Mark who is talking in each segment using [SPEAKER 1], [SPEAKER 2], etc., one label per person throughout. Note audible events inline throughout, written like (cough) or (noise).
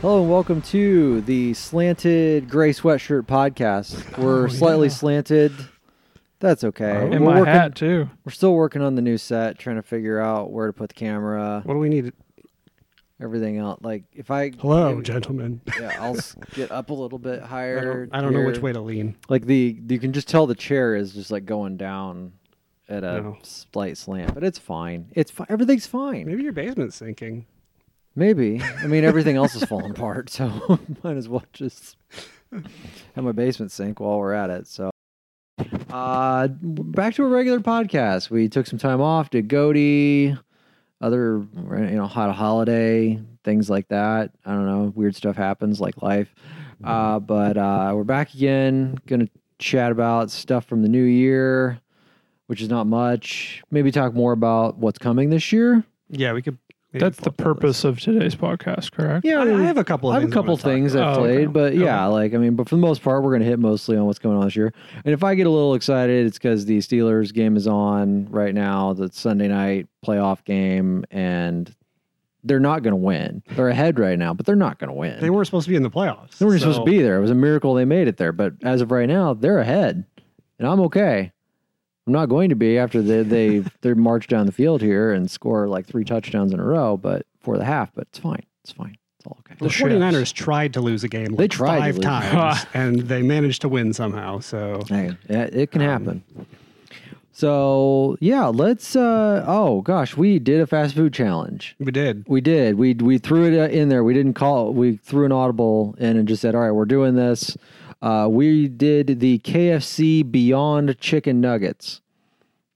[SPEAKER 1] Hello and welcome to the Slanted Gray Sweatshirt
[SPEAKER 2] (laughs)
[SPEAKER 1] Podcast. We're
[SPEAKER 3] Oh,
[SPEAKER 1] slightly
[SPEAKER 3] yeah.
[SPEAKER 1] slanted. That's okay.
[SPEAKER 2] Oh.
[SPEAKER 3] And
[SPEAKER 1] we're,
[SPEAKER 3] my
[SPEAKER 1] working,
[SPEAKER 3] hat too.
[SPEAKER 1] we're still working on the new set, trying to figure out where to put the camera,
[SPEAKER 2] What do we need?
[SPEAKER 1] everything out. Like if I
[SPEAKER 2] Hello,
[SPEAKER 1] if-
[SPEAKER 2] gentlemen.
[SPEAKER 1] yeah, I'll
[SPEAKER 2] (laughs)
[SPEAKER 1] s- get up a little bit
[SPEAKER 2] I
[SPEAKER 1] higher.
[SPEAKER 2] don't, I don't know which
[SPEAKER 1] here.
[SPEAKER 2] way to lean.
[SPEAKER 1] Like the you can just tell the chair is just like going down at a
[SPEAKER 2] No.
[SPEAKER 1] slight slant, but it's fine. It's fi- everything's fine.
[SPEAKER 2] Maybe your basement's sinking.
[SPEAKER 1] Maybe. I mean, everything else is falling apart, so (laughs) might as well just have my basement sink while we're at it. So, uh, back to a regular podcast. We took some time off, did Goaty, other, you know, had a holiday, things like that. I don't know. Weird stuff happens like life. Uh, but uh, we're back again. Gonna chat about stuff from the new year, which is not much. Maybe talk more about what's coming this year.
[SPEAKER 2] Yeah, we could. maybe
[SPEAKER 3] That's the
[SPEAKER 2] flip
[SPEAKER 3] purpose of today's podcast, correct?
[SPEAKER 1] Yeah,
[SPEAKER 2] I, I have a couple. Of
[SPEAKER 1] I have a
[SPEAKER 2] things I wanna
[SPEAKER 1] couple
[SPEAKER 2] talk
[SPEAKER 1] things
[SPEAKER 3] about.
[SPEAKER 1] I've
[SPEAKER 3] Oh, okay.
[SPEAKER 1] played, but yeah, like I mean, but for the most part, we're gonna hit mostly on what's going on this year. And if I get a little excited, it's because the Steelers game is on right now, the Sunday night playoff game, and they're not gonna win. They're ahead right now, but they're not gonna win.
[SPEAKER 2] about. Uh, They were supposed to be in the playoffs.
[SPEAKER 1] They weren't supposed to
[SPEAKER 2] so-
[SPEAKER 1] be there. It was a miracle they made it there. But as of right now, they're ahead, and I'm okay. I'm not going to be after they they (laughs) they march down the field here and score like three touchdowns in a row, but for the half. But it's fine. It's fine. It's all okay.
[SPEAKER 2] The
[SPEAKER 3] shifts.
[SPEAKER 2] 49ers tried to lose a game. Like
[SPEAKER 1] They tried to
[SPEAKER 2] five
[SPEAKER 1] lose.
[SPEAKER 2] (laughs) times, and they managed to win somehow. So
[SPEAKER 1] Hey, it it can
[SPEAKER 2] Um,
[SPEAKER 1] happen. So yeah, let's. uh Oh gosh, we did a fast food challenge.
[SPEAKER 2] we did.
[SPEAKER 1] We did. We we threw it uh, in there. We didn't call. it. We threw an audible in and just said, "All right, we're doing this." Uh, we did the KFC Beyond Chicken Nuggets.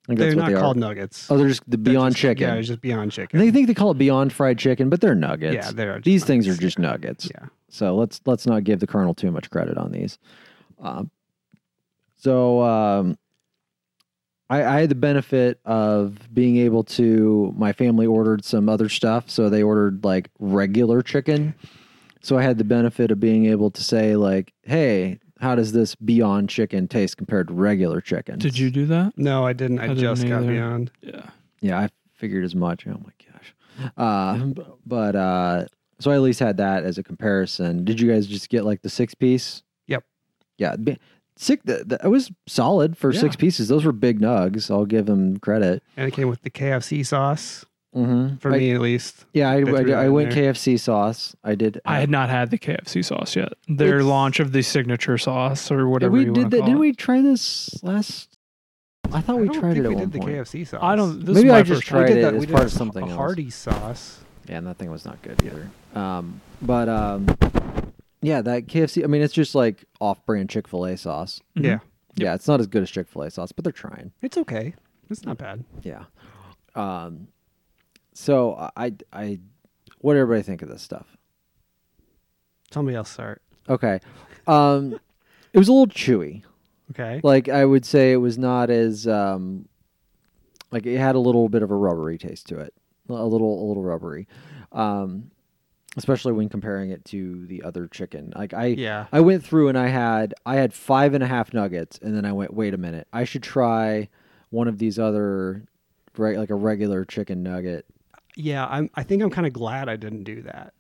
[SPEAKER 1] I think
[SPEAKER 2] They're not
[SPEAKER 1] are.
[SPEAKER 2] called nuggets.
[SPEAKER 1] Oh, they're just the
[SPEAKER 2] They're
[SPEAKER 1] Beyond
[SPEAKER 2] just-
[SPEAKER 1] Chicken.
[SPEAKER 2] Yeah, it's just beyond chicken.
[SPEAKER 1] they think they call it Beyond Fried Chicken, but they're nuggets.
[SPEAKER 2] yeah, they are.
[SPEAKER 1] These things are
[SPEAKER 2] nuggets,
[SPEAKER 1] just nuggets.
[SPEAKER 2] Yeah.
[SPEAKER 1] So let's let's not give the colonel too much credit on these. Um, so um, I, I had the benefit of being able to. My family ordered some other stuff, so they ordered like regular chicken. So I had the benefit of being able to say like, "Hey, how does this Beyond Chicken taste compared to regular chicken?"
[SPEAKER 3] Did you do that?
[SPEAKER 2] No, I didn't. I,
[SPEAKER 3] I didn't
[SPEAKER 2] just got
[SPEAKER 3] either.
[SPEAKER 2] beyond.
[SPEAKER 3] Yeah.
[SPEAKER 1] Yeah, I figured as much. Oh my gosh. Uh, b- but uh, so I at least had that as a comparison. Did you guys just get like the six piece?
[SPEAKER 2] Yep.
[SPEAKER 1] Yeah, b- six. th- th- That was solid for
[SPEAKER 2] Yeah.
[SPEAKER 1] six pieces. Those were big nugs. I'll give them credit.
[SPEAKER 2] And it came with the KFC sauce
[SPEAKER 1] Mm-hmm.
[SPEAKER 2] for me at least.
[SPEAKER 1] Yeah, I,
[SPEAKER 2] They
[SPEAKER 1] I,
[SPEAKER 2] threw
[SPEAKER 1] I
[SPEAKER 2] that in
[SPEAKER 1] went
[SPEAKER 2] there.
[SPEAKER 1] KFC sauce. I did.
[SPEAKER 3] I had not had the KFC sauce yet. Their
[SPEAKER 1] It's-
[SPEAKER 3] launch of the signature sauce or
[SPEAKER 1] Did
[SPEAKER 3] whatever
[SPEAKER 1] we
[SPEAKER 3] you
[SPEAKER 1] did
[SPEAKER 3] want
[SPEAKER 1] that?
[SPEAKER 3] to call
[SPEAKER 1] Didn't
[SPEAKER 3] it.
[SPEAKER 1] we try this last? I thought Oh,
[SPEAKER 2] I
[SPEAKER 1] we
[SPEAKER 2] don't
[SPEAKER 1] tried
[SPEAKER 2] think
[SPEAKER 1] it at
[SPEAKER 2] we
[SPEAKER 1] one
[SPEAKER 2] did the
[SPEAKER 1] point.
[SPEAKER 2] KFC sauce.
[SPEAKER 3] I don't. This
[SPEAKER 1] Maybe
[SPEAKER 3] is my
[SPEAKER 1] I
[SPEAKER 3] first
[SPEAKER 1] just
[SPEAKER 3] time.
[SPEAKER 1] tried
[SPEAKER 2] we did
[SPEAKER 1] it
[SPEAKER 2] that.
[SPEAKER 1] as
[SPEAKER 2] we did
[SPEAKER 1] part
[SPEAKER 2] a-
[SPEAKER 1] of something
[SPEAKER 2] a
[SPEAKER 1] else.
[SPEAKER 2] Hardy sauce.
[SPEAKER 1] Yeah, and that thing was not good either. Um, but um, yeah, that KFC. I mean, it's just like off-brand Chick Fil A sauce.
[SPEAKER 3] Mhm.
[SPEAKER 2] Yeah,
[SPEAKER 1] Yeah, it's not as good as Chick Fil A sauce, but they're trying.
[SPEAKER 2] it's okay. It's not bad.
[SPEAKER 1] Yeah. Um, so I- I, I, what did everybody think of this stuff?
[SPEAKER 2] Somebody else start.
[SPEAKER 1] Okay. Um, it was a little chewy.
[SPEAKER 2] Okay.
[SPEAKER 1] Like I would say, it was not as um, like it had a little bit of a rubbery taste to it, a little a little rubbery, um, especially when comparing it to the other chicken. Like I,
[SPEAKER 2] yeah.
[SPEAKER 1] I went through and I had I had five and a half nuggets, and then I went, wait a minute, I should try one of these other, right, like a regular chicken nugget.
[SPEAKER 2] Yeah. I'm, I think I'm kind of glad I didn't do that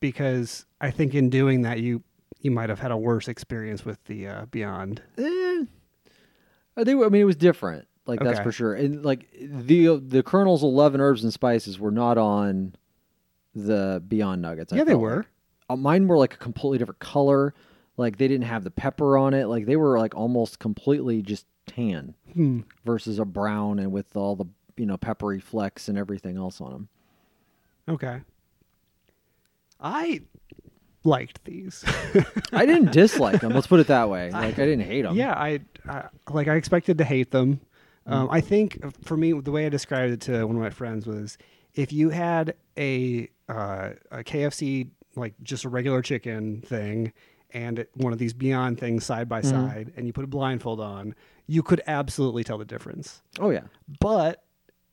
[SPEAKER 2] because I think in doing that, you you might have had a worse experience with the uh, Beyond.
[SPEAKER 1] Eh, I think I mean it was different, like that's
[SPEAKER 2] Okay.
[SPEAKER 1] for sure. And like the the Colonel's eleven herbs and spices were not on the Beyond Nuggets. I
[SPEAKER 2] yeah, they
[SPEAKER 1] felt
[SPEAKER 2] were.
[SPEAKER 1] like. Uh, mine were like a completely different color. Like they didn't have the pepper on it. Like they were like almost completely just tan.
[SPEAKER 2] Hmm.
[SPEAKER 1] versus a brown and with all the you know peppery flecks and everything else on them.
[SPEAKER 2] Okay. I liked these. (laughs)
[SPEAKER 1] I didn't dislike them. Let's put it that way. Like I didn't hate them.
[SPEAKER 2] Yeah, I, I like I expected to hate them. Um, I think uh, for me, the way I described it to one of my friends was if you had a uh, a KFC like just a regular chicken thing and it- one of these Beyond things side by side, and you put a blindfold on, you could absolutely tell the difference.
[SPEAKER 1] Oh yeah.
[SPEAKER 2] But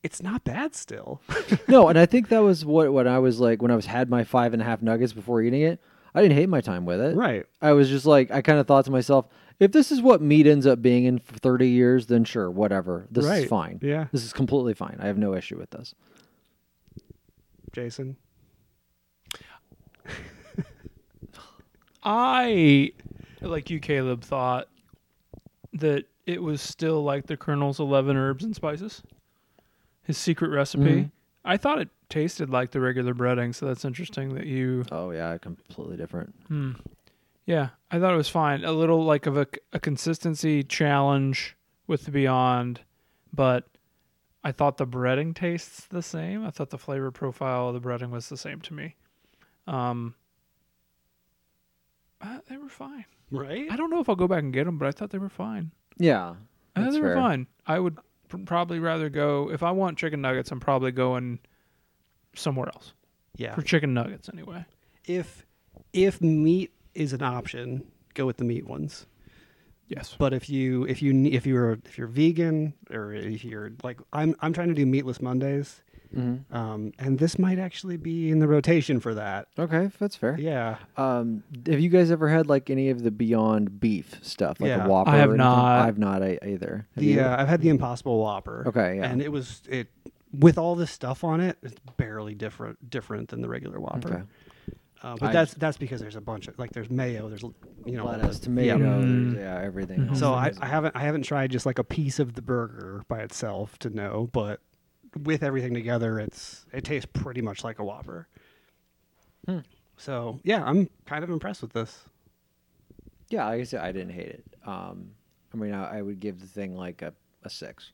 [SPEAKER 2] it's not bad still. (laughs)
[SPEAKER 1] No, and I think that was what when I was like when I was had my five and a half nuggets before eating it. I didn't hate my time with it.
[SPEAKER 2] right.
[SPEAKER 1] I was just like I kind of thought to myself, if this is what meat ends up being in f- thirty years, then sure, whatever. This
[SPEAKER 2] Right.
[SPEAKER 1] is fine.
[SPEAKER 2] Yeah.
[SPEAKER 1] This is completely fine. I have no issue with this.
[SPEAKER 2] Jason.
[SPEAKER 3] I, like you, Caleb, thought that it was still like the Colonel's 11 herbs and spices, his secret recipe.
[SPEAKER 1] Mhm.
[SPEAKER 3] I thought it tasted like the regular breading, so that's interesting that you.
[SPEAKER 1] Oh yeah, completely different.
[SPEAKER 3] Hmm. Yeah, I thought it was fine. A little like of a, a consistency challenge with the Beyond, but I thought the breading tastes the same. I thought the flavor profile of the breading was the same to me. Um, uh, they were fine.
[SPEAKER 2] Right?
[SPEAKER 3] I don't know if I'll go back and get them, but I thought they were fine.
[SPEAKER 1] Yeah.
[SPEAKER 2] Uh,
[SPEAKER 3] I thought
[SPEAKER 1] That's
[SPEAKER 3] they were
[SPEAKER 1] fair.
[SPEAKER 3] fine. I would pr- probably rather go if I want chicken nuggets. I'm probably going somewhere else
[SPEAKER 2] Yeah.
[SPEAKER 3] for chicken nuggets anyway.
[SPEAKER 2] If if meat is an option, go with the meat ones.
[SPEAKER 3] Yes.
[SPEAKER 2] But if you if you if you're if you're vegan or if you're like I'm I'm trying to do meatless Mondays,
[SPEAKER 1] hmm
[SPEAKER 2] um, and this might actually be in the rotation for that.
[SPEAKER 1] Okay, that's fair.
[SPEAKER 2] Yeah.
[SPEAKER 1] Um, have you guys ever had like any of the Beyond Beef stuff, like
[SPEAKER 2] Yeah.
[SPEAKER 1] a Whopper?
[SPEAKER 3] I have
[SPEAKER 1] or anything?
[SPEAKER 3] not.
[SPEAKER 1] I've not e- either. Have
[SPEAKER 2] the
[SPEAKER 1] you?
[SPEAKER 2] uh, I've had the Impossible Whopper.
[SPEAKER 1] Okay, yeah.
[SPEAKER 2] And it was it with all this stuff on it. It's barely different different than the regular Whopper.
[SPEAKER 1] Okay.
[SPEAKER 2] Uh, but
[SPEAKER 1] I-
[SPEAKER 2] that's that's because there's a bunch of like there's mayo, there's you know all
[SPEAKER 1] lettuce,
[SPEAKER 2] the- yeah.
[SPEAKER 1] tomato,
[SPEAKER 3] Mm.
[SPEAKER 1] there's- yeah, everything.
[SPEAKER 3] Mhm.
[SPEAKER 1] else
[SPEAKER 2] So
[SPEAKER 1] that
[SPEAKER 2] I,
[SPEAKER 1] goes
[SPEAKER 2] I
[SPEAKER 1] in.
[SPEAKER 2] haven't I haven't tried just like a piece of the burger by itself to know, but with everything together, it's it tastes pretty much like a Whopper.
[SPEAKER 1] Hmm.
[SPEAKER 2] So yeah, I'm kind of impressed with this.
[SPEAKER 1] yeah, like I said, I didn't hate it. Um, I mean, I, I would give the thing like a, a six.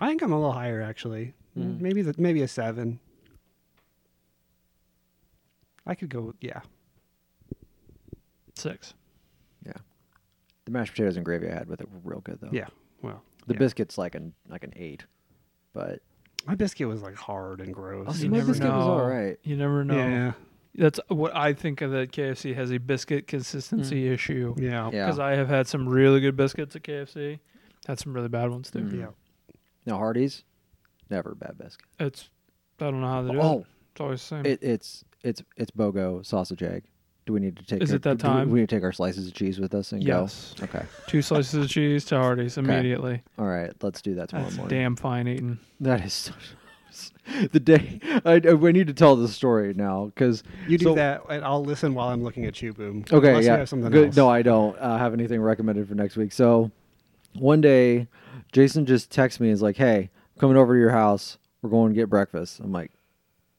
[SPEAKER 2] I think I'm a little higher actually.
[SPEAKER 1] Mhm.
[SPEAKER 2] Maybe the, maybe a seven. I could go yeah.
[SPEAKER 3] Six.
[SPEAKER 1] The mashed potatoes and gravy I had with it were real good though.
[SPEAKER 2] Yeah. Well,
[SPEAKER 1] Oh. the
[SPEAKER 2] yeah.
[SPEAKER 1] biscuits like an like an eight, but
[SPEAKER 2] my biscuit was like hard and gross.
[SPEAKER 1] Also,
[SPEAKER 3] You
[SPEAKER 1] my
[SPEAKER 3] never
[SPEAKER 1] biscuit was all
[SPEAKER 3] know.
[SPEAKER 1] right.
[SPEAKER 3] You never know.
[SPEAKER 2] Yeah.
[SPEAKER 3] That's what I think of that KFC has a biscuit consistency issue.
[SPEAKER 2] Yeah.
[SPEAKER 1] Yeah.
[SPEAKER 3] Because Oh, I have had some really good biscuits at KFC. Had some really bad ones too.
[SPEAKER 1] Mm.
[SPEAKER 2] Yeah.
[SPEAKER 1] Now Hardee's, never a bad biscuit.
[SPEAKER 3] It's I don't know how they do
[SPEAKER 1] Oh.
[SPEAKER 3] it. It's always the same.
[SPEAKER 1] It, it's it's it's Bogo sausage egg. Do we need to take?
[SPEAKER 3] Is
[SPEAKER 1] our-
[SPEAKER 3] it that
[SPEAKER 1] do we-
[SPEAKER 3] time?
[SPEAKER 1] We need to take our slices of cheese with us and
[SPEAKER 3] yes.
[SPEAKER 1] go. Okay.
[SPEAKER 3] Two slices of cheese to Hardee's immediately.
[SPEAKER 1] All right. Let's do that tomorrow
[SPEAKER 3] That's
[SPEAKER 1] morning.
[SPEAKER 3] damn fine eating.
[SPEAKER 1] That is so- (laughs) the day. I, I we need to tell the story now because
[SPEAKER 2] You do
[SPEAKER 1] So-
[SPEAKER 2] that, and I'll listen while I'm looking at you, Boom.
[SPEAKER 1] Okay,
[SPEAKER 2] Unless
[SPEAKER 1] yeah.
[SPEAKER 2] You have something
[SPEAKER 1] Good-
[SPEAKER 2] else.
[SPEAKER 1] No, I don't uh, have anything recommended for next week. So one day, Jason just texts me. and is like, "Hey, I'm coming over to your house. We're going to get breakfast." I'm like,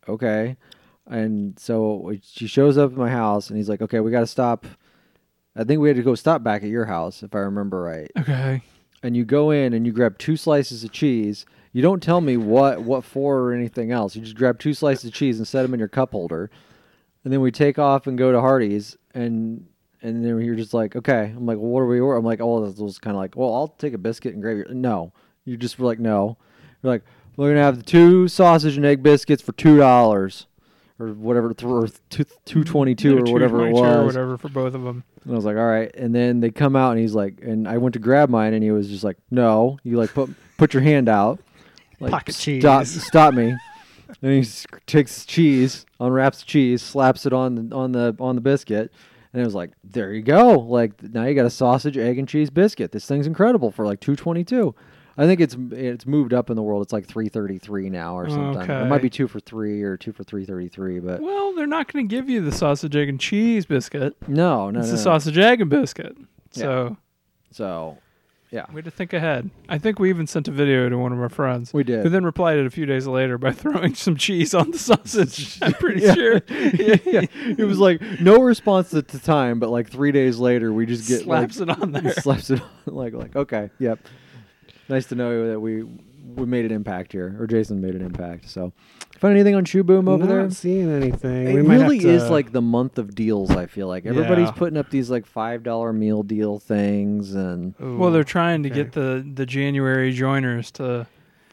[SPEAKER 1] "Okay." And so she shows up at my house, and he's like, "Okay, we got to stop." I think we had to go stop back at your house, if I remember right.
[SPEAKER 3] Okay.
[SPEAKER 1] And you go in and you grab two slices of cheese. You don't tell me what what for or anything else. You just grab two slices of cheese and set them in your cup holder and then we take off and go to Hardee's, and and then you're just like, okay, I'm like, well, what are we? Order? I'm like, oh, this was kind of like, well, I'll take a biscuit and gravy. No, you just were like, no, you're like, we're gonna have the two sausage and egg biscuits for two dollars, or whatever, th- or two two twenty two or
[SPEAKER 3] Two
[SPEAKER 1] whatever it
[SPEAKER 3] 22 Or
[SPEAKER 1] was.
[SPEAKER 3] whatever for both of them.
[SPEAKER 1] And I was like, all right. And then they come out, and he's like, and I went to grab mine, and he was just like, no, you like put (laughs) put your hand out, like
[SPEAKER 2] Pocket
[SPEAKER 1] stop,
[SPEAKER 2] cheese.
[SPEAKER 1] stop me. And he s- takes the cheese, unwraps the cheese, slaps it on the on the on the biscuit, and it was like, there you go. Like now you got a sausage, egg, and cheese biscuit. This thing's incredible for like two twenty two. I think it's it's moved up in the world. It's like three thirty three now or something. It might
[SPEAKER 3] Okay.
[SPEAKER 1] be two for three or two for three thirty three, but
[SPEAKER 3] Well, they're not going to give you the sausage, egg, and cheese biscuit.
[SPEAKER 1] no, no,
[SPEAKER 3] it's
[SPEAKER 1] no,
[SPEAKER 3] a
[SPEAKER 1] no.
[SPEAKER 3] sausage, egg, and biscuit.
[SPEAKER 1] Yeah.
[SPEAKER 3] So
[SPEAKER 1] So yeah,
[SPEAKER 3] we had to think ahead. I think we even sent a video to one of our friends.
[SPEAKER 1] we
[SPEAKER 3] Who
[SPEAKER 1] did.
[SPEAKER 3] then replied it a few days later by (laughs) throwing some cheese on
[SPEAKER 1] (laughs)
[SPEAKER 3] the sausage. I'm pretty
[SPEAKER 1] Yeah.
[SPEAKER 3] sure.
[SPEAKER 1] yeah, yeah. It was like no response at the time, but like three days later, we just
[SPEAKER 3] (laughs)
[SPEAKER 1] get like,
[SPEAKER 3] Slaps it on
[SPEAKER 1] (laughs)
[SPEAKER 3] there.
[SPEAKER 1] slaps it on, like like okay, yep. Nice to know that we we made an impact here, or Jason made an impact. So, find anything on Shoe Boom over
[SPEAKER 2] Not
[SPEAKER 1] there.
[SPEAKER 2] seeing anything.
[SPEAKER 1] It
[SPEAKER 2] We might have
[SPEAKER 1] really is
[SPEAKER 2] to-
[SPEAKER 1] like the month of deals. I feel like everybody's
[SPEAKER 2] Yeah.
[SPEAKER 1] putting up these like five dollar meal deal things, and
[SPEAKER 3] Well, they're
[SPEAKER 2] Ooh,
[SPEAKER 3] trying to
[SPEAKER 2] okay.
[SPEAKER 3] get the, the January joiners to
[SPEAKER 1] Yeah.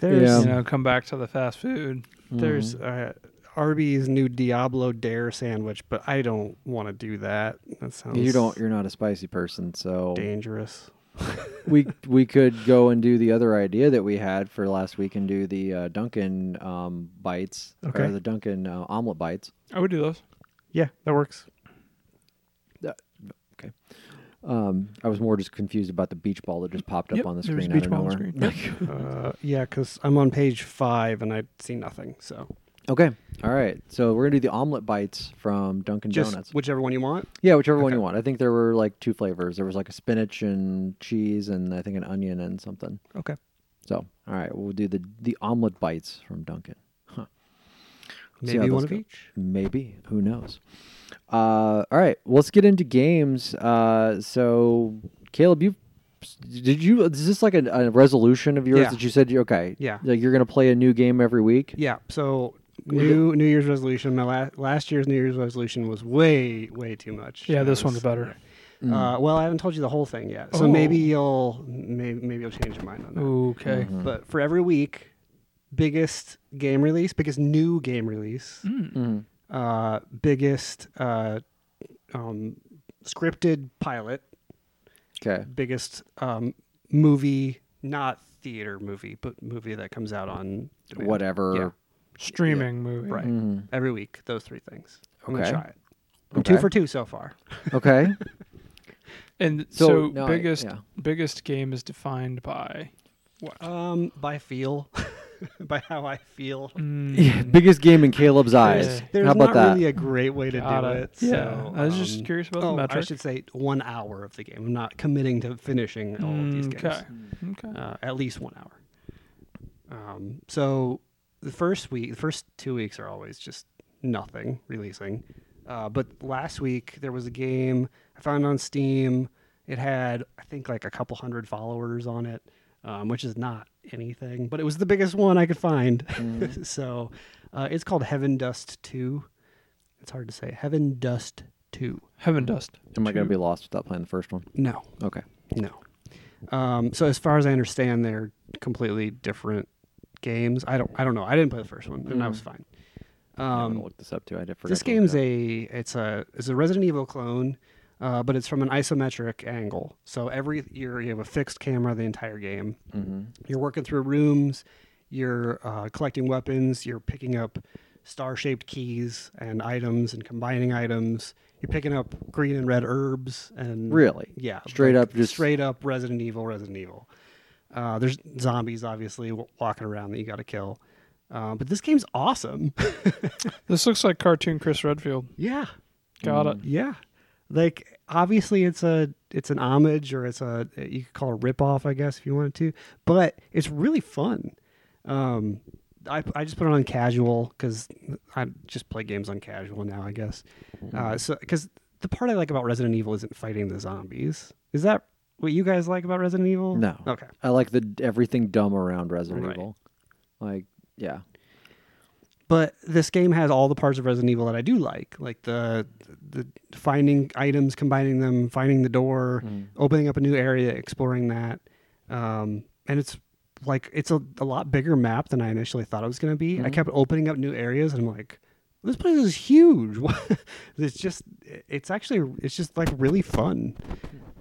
[SPEAKER 2] there's
[SPEAKER 3] you know come back to the fast food.
[SPEAKER 1] Mm-hmm.
[SPEAKER 2] there's uh, Arby's new Diablo Dare sandwich, but I don't want to do that. That sounds
[SPEAKER 1] you don't you're not a spicy person, so
[SPEAKER 2] dangerous.
[SPEAKER 1] we we could go and do the other idea that we had for last week and do the uh, Duncan um, bites
[SPEAKER 2] Okay.
[SPEAKER 1] or the Duncan uh, omelet bites.
[SPEAKER 3] I would do those.
[SPEAKER 2] Yeah,
[SPEAKER 1] (laughs)
[SPEAKER 2] that works.
[SPEAKER 1] Uh, Um, I was more just confused about the beach ball that just popped up
[SPEAKER 3] Yep,
[SPEAKER 1] on the
[SPEAKER 3] there was
[SPEAKER 1] screen
[SPEAKER 3] a
[SPEAKER 1] out
[SPEAKER 3] beach
[SPEAKER 1] of
[SPEAKER 3] ball on
[SPEAKER 1] nowhere.
[SPEAKER 3] the
[SPEAKER 2] Uh, yeah, because I'm on page five and I see nothing. So
[SPEAKER 1] Okay. All right. So we're gonna do the omelet bites from Dunkin'
[SPEAKER 2] Just
[SPEAKER 1] Donuts.
[SPEAKER 2] whichever one you want.
[SPEAKER 1] Yeah, whichever one
[SPEAKER 2] okay.
[SPEAKER 1] you want. I think there were like two flavors. There was like a spinach and cheese, and I think an onion and something.
[SPEAKER 2] Okay.
[SPEAKER 1] So, all right, we'll do the the omelet bites from Dunkin'. Huh. See how
[SPEAKER 2] Maybe one
[SPEAKER 1] those
[SPEAKER 2] of
[SPEAKER 1] go.
[SPEAKER 2] each.
[SPEAKER 1] Maybe. Who knows? Uh, all right. Well, let's get into games. Uh, so, Caleb, you did you is this like a, a resolution of yours
[SPEAKER 2] Yeah.
[SPEAKER 1] that you said you okay?
[SPEAKER 2] Yeah.
[SPEAKER 1] Like you're gonna play a new game every week.
[SPEAKER 2] Yeah. So new New Year's resolution. My last last year's New Year's resolution was way way too much.
[SPEAKER 3] Yeah,
[SPEAKER 2] It
[SPEAKER 3] this one's
[SPEAKER 2] was-
[SPEAKER 3] better.
[SPEAKER 1] Mm.
[SPEAKER 2] Uh, well, I haven't told you the whole thing yet, so
[SPEAKER 3] Oh.
[SPEAKER 2] maybe you'll maybe, maybe you'll change your mind on that.
[SPEAKER 3] Okay.
[SPEAKER 1] Mhm.
[SPEAKER 2] But for every week, biggest game release, biggest new game release,
[SPEAKER 3] Mm.
[SPEAKER 1] Mhm.
[SPEAKER 2] uh, biggest uh, um, scripted pilot,
[SPEAKER 1] Okay.
[SPEAKER 2] biggest um, movie, not theater movie, but movie that comes out on demand.
[SPEAKER 1] Whatever.
[SPEAKER 2] Yeah.
[SPEAKER 3] Streaming movie.
[SPEAKER 2] Right.
[SPEAKER 1] Mhm.
[SPEAKER 2] Every week, those three things. I'm
[SPEAKER 1] Okay.
[SPEAKER 2] gonna try it. I'm two
[SPEAKER 1] Okay.
[SPEAKER 2] for two so far. (laughs)
[SPEAKER 1] Okay. (laughs)
[SPEAKER 3] And
[SPEAKER 1] So,
[SPEAKER 3] so,
[SPEAKER 1] no, I-
[SPEAKER 3] biggest
[SPEAKER 1] yeah.
[SPEAKER 3] biggest game is defined by
[SPEAKER 2] Um, by feel, (laughs) by how I feel.
[SPEAKER 3] Mm.
[SPEAKER 1] yeah, biggest game in Caleb's eyes.
[SPEAKER 3] Yeah.
[SPEAKER 2] There's
[SPEAKER 1] How about
[SPEAKER 2] not
[SPEAKER 1] that?
[SPEAKER 2] really a great way to
[SPEAKER 3] Got
[SPEAKER 2] do
[SPEAKER 3] it.
[SPEAKER 2] it.
[SPEAKER 3] Yeah,
[SPEAKER 2] so,
[SPEAKER 3] I was just
[SPEAKER 2] um,
[SPEAKER 3] curious about the
[SPEAKER 2] oh, I
[SPEAKER 3] metric.
[SPEAKER 2] should say one hour of the game. I'm not committing to finishing all of these games.
[SPEAKER 3] Mm, Okay. Okay.
[SPEAKER 2] Uh, at least one hour. Um, so the first week, the first two weeks are always just nothing releasing. Uh, but last week there was a game I found on Steam. It had I think like a couple hundred followers on it, um, which is not anything, but it was the biggest one I could find. (laughs)
[SPEAKER 3] Mm-hmm.
[SPEAKER 2] so uh, it's called Heaven Dust Two. It's hard to say. Heaven Dust Two.
[SPEAKER 3] Heaven Dust.
[SPEAKER 1] Am I gonna
[SPEAKER 3] Two.
[SPEAKER 1] be lost without playing the first one?
[SPEAKER 2] No,
[SPEAKER 1] Okay.
[SPEAKER 2] no. Um, so as far as I understand, they're completely different games. I don't. I don't know. I didn't play the first one, and I was fine.
[SPEAKER 1] Yeah, I'm
[SPEAKER 2] Um,
[SPEAKER 1] gonna look this up too. I did forget.
[SPEAKER 2] this
[SPEAKER 1] to look
[SPEAKER 2] game's
[SPEAKER 1] it up.
[SPEAKER 2] a. It's a. It's a Resident Evil clone, uh, but it's from an isometric angle. So every year you have a fixed camera the entire game.
[SPEAKER 1] Mm-hmm.
[SPEAKER 2] You're working through rooms. You're uh, collecting weapons. You're picking up star-shaped keys and items and combining items. You're picking up green and red herbs and
[SPEAKER 1] really.
[SPEAKER 2] yeah,
[SPEAKER 1] Straight
[SPEAKER 2] like,
[SPEAKER 1] up just-
[SPEAKER 2] straight up Resident Evil, Resident Evil. Uh, there's zombies obviously w- walking around that you got to kill, uh, but this game's awesome. (laughs)
[SPEAKER 3] This looks like cartoon Chris Redfield.
[SPEAKER 2] yeah,
[SPEAKER 3] Got
[SPEAKER 1] Mm.
[SPEAKER 3] it.
[SPEAKER 2] yeah. Like obviously it's a it's an homage or it's a you could call it a ripoff I guess if you wanted to, but it's really fun. Um, I I just put it on casual because I just play games on casual now I guess. Uh, so because the part I like about Resident Evil isn't fighting the zombies. Is that what you guys like about Resident Evil?
[SPEAKER 1] No.
[SPEAKER 2] Okay.
[SPEAKER 1] I like the everything dumb around Resident
[SPEAKER 2] Right.
[SPEAKER 1] Evil. Like, yeah.
[SPEAKER 2] but this game has all the parts of Resident Evil that I do like, like the the finding items, combining them, finding the door, opening up a new area, exploring that, um, and it's like it's a, a lot bigger map than I initially thought it was going to be. I kept opening up new areas, and I'm like, this place is huge. (laughs) it's just, it's actually, it's just like really fun.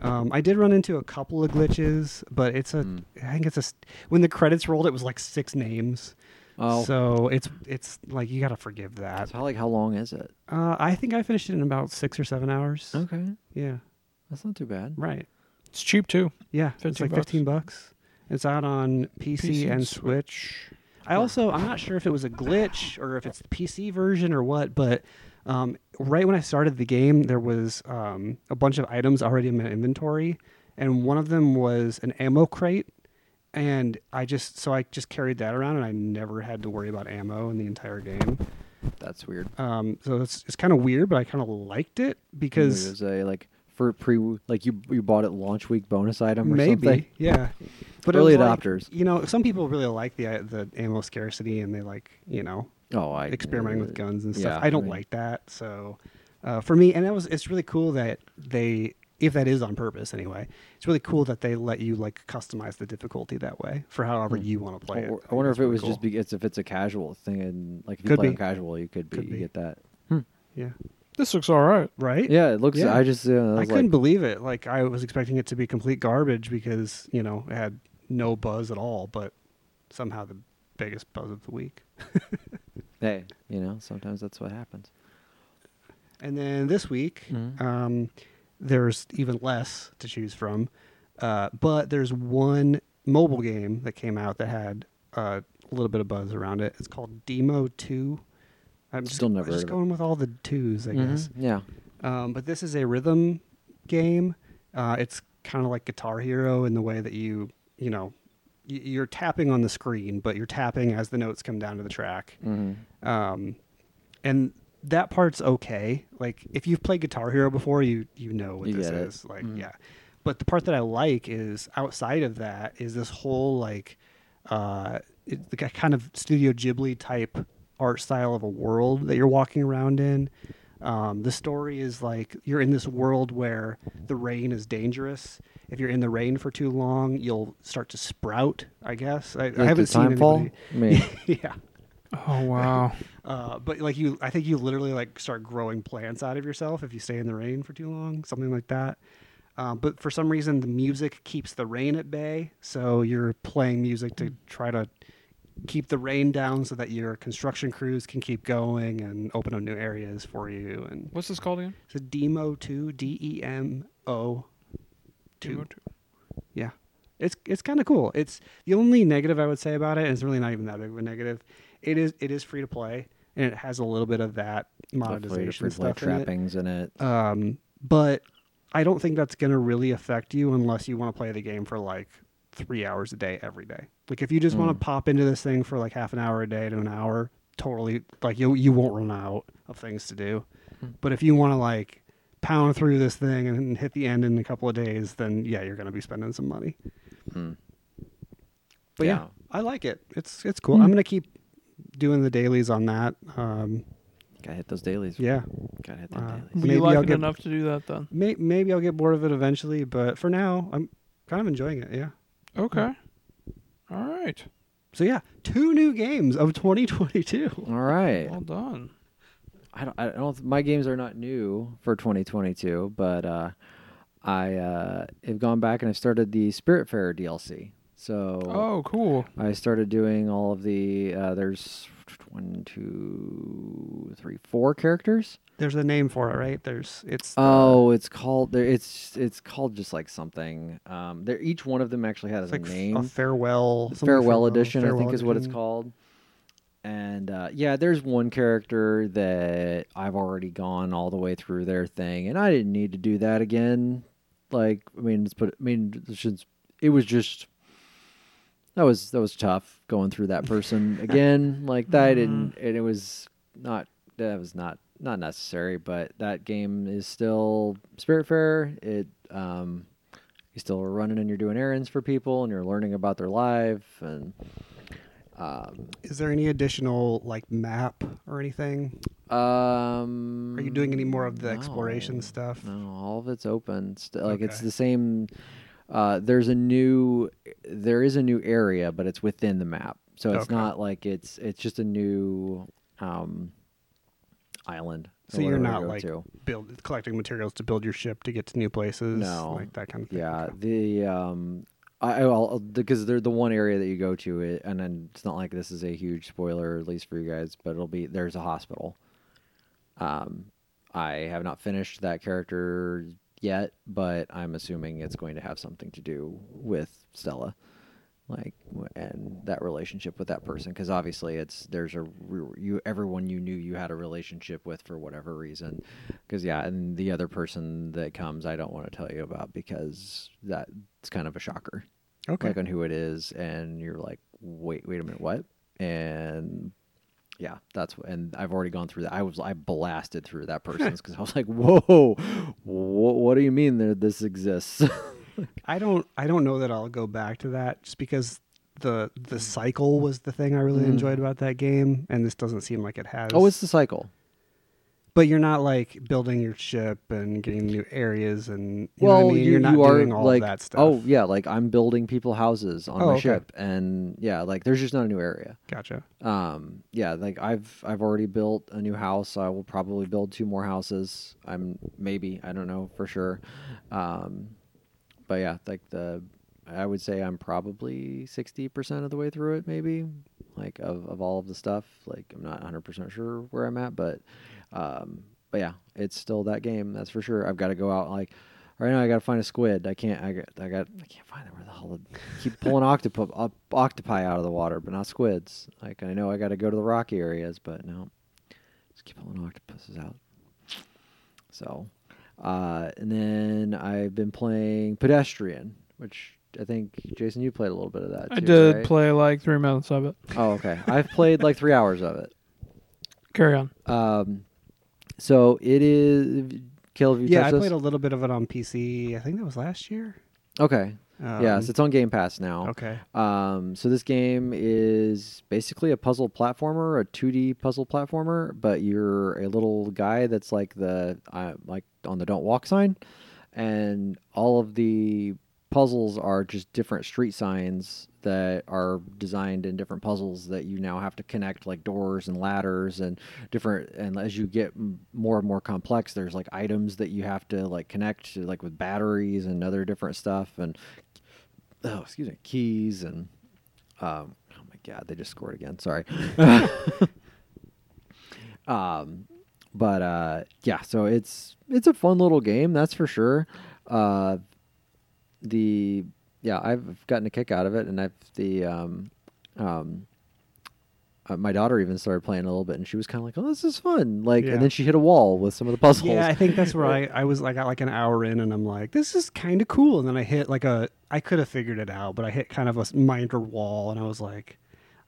[SPEAKER 2] Um, I did run into a couple of glitches, but it's a, I think it's a, s- when the credits rolled, it was like six names.
[SPEAKER 1] Oh,
[SPEAKER 2] So it's it's like you gotta forgive that.
[SPEAKER 1] so how, like how long is it?
[SPEAKER 2] Uh, I think I finished it in about six or seven hours.
[SPEAKER 1] Okay,
[SPEAKER 2] Yeah,
[SPEAKER 1] that's not too bad.
[SPEAKER 2] right.
[SPEAKER 3] It's cheap too.
[SPEAKER 2] Yeah,
[SPEAKER 3] 15
[SPEAKER 2] it's like
[SPEAKER 3] bucks.
[SPEAKER 2] fifteen bucks. It's out on PC,
[SPEAKER 3] PC
[SPEAKER 2] and
[SPEAKER 3] and
[SPEAKER 2] Switch. I also I'm not sure if it was a glitch or if it's the PC version or what, but um, right when I started the game, there was um, a bunch of items already in my inventory, and one of them was an ammo crate, and I just so I just carried that around, and I never had to worry about ammo in the entire game.
[SPEAKER 1] That's weird.
[SPEAKER 2] Um, so it's it's kind of weird, but I kind of liked it
[SPEAKER 1] Maybe
[SPEAKER 2] because
[SPEAKER 1] it was a like for pre like you you bought it launch week bonus item or
[SPEAKER 2] maybe
[SPEAKER 1] something.
[SPEAKER 2] yeah. it
[SPEAKER 1] (laughs) Early
[SPEAKER 2] was like,
[SPEAKER 1] adopters.
[SPEAKER 2] you know, some people really like the the ammo scarcity and they like you know
[SPEAKER 1] Oh, I
[SPEAKER 2] experimenting with guns and stuff.
[SPEAKER 1] yeah,
[SPEAKER 2] I don't
[SPEAKER 1] mean,
[SPEAKER 2] like that. So uh, for me, and that was it's really cool that they if that is on purpose anyway. It's really cool that they let you like customize the difficulty that way for however you want to play
[SPEAKER 1] Hmm. I,
[SPEAKER 2] it.
[SPEAKER 1] wo-
[SPEAKER 2] think
[SPEAKER 1] I wonder
[SPEAKER 2] that's
[SPEAKER 1] if it
[SPEAKER 2] really
[SPEAKER 1] was just
[SPEAKER 2] cool.
[SPEAKER 1] because if it's a casual thing and like if you
[SPEAKER 2] Could
[SPEAKER 1] play
[SPEAKER 2] be.
[SPEAKER 1] on casual, you could be
[SPEAKER 2] Could
[SPEAKER 1] you
[SPEAKER 2] be.
[SPEAKER 1] get that.
[SPEAKER 2] yeah
[SPEAKER 3] This looks all right.
[SPEAKER 2] right
[SPEAKER 1] Hmm. Yeah, it looks.
[SPEAKER 2] Yeah.
[SPEAKER 1] I just uh, I,
[SPEAKER 2] I
[SPEAKER 1] was
[SPEAKER 2] couldn't
[SPEAKER 1] like,
[SPEAKER 2] believe it. Like I was expecting it to be complete garbage because you know it had no buzz at all, but somehow the biggest buzz of the week. (laughs)
[SPEAKER 1] hey, you know, sometimes that's what happens.
[SPEAKER 2] And then this week,
[SPEAKER 1] Mhm.
[SPEAKER 2] um, there's even less to choose from, uh, but there's one mobile game that came out that had uh, a little bit of buzz around it. It's called Demo Two. I'm
[SPEAKER 1] Still
[SPEAKER 2] just,
[SPEAKER 1] never
[SPEAKER 2] I'm
[SPEAKER 1] heard
[SPEAKER 2] just
[SPEAKER 1] of it.
[SPEAKER 2] going with all the twos, I
[SPEAKER 1] Mhm.
[SPEAKER 2] guess.
[SPEAKER 1] Yeah.
[SPEAKER 2] Um, but this is a rhythm game. Uh, it's kind of like Guitar Hero in the way that you, you know, y- you're tapping on the screen, but you're tapping as the notes come down to the track.
[SPEAKER 1] hmm
[SPEAKER 2] Um, and that part's okay. Like if you've played Guitar Hero before, you you know what
[SPEAKER 1] You
[SPEAKER 2] this
[SPEAKER 1] get it. Mm-hmm.
[SPEAKER 2] is. Like yeah. But the part that I like is outside of that is this whole like uh it, the ki- kind of Studio Ghibli type art style of a world that you're walking around in. Um, the story is like you're in this world where the rain is dangerous. If you're in the rain for too long, you'll start to sprout. I guess I, I
[SPEAKER 1] Like
[SPEAKER 2] haven't
[SPEAKER 1] the
[SPEAKER 2] seen
[SPEAKER 1] Timefall?
[SPEAKER 2] anybody.
[SPEAKER 1] I
[SPEAKER 2] (laughs)
[SPEAKER 1] mean,
[SPEAKER 2] yeah,
[SPEAKER 3] Oh wow.
[SPEAKER 2] uh, but like you, I think you literally like start growing plants out of yourself if you stay in the rain for too long, something like that. Uh, but for some reason, the music keeps the rain at bay, so you're playing music to try to keep the rain down, so that your construction crews can keep going and open up new areas for you. And
[SPEAKER 3] What's this called again?
[SPEAKER 2] it's a demo two, D E M O two.
[SPEAKER 3] Demo two.
[SPEAKER 2] Yeah. It's it's kind of cool. It's the only negative I would say about it, and it's really not even that big of a negative. It is it is free to play, and it has a little bit of that
[SPEAKER 1] definitely
[SPEAKER 2] monetization
[SPEAKER 1] free play
[SPEAKER 2] stuff in it.
[SPEAKER 1] trappings in it.
[SPEAKER 2] Um, but I don't think that's going to really affect you unless you want to play the game for like three hours a day every day. Like if you just
[SPEAKER 1] Mm.
[SPEAKER 2] want to pop into this thing for like half an hour a day to an hour, totally like you you won't run out of things to do.
[SPEAKER 1] Hmm.
[SPEAKER 2] But if you want to like pound through this thing and hit the end in a couple of days, then yeah, you're going to be spending some money.
[SPEAKER 1] Hmm.
[SPEAKER 2] But yeah.
[SPEAKER 1] Yeah. Hmm.
[SPEAKER 2] I like it. It's it's cool. I'm going to keep doing the dailies on that. Um,
[SPEAKER 1] Gotta hit those dailies.
[SPEAKER 2] yeah.
[SPEAKER 1] Gotta hit them
[SPEAKER 2] Uh,
[SPEAKER 1] dailies.
[SPEAKER 3] Would
[SPEAKER 2] Maybe
[SPEAKER 3] you like
[SPEAKER 2] I'll
[SPEAKER 3] it
[SPEAKER 2] get-
[SPEAKER 3] enough to do that then?
[SPEAKER 2] May- maybe I'll get bored of it eventually, but for now, I'm kind of enjoying it. Yeah.
[SPEAKER 3] Okay. All right.
[SPEAKER 2] So yeah, two new games of 2022.
[SPEAKER 1] All right.
[SPEAKER 3] Well done.
[SPEAKER 1] I don't. I don't. My games are not new for 2022, but uh, I uh, have gone back and I started the Spiritfarer DLC. So
[SPEAKER 3] Oh, cool.
[SPEAKER 1] I started doing all of the. Uh, there's one, two, three, four characters.
[SPEAKER 2] There's a name for it, right? There's it's uh, the-
[SPEAKER 1] Oh, it's called. there- It's it's called just like something. Um, they're each one of them actually has
[SPEAKER 2] it's like
[SPEAKER 1] a
[SPEAKER 2] f-
[SPEAKER 1] name.
[SPEAKER 2] a farewell something
[SPEAKER 1] farewell
[SPEAKER 2] farewell,
[SPEAKER 1] edition, I
[SPEAKER 2] farewell
[SPEAKER 1] think, is what it's
[SPEAKER 2] edition.
[SPEAKER 1] called. And uh, yeah, there's one character that I've already gone all the way through their thing, and I didn't need to do that again. Like, I mean, it's put. I mean, it's just- it was just that was that was tough going through that
[SPEAKER 2] (laughs)
[SPEAKER 1] person again. Like that, and
[SPEAKER 2] Mm.
[SPEAKER 1] and it was not that was not not necessary. But that game is still Spiritfarer. It um, you still are running and you're doing errands for people and you're learning about their life and um,
[SPEAKER 2] Is there any additional like map or anything?
[SPEAKER 1] um
[SPEAKER 2] Are you doing any more of the exploration
[SPEAKER 1] Mm, no.
[SPEAKER 2] stuff?
[SPEAKER 1] no all of it's open still like it's
[SPEAKER 2] Okay.
[SPEAKER 1] the same uh, there's a new there is a new area but it's within the map so it's
[SPEAKER 2] Okay.
[SPEAKER 1] not like it's it's just a new um island or
[SPEAKER 2] So you're
[SPEAKER 1] whatever to
[SPEAKER 2] not
[SPEAKER 1] go
[SPEAKER 2] like
[SPEAKER 1] to.
[SPEAKER 2] build collecting materials to build your ship to get to new places,
[SPEAKER 1] No.
[SPEAKER 2] like that kind of thing.
[SPEAKER 1] Yeah, the um, I I- well because they're the one area that you go to, it, and then it's not like this is a huge spoiler, at least for you guys, but it'll be there's a hospital. Um, I have not finished that character yet, but I'm assuming it's going to have something to do with Stella, like w- and that relationship with that person, because obviously it's there's a re- you everyone you knew you had a relationship with for whatever reason, because yeah, and the other person that comes I don't want to tell you about because that's kind of a shocker
[SPEAKER 2] Okay.
[SPEAKER 1] like on who it is, and you're like, wait, wait a minute, what? And yeah, that's wh- and I've already gone through that. I was I blasted through that person's because I was like, whoa, what, what do you mean that this exists? (laughs)
[SPEAKER 2] I don't I don't know that I'll go back to that just because the
[SPEAKER 1] Mm.
[SPEAKER 2] the cycle was the thing I really enjoyed about that game and this doesn't seem like it has.
[SPEAKER 1] oh, it's the cycle.
[SPEAKER 2] but you're not like building your ship and getting new areas and you know what I mean?
[SPEAKER 1] you-
[SPEAKER 2] are not
[SPEAKER 1] you
[SPEAKER 2] doing all
[SPEAKER 1] like,
[SPEAKER 2] of that stuff.
[SPEAKER 1] Oh yeah, like I'm building people houses on
[SPEAKER 2] Oh,
[SPEAKER 1] my
[SPEAKER 2] okay.
[SPEAKER 1] ship, and yeah, like there's just not a new area.
[SPEAKER 2] gotcha.
[SPEAKER 1] um yeah like i've i've already built a new house i will probably build two more houses i'm maybe i don't know for sure um but yeah like the i would say i'm probably 60% of the way through it maybe like of, of all of the stuff like i'm not 100% sure where i'm at but um but yeah it's still that game that's for sure i've got to go out like right now i gotta find a squid i can't i got i got i can't find it where the hell it- keep pulling octopus op, octopi out of the water but not squids like i know i gotta go to the rocky areas but no Just keep pulling octopuses out. So, uh, and then I've been playing Pedestrian, which I think Jason, you played a little bit of that.
[SPEAKER 3] I
[SPEAKER 1] too,
[SPEAKER 3] did
[SPEAKER 1] right?
[SPEAKER 3] play like three minutes of it.
[SPEAKER 1] Oh, okay. I've played like three hours of it.
[SPEAKER 3] Carry on.
[SPEAKER 1] Um, so it is. Kill if you
[SPEAKER 2] yeah, I
[SPEAKER 1] touch
[SPEAKER 2] played a little bit of it on PC. I think that was last year.
[SPEAKER 1] Okay.
[SPEAKER 2] Um,
[SPEAKER 1] yeah, so it's on Game Pass now.
[SPEAKER 2] okay.
[SPEAKER 1] Um, so this game is basically a puzzle platformer, a 2D puzzle platformer, but you're a little guy that's like the uh, like on the don't walk sign, and all of the puzzles are just different street signs that are designed in different puzzles that you now have to connect like doors and ladders and different and as you get m- more and more complex there's like items that you have to like connect to, like with batteries and other different stuff and oh, excuse me, keys and um, oh my god, they just scored again.
[SPEAKER 2] (laughs)
[SPEAKER 1] Sorry. (laughs) um, but uh, yeah, so it's it's a fun little game, that's for sure. Uh, the yeah, I've gotten a kick out of it, and I've the um, um, uh, my daughter even started playing a little bit, and she was kind of like, "Oh, this is fun!" Like,
[SPEAKER 2] Yeah.
[SPEAKER 1] and then she hit a wall with some of the puzzles.
[SPEAKER 2] Yeah, I think that's where I, I was. I got like an hour in, and I'm like, this is kind of cool. And then I hit like a. I could have figured it out, but I hit kind of a s- minor wall, and I was like,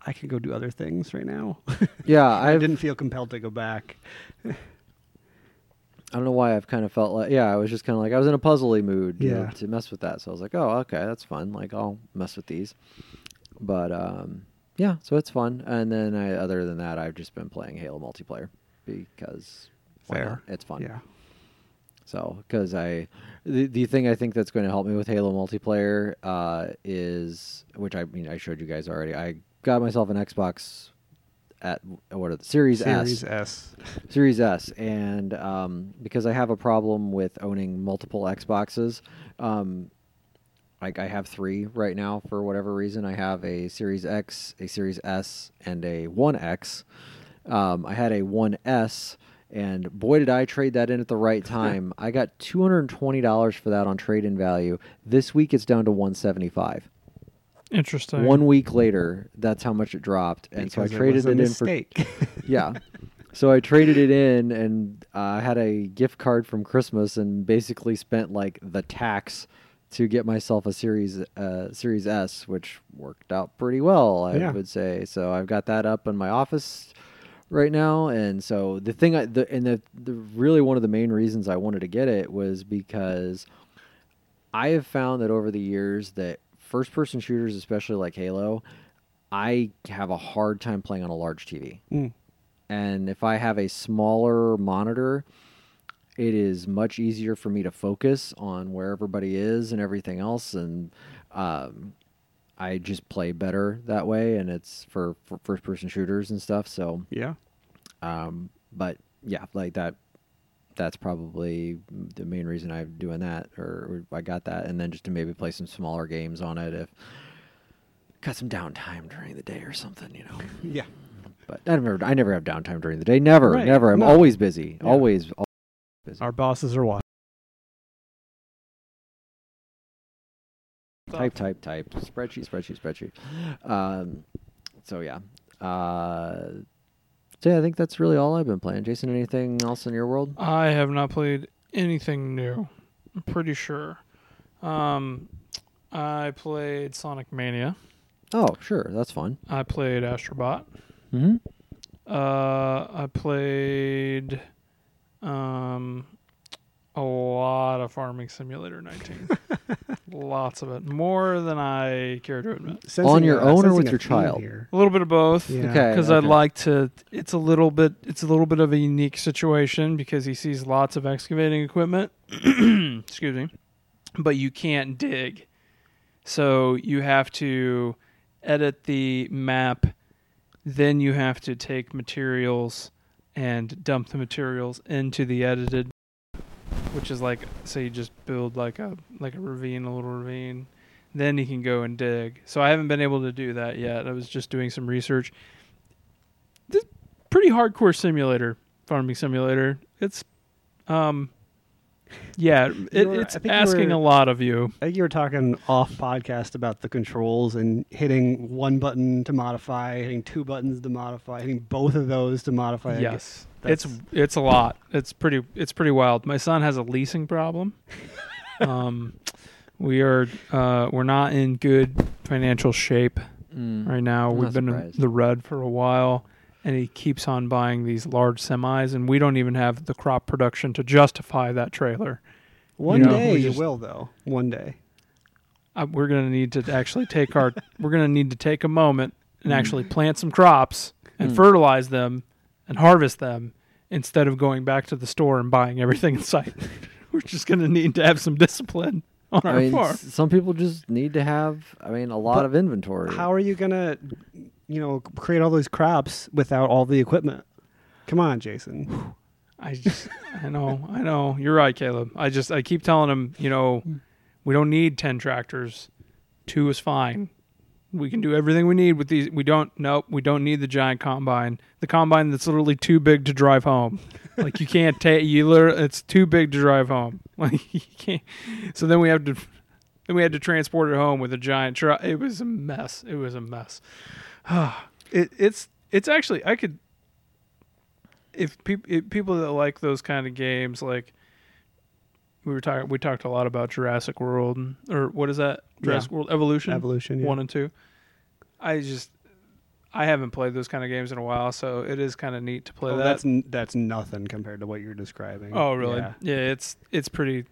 [SPEAKER 2] I could go do other things right now. (laughs)
[SPEAKER 1] yeah
[SPEAKER 2] I
[SPEAKER 1] I've
[SPEAKER 2] didn't feel compelled to go back.
[SPEAKER 1] I don't know why I've kind of felt like yeah, I was just kind of like I was in a puzzly mood you know,
[SPEAKER 2] Yeah.
[SPEAKER 1] to mess with that. So I was like, oh, okay, that's fun. Like I'll mess with these, but um, yeah, so it's fun. And then I, other than that, I've just been playing Halo multiplayer because why
[SPEAKER 2] Fair.
[SPEAKER 1] not? it's fun.
[SPEAKER 2] Yeah.
[SPEAKER 1] So, because I, the, the thing I think that's going to help me with Halo multiplayer uh, is, which I mean, I showed you guys already. I got myself an Xbox at what are the Series, S,
[SPEAKER 2] Series S.
[SPEAKER 1] Series S, and um, because I have a problem with owning multiple Xboxes, um, like I have three right now for whatever reason. I have a Series X, a Series S, and a One X. Um, I had a One S, and boy did I trade that in at the
[SPEAKER 2] (laughs)
[SPEAKER 1] right time. I got two hundred and twenty dollars for that on trade-in value. This week it's down to one seventy-five.
[SPEAKER 3] Interesting.
[SPEAKER 1] One week later, that's how much it dropped, and so I
[SPEAKER 2] because
[SPEAKER 1] traded
[SPEAKER 2] was a
[SPEAKER 1] it in for
[SPEAKER 2] mistake.
[SPEAKER 1] (laughs) yeah. So I traded it in and uh, I had a gift card from Christmas and basically spent like the tax to get myself a series uh, Series S, which worked out pretty well, I
[SPEAKER 2] Yeah.
[SPEAKER 1] would say. So I've got that up in my office right now, and so the thing, I, the, and the, the really one of the main reasons I wanted to get it was because I have found that over the years that first person shooters, especially like Halo, I have a hard time playing on a large TV.
[SPEAKER 2] Mm.
[SPEAKER 1] And if I have a smaller monitor, it is much easier for me to focus on where everybody is and everything else. And um, I just play better that way. And it's for, for first person shooters and stuff. So,
[SPEAKER 2] yeah.
[SPEAKER 1] um, but yeah, like that. That's probably the main reason I'm doing that, or, or I got that, and then just to maybe play some smaller games on it if got some downtime during the day or something, you know.
[SPEAKER 2] Yeah.
[SPEAKER 1] But I never, I never have downtime during the day. Never,
[SPEAKER 2] Right.
[SPEAKER 1] never. I'm
[SPEAKER 2] No.
[SPEAKER 1] always busy.
[SPEAKER 2] Yeah.
[SPEAKER 1] Always, always busy.
[SPEAKER 2] Our bosses are watching.
[SPEAKER 1] type, type, type. Spreadsheet, spreadsheet, spreadsheet. Um, so yeah. Uh, so yeah, I think that's really all I've been playing. Jason, anything else in your world?
[SPEAKER 3] I have not played anything new. I'm pretty sure. Um, I played Sonic Mania.
[SPEAKER 1] Oh, sure, that's fun.
[SPEAKER 3] I played Astrobot.
[SPEAKER 1] Mm-hmm.
[SPEAKER 3] Uh, I played um, a lot of Farming Simulator 19. Lots of it. More than I care to admit.
[SPEAKER 1] On your own or with your child?
[SPEAKER 3] A little bit of both.
[SPEAKER 2] Yeah.
[SPEAKER 1] Okay.
[SPEAKER 3] because
[SPEAKER 1] okay.
[SPEAKER 3] I'd like to. It's a little bit. It's a little bit of a unique situation because he sees lots of excavating equipment. (clears throat) excuse me, but you can't dig, so you have to edit the map. Then you have to take materials and dump the materials into the edited, which is like say you just build like a like a ravine, a little ravine. Then you can go and dig. So I haven't been able to do that yet. I was just doing some research pretty hardcore simulator, farming simulator. It's, um, yeah, it,
[SPEAKER 2] were-
[SPEAKER 3] it's
[SPEAKER 2] I think you
[SPEAKER 3] asking
[SPEAKER 2] were-
[SPEAKER 3] a lot of you.
[SPEAKER 2] I think you were talking off podcast about the controls and hitting one button to modify, hitting two buttons to modify, hitting both of those to modify.
[SPEAKER 3] yes, it's it's a lot. It's pretty it's pretty wild. My son has a
[SPEAKER 2] (laughs)
[SPEAKER 3] leasing problem. um, we are uh, we're not in good financial shape
[SPEAKER 1] Mm.
[SPEAKER 3] right now.
[SPEAKER 1] I'm
[SPEAKER 3] We've
[SPEAKER 1] not
[SPEAKER 3] been in
[SPEAKER 1] surprised.
[SPEAKER 3] the rud for a while, and he keeps on buying these large semis, and we don't even have the crop production to justify that trailer.
[SPEAKER 2] One
[SPEAKER 3] you know,
[SPEAKER 2] day
[SPEAKER 3] we
[SPEAKER 2] you
[SPEAKER 3] just-
[SPEAKER 2] will though. One day.
[SPEAKER 3] Uh, we're gonna need to actually take our (laughs) we're gonna need to take a moment and actually plant some crops and
[SPEAKER 1] Mm.
[SPEAKER 3] fertilize them and harvest them instead of going back to the store and buying everything in sight. (laughs) we're just gonna need to have some discipline on our
[SPEAKER 1] I mean,
[SPEAKER 3] farm.
[SPEAKER 1] s- some people just need to have. I mean, a lot
[SPEAKER 2] But
[SPEAKER 1] of inventory.
[SPEAKER 2] How are you gonna, you know, create all those crops without all the equipment? Come on, Jason.
[SPEAKER 3] (sighs) I just, I know, I know. You're right, Caleb. I just, I keep telling him, you know, we don't need 10 tractors. Two is fine. We can do everything we need with these. We don't, nope, we don't need the giant combine. The combine that's literally too big to drive home. Like, you can't take, you literally, it's too big to drive home. (laughs) Like, you can't. So then we have to, then we had to transport it home with a giant truck. It was a mess. It was a mess. (sighs) it, it's, it's actually, I could, if, peop if people that like those kind of games, like we were talking, we talked a lot about Jurassic World and- or what is that Jurassic World Evolution,
[SPEAKER 2] Evolution. yeah.
[SPEAKER 3] one and two. I just I haven't played those kind of games in a while, so it is kind of neat to play
[SPEAKER 2] Oh,
[SPEAKER 3] that.
[SPEAKER 2] that's n- that's nothing compared to what you're describing.
[SPEAKER 3] Oh, really?
[SPEAKER 2] Yeah.
[SPEAKER 3] Yeah. it's it's pretty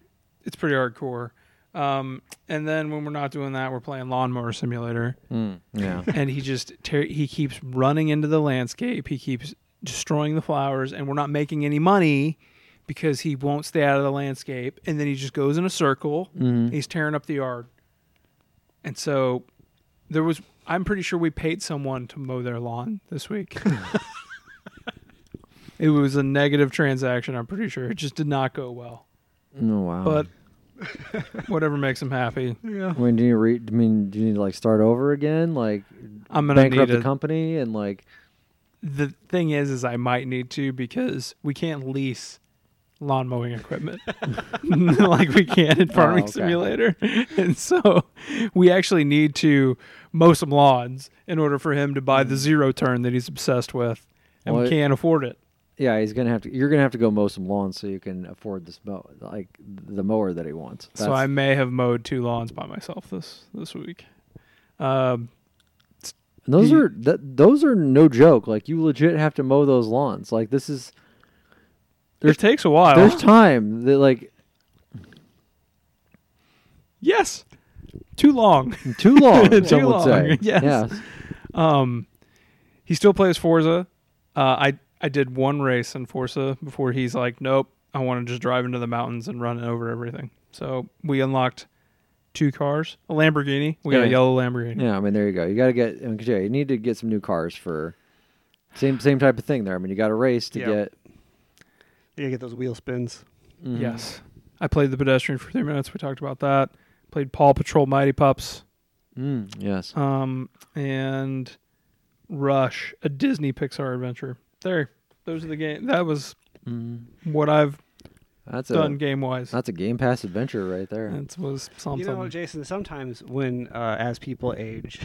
[SPEAKER 3] it's pretty hardcore. Um, and then when we're not doing that, we're playing
[SPEAKER 2] (laughs)
[SPEAKER 3] Lawnmower Simulator,
[SPEAKER 1] Mm, yeah.
[SPEAKER 3] and he just tear he keeps running into the landscape. He keeps destroying the flowers, and we're not making any money because he won't stay out of the landscape. And then he just goes in a circle.
[SPEAKER 1] Mhm.
[SPEAKER 3] He's tearing up the yard, and so there was. I'm pretty sure we paid someone to mow their lawn this
[SPEAKER 1] (laughs)
[SPEAKER 3] week. it was a negative transaction. I'm pretty sure it just did not go well.
[SPEAKER 1] Oh wow.
[SPEAKER 3] But whatever makes him happy,
[SPEAKER 1] I mean, do you re- I mean, do you need to like start over again? Like
[SPEAKER 3] I'm gonna
[SPEAKER 1] bankrupt
[SPEAKER 3] need
[SPEAKER 1] the
[SPEAKER 3] a-
[SPEAKER 1] company and like
[SPEAKER 3] the thing is is i might need to because we can't lease lawn mowing equipment (laughs) like we can in farming
[SPEAKER 1] Oh, okay.
[SPEAKER 3] simulator and so we actually need to mow some lawns in order for him to
[SPEAKER 1] Mm.
[SPEAKER 3] buy the zero turn that he's obsessed with and
[SPEAKER 1] Well,
[SPEAKER 3] we
[SPEAKER 1] it-
[SPEAKER 3] can't afford it
[SPEAKER 1] yeah, he's gonna have to. You're gonna have to go mow some lawns so you can afford this mow, like the mower that he wants.
[SPEAKER 3] so i may have mowed two lawns by myself this this week um
[SPEAKER 1] And those
[SPEAKER 3] the-
[SPEAKER 1] are th- those are no joke. Like you legit have to mow those lawns. Like this is There's-
[SPEAKER 3] it takes a while
[SPEAKER 1] there's time that like
[SPEAKER 3] yes too long (laughs)
[SPEAKER 1] too long.
[SPEAKER 3] Too
[SPEAKER 1] some would say.
[SPEAKER 3] long, (laughs) yes.
[SPEAKER 1] Yes.
[SPEAKER 3] Um, he still plays Forza. Uh, I I did one race in Forza before he's like, nope, I want to just drive into the mountains and run over everything. So we unlocked two cars, a Lamborghini. We got
[SPEAKER 1] Yeah.
[SPEAKER 3] a yellow Lamborghini.
[SPEAKER 1] Yeah, I mean, there you go. You got to get, I mean, 'cause, yeah, you need to get some new cars for same same type of thing there. I mean, you got to race to
[SPEAKER 2] Yeah.
[SPEAKER 1] get.
[SPEAKER 2] You gotta get those wheel spins. Mm-hmm.
[SPEAKER 1] Mhm.
[SPEAKER 3] Yes, I played the pedestrian for three minutes. We talked about that. Played Paw Patrol Mighty Pups,
[SPEAKER 1] Mm, yes.
[SPEAKER 3] um, and Rush, a Disney Pixar adventure. There, those are the game. That was
[SPEAKER 1] Mm.
[SPEAKER 3] what I've
[SPEAKER 1] That's
[SPEAKER 3] done
[SPEAKER 1] a
[SPEAKER 3] game wise.
[SPEAKER 1] that's a Game Pass adventure right there.
[SPEAKER 3] It was something.
[SPEAKER 2] You know, Jason. Sometimes when uh, as people
[SPEAKER 3] (laughs)
[SPEAKER 2] age,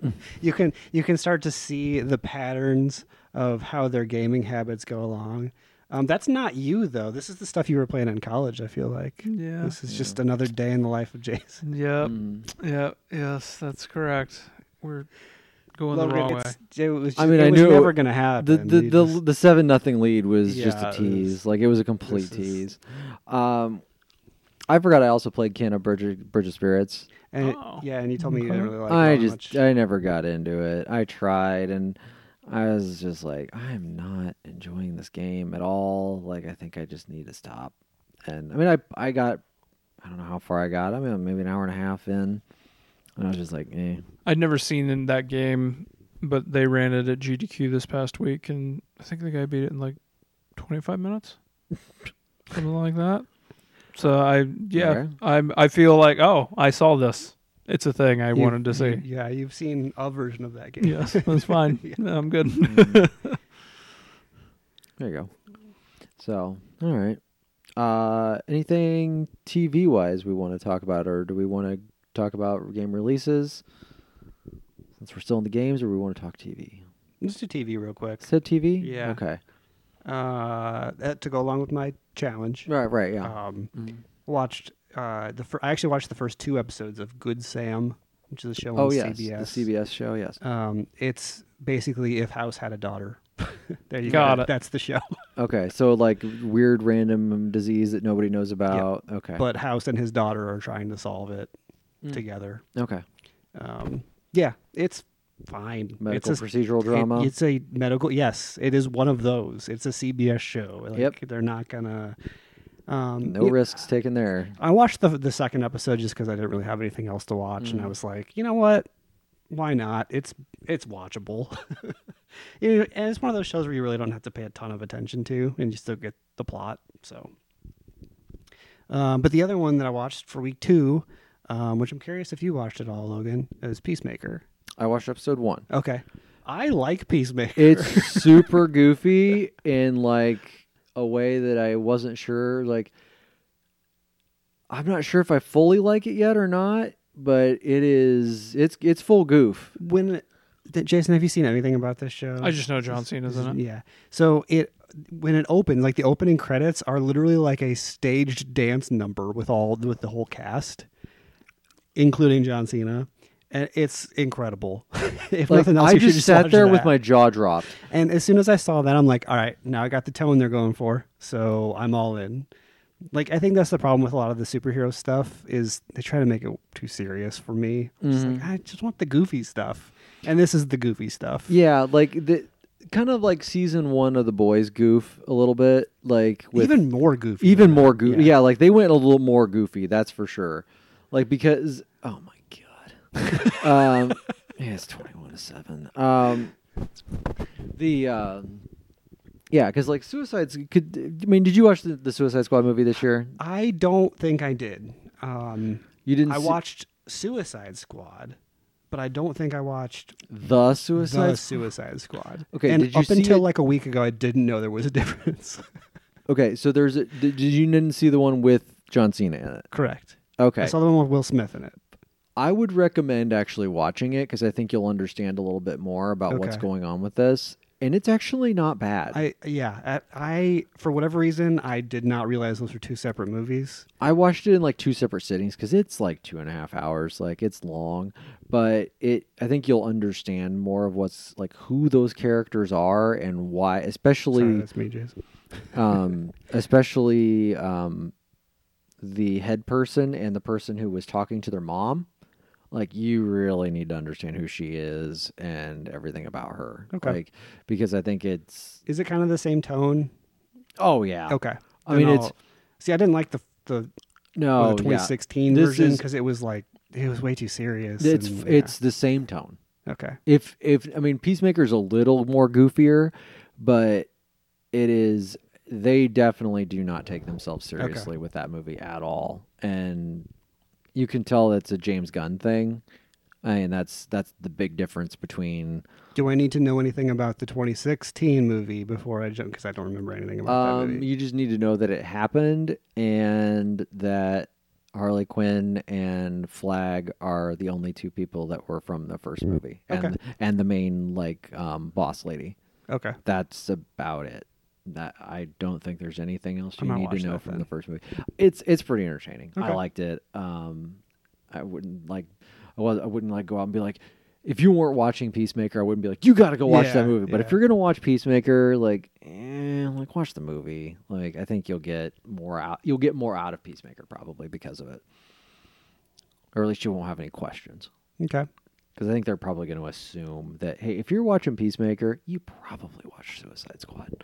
[SPEAKER 3] Mm.
[SPEAKER 2] you can you can start to see the patterns of how their gaming habits go along. Um, that's not you though. This is the stuff you were playing in college. I feel like
[SPEAKER 3] yeah.
[SPEAKER 2] this is just another day in the life of Jason.
[SPEAKER 3] Yep.
[SPEAKER 1] Mm.
[SPEAKER 3] Yep. Yes, that's correct. We're going
[SPEAKER 2] Logan,
[SPEAKER 3] the wrong way.
[SPEAKER 2] it's- It was.
[SPEAKER 1] I mean,
[SPEAKER 2] it
[SPEAKER 1] I
[SPEAKER 2] was
[SPEAKER 1] knew it
[SPEAKER 2] never
[SPEAKER 1] w-
[SPEAKER 2] gonna
[SPEAKER 1] The
[SPEAKER 2] happen.
[SPEAKER 1] the
[SPEAKER 2] You
[SPEAKER 1] the,
[SPEAKER 2] just-
[SPEAKER 1] the seven nothing lead was just
[SPEAKER 2] Yeah,
[SPEAKER 1] a
[SPEAKER 2] it
[SPEAKER 1] tease.
[SPEAKER 2] was-
[SPEAKER 1] like it was a complete
[SPEAKER 2] this
[SPEAKER 1] tease.
[SPEAKER 2] is-
[SPEAKER 1] Um, I forgot I also played Can of Bridge, Bridge of Spirits.
[SPEAKER 2] and it-
[SPEAKER 3] Oh.
[SPEAKER 2] yeah, and you told me you
[SPEAKER 3] Okay.
[SPEAKER 2] didn't really like.
[SPEAKER 1] I
[SPEAKER 2] it
[SPEAKER 1] just
[SPEAKER 2] much.
[SPEAKER 1] I never got into it. I tried and I was just like I'm not enjoying this game at all. Like I think I just need to stop. And I mean I I got I don't know how far I got. I mean maybe an hour and a half in. And I was just like, eh.
[SPEAKER 3] I'd never seen in that game, but they ran it at GDQ this past week, and I think the guy beat it in like 25 (laughs) minutes, something like that. So I, yeah,
[SPEAKER 1] Okay.
[SPEAKER 3] I'm. I feel like, oh, I saw this. It's a thing I
[SPEAKER 2] You've-
[SPEAKER 3] wanted to
[SPEAKER 2] you-
[SPEAKER 3] see.
[SPEAKER 2] Yeah, you've seen a version of that game.
[SPEAKER 3] (laughs)
[SPEAKER 2] (laughs)
[SPEAKER 3] Yes, that's fine. I'm good.
[SPEAKER 1] (laughs) There you go. So, all right. Uh anything TV wise we want to talk about or do we want to talk about game releases? Since we're still in the games or we want to talk TV?
[SPEAKER 2] Let's do TV real quick.
[SPEAKER 1] Said TV?
[SPEAKER 3] Yeah.
[SPEAKER 1] Okay.
[SPEAKER 2] uh, that to go along with my challenge.
[SPEAKER 1] Right, right, yeah.
[SPEAKER 2] Um,
[SPEAKER 1] Mm.
[SPEAKER 2] Watched uh, the fir- I actually watched the first two episodes of Good Sam, which is a show
[SPEAKER 1] oh
[SPEAKER 2] on
[SPEAKER 1] yes,
[SPEAKER 2] CBS.
[SPEAKER 1] the CBS show. Yes.
[SPEAKER 2] Um, it's basically if House had a daughter. (laughs) there you
[SPEAKER 3] Got
[SPEAKER 2] go.
[SPEAKER 3] it.
[SPEAKER 2] That's the show.
[SPEAKER 1] Okay, so like weird random disease that nobody knows about. Okay.
[SPEAKER 2] But House and his daughter are trying to solve it
[SPEAKER 3] Hmm.
[SPEAKER 2] together.
[SPEAKER 1] okay.
[SPEAKER 2] Um, yeah, it's fine.
[SPEAKER 1] Medical
[SPEAKER 2] it's a,
[SPEAKER 1] procedural
[SPEAKER 2] it-
[SPEAKER 1] drama.
[SPEAKER 2] it's a medical. Yes, it is one of those. It's a CBS show. Like,
[SPEAKER 1] Yep.
[SPEAKER 2] They're not gonna. Um,
[SPEAKER 1] no
[SPEAKER 2] you-
[SPEAKER 1] risks taken there.
[SPEAKER 2] I watched the the second episode just because I didn't really have anything else to watch, and I was like, you know what? Why not? It's it's watchable. (laughs) You know, and it's one of those shows where you really don't have to pay a ton of attention to, and you still get the plot. So, um, but the other one that I watched for week two, um, which I'm curious if you watched at all, Logan, is Peacemaker.
[SPEAKER 1] I watched episode one.
[SPEAKER 2] Okay, I like Peacemaker.
[SPEAKER 1] It's super goofy in like a way that I wasn't sure. Like, I'm not sure if I fully like it yet or not, but it is. It's it's full goof.
[SPEAKER 2] when did, Jason, have you seen anything about this show?
[SPEAKER 3] I just know John Cena's in it.
[SPEAKER 2] Yeah. So it when it opens, like the opening credits are literally like a staged dance number with all with the whole cast, including John Cena, and it's incredible. (laughs) if
[SPEAKER 1] Like,
[SPEAKER 2] nothing else,
[SPEAKER 1] I
[SPEAKER 2] you should
[SPEAKER 1] just sat
[SPEAKER 2] watch
[SPEAKER 1] there
[SPEAKER 2] that.
[SPEAKER 1] with my jaw dropped.
[SPEAKER 2] And as soon as I saw that, I'm like, all right, now I got the tone they're going for, so I'm all in. Like I think that's the problem with a lot of the superhero stuff is they try to make it too serious for me. I'm just
[SPEAKER 1] Mm-hmm.
[SPEAKER 2] like, I just want the goofy stuff, and this is the goofy stuff.
[SPEAKER 1] Yeah, like the kind of like season one of the boys goof a little bit. Like with
[SPEAKER 2] even more goofy.
[SPEAKER 1] even
[SPEAKER 2] than
[SPEAKER 1] more
[SPEAKER 2] that.
[SPEAKER 1] goofy. Yeah. like they went a little more goofy. That's for sure. Like because oh my god, (laughs) um, yeah, it's twenty one to seven. Um, the um, yeah, because like suicides could. I mean, did you watch the, the Suicide Squad movie this year?
[SPEAKER 2] I don't think I did. Um,
[SPEAKER 1] You didn't.
[SPEAKER 2] I
[SPEAKER 1] see
[SPEAKER 2] watched Suicide Squad, but I don't think I watched
[SPEAKER 1] the
[SPEAKER 2] the
[SPEAKER 1] Suicide.
[SPEAKER 2] Suicide Squad.
[SPEAKER 1] Okay,
[SPEAKER 2] and
[SPEAKER 1] did you
[SPEAKER 2] up
[SPEAKER 1] see
[SPEAKER 2] until
[SPEAKER 1] it-
[SPEAKER 2] like a week ago, I didn't know there was a (laughs) difference.
[SPEAKER 1] okay, so there's. A, did did you didn't see the one with John Cena in it?
[SPEAKER 2] Correct. I
[SPEAKER 1] Okay,
[SPEAKER 2] saw the one with Will Smith in it.
[SPEAKER 1] I would recommend actually watching it because I think you'll understand a little bit more about what's
[SPEAKER 2] Okay.
[SPEAKER 1] going on with this, and it's actually not bad.
[SPEAKER 2] I yeah. I, I for whatever reason I did not realize those were two separate movies.
[SPEAKER 1] I watched it in like two separate sittings because it's like two and a half hours, like it's long, but it I think you'll understand more of what's like who those characters are and why,
[SPEAKER 2] Sorry,
[SPEAKER 1] especially
[SPEAKER 2] that's me, Jason.
[SPEAKER 1] um, especially um, the head person and the person who was talking to their mom. Like you really need to understand who she is and everything about her,
[SPEAKER 2] Okay.
[SPEAKER 1] like because I think it's
[SPEAKER 2] Is it kind of the same tone?
[SPEAKER 1] oh yeah,
[SPEAKER 2] Okay.
[SPEAKER 1] I
[SPEAKER 2] Then
[SPEAKER 1] mean, it's-
[SPEAKER 2] I'll- see, I didn't like the the,
[SPEAKER 1] no
[SPEAKER 2] the 2016
[SPEAKER 1] This
[SPEAKER 2] version
[SPEAKER 1] is-
[SPEAKER 2] because it was like it was way too serious.
[SPEAKER 1] yeah. it's
[SPEAKER 2] and, yeah.
[SPEAKER 1] it's the same tone.
[SPEAKER 2] okay.
[SPEAKER 1] if if I mean Peacemaker's a little more goofier, but it is they definitely do not take themselves seriously with that movie at all. And you can tell it's a James Gunn thing. I mean that's that's the big difference between
[SPEAKER 2] Do I need to know anything about the 2016 movie before I jump? Because I don't remember anything about that
[SPEAKER 1] um
[SPEAKER 2] movie.
[SPEAKER 1] you just need to know that it happened and that Harley Quinn and Flag are the only two people that were from the first movie. And and the main like um boss lady.
[SPEAKER 2] Okay.
[SPEAKER 1] that's about it. That I don't think there's anything else
[SPEAKER 2] I
[SPEAKER 1] you
[SPEAKER 2] might
[SPEAKER 1] need
[SPEAKER 2] watch
[SPEAKER 1] to know
[SPEAKER 2] that
[SPEAKER 1] from
[SPEAKER 2] then.
[SPEAKER 1] the first movie. It's it's pretty entertaining. I
[SPEAKER 2] Okay.
[SPEAKER 1] liked it. Um, I wouldn't like I was I wouldn't like go out and be like if you weren't watching Peacemaker, I wouldn't be like you got to go watch
[SPEAKER 2] Yeah,
[SPEAKER 1] that movie. But if
[SPEAKER 2] yeah.
[SPEAKER 1] you're gonna watch Peacemaker, like eh, like watch the movie. Like I think you'll get more out. You'll get more out of Peacemaker probably because of it, or at least you won't have any questions.
[SPEAKER 2] Okay.
[SPEAKER 1] Because I think they're probably going to assume that, hey, if you're watching Peacemaker, you probably watch Suicide Squad.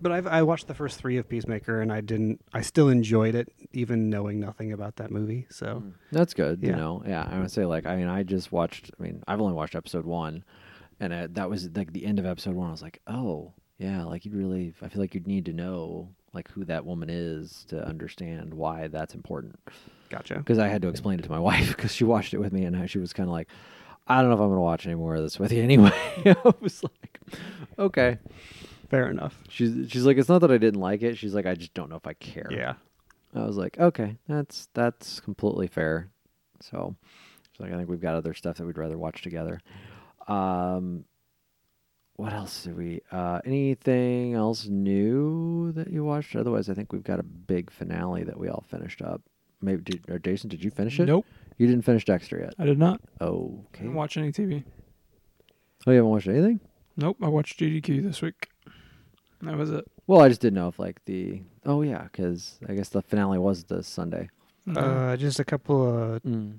[SPEAKER 2] But I've, I watched the first three of Peacemaker, and I didn't. I still enjoyed it, even knowing nothing about that movie. So
[SPEAKER 1] That's good, you
[SPEAKER 2] Yeah.
[SPEAKER 1] know. Yeah, I would say like I mean I just watched. I mean I've only watched episode one, and I, that was like the end of episode one. I was like, oh yeah, like you'd really. I feel like you'd need to know like who that woman is to understand why that's important.
[SPEAKER 2] gotcha.
[SPEAKER 1] Because I had to explain it to my (laughs) wife because she watched it with me, and she was kind of like, I don't know if I'm going to watch any more of this with you (laughs) anyway. I was like, okay.
[SPEAKER 2] Fair enough.
[SPEAKER 1] She's she's like, it's not that I didn't like it. She's like, I just don't know if I care.
[SPEAKER 2] Yeah.
[SPEAKER 1] I was like, okay, that's that's completely fair. So she's like, I think we've got other stuff that we'd rather watch together. Um, what else did we? Uh, anything else new that you watched? Otherwise, I think we've got a big finale that we all finished up. Maybe did, or Jason, did you finish it?
[SPEAKER 3] Nope,
[SPEAKER 1] You didn't finish Dexter yet.
[SPEAKER 3] I did not. I
[SPEAKER 1] Okay.
[SPEAKER 3] didn't watch any TV.
[SPEAKER 1] Oh, you haven't watched anything?
[SPEAKER 3] Nope, I watched GDQ this week. That was it.
[SPEAKER 1] Well, I just didn't know if like the. Oh yeah, because I guess the finale was this Sunday.
[SPEAKER 2] Uh, just a couple of
[SPEAKER 1] Mm.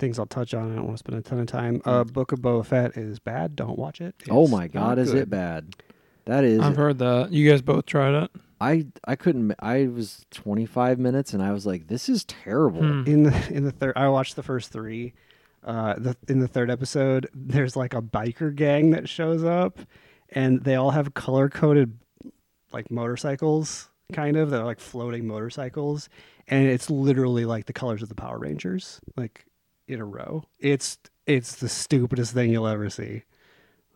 [SPEAKER 2] things I'll touch on. I don't want to spend a ton of time. Uh, Book of Boba Fett is bad. Don't watch it.
[SPEAKER 1] Hmm. Oh
[SPEAKER 2] It's
[SPEAKER 1] my
[SPEAKER 2] not
[SPEAKER 1] God, is
[SPEAKER 2] good.
[SPEAKER 1] it bad? That is
[SPEAKER 3] I've heard that you guys both tried it.
[SPEAKER 1] I I couldn't. ma- I was 25 minutes, and I was like, "This is terrible."
[SPEAKER 3] Hmm.
[SPEAKER 2] in the in the third i watched the first three uh the, in the third episode there's like a biker gang that shows up and they all have color coded like motorcycles kind of they're like floating motorcycles and it's literally like the colors of the power rangers like in a row it's it's the stupidest thing you'll ever see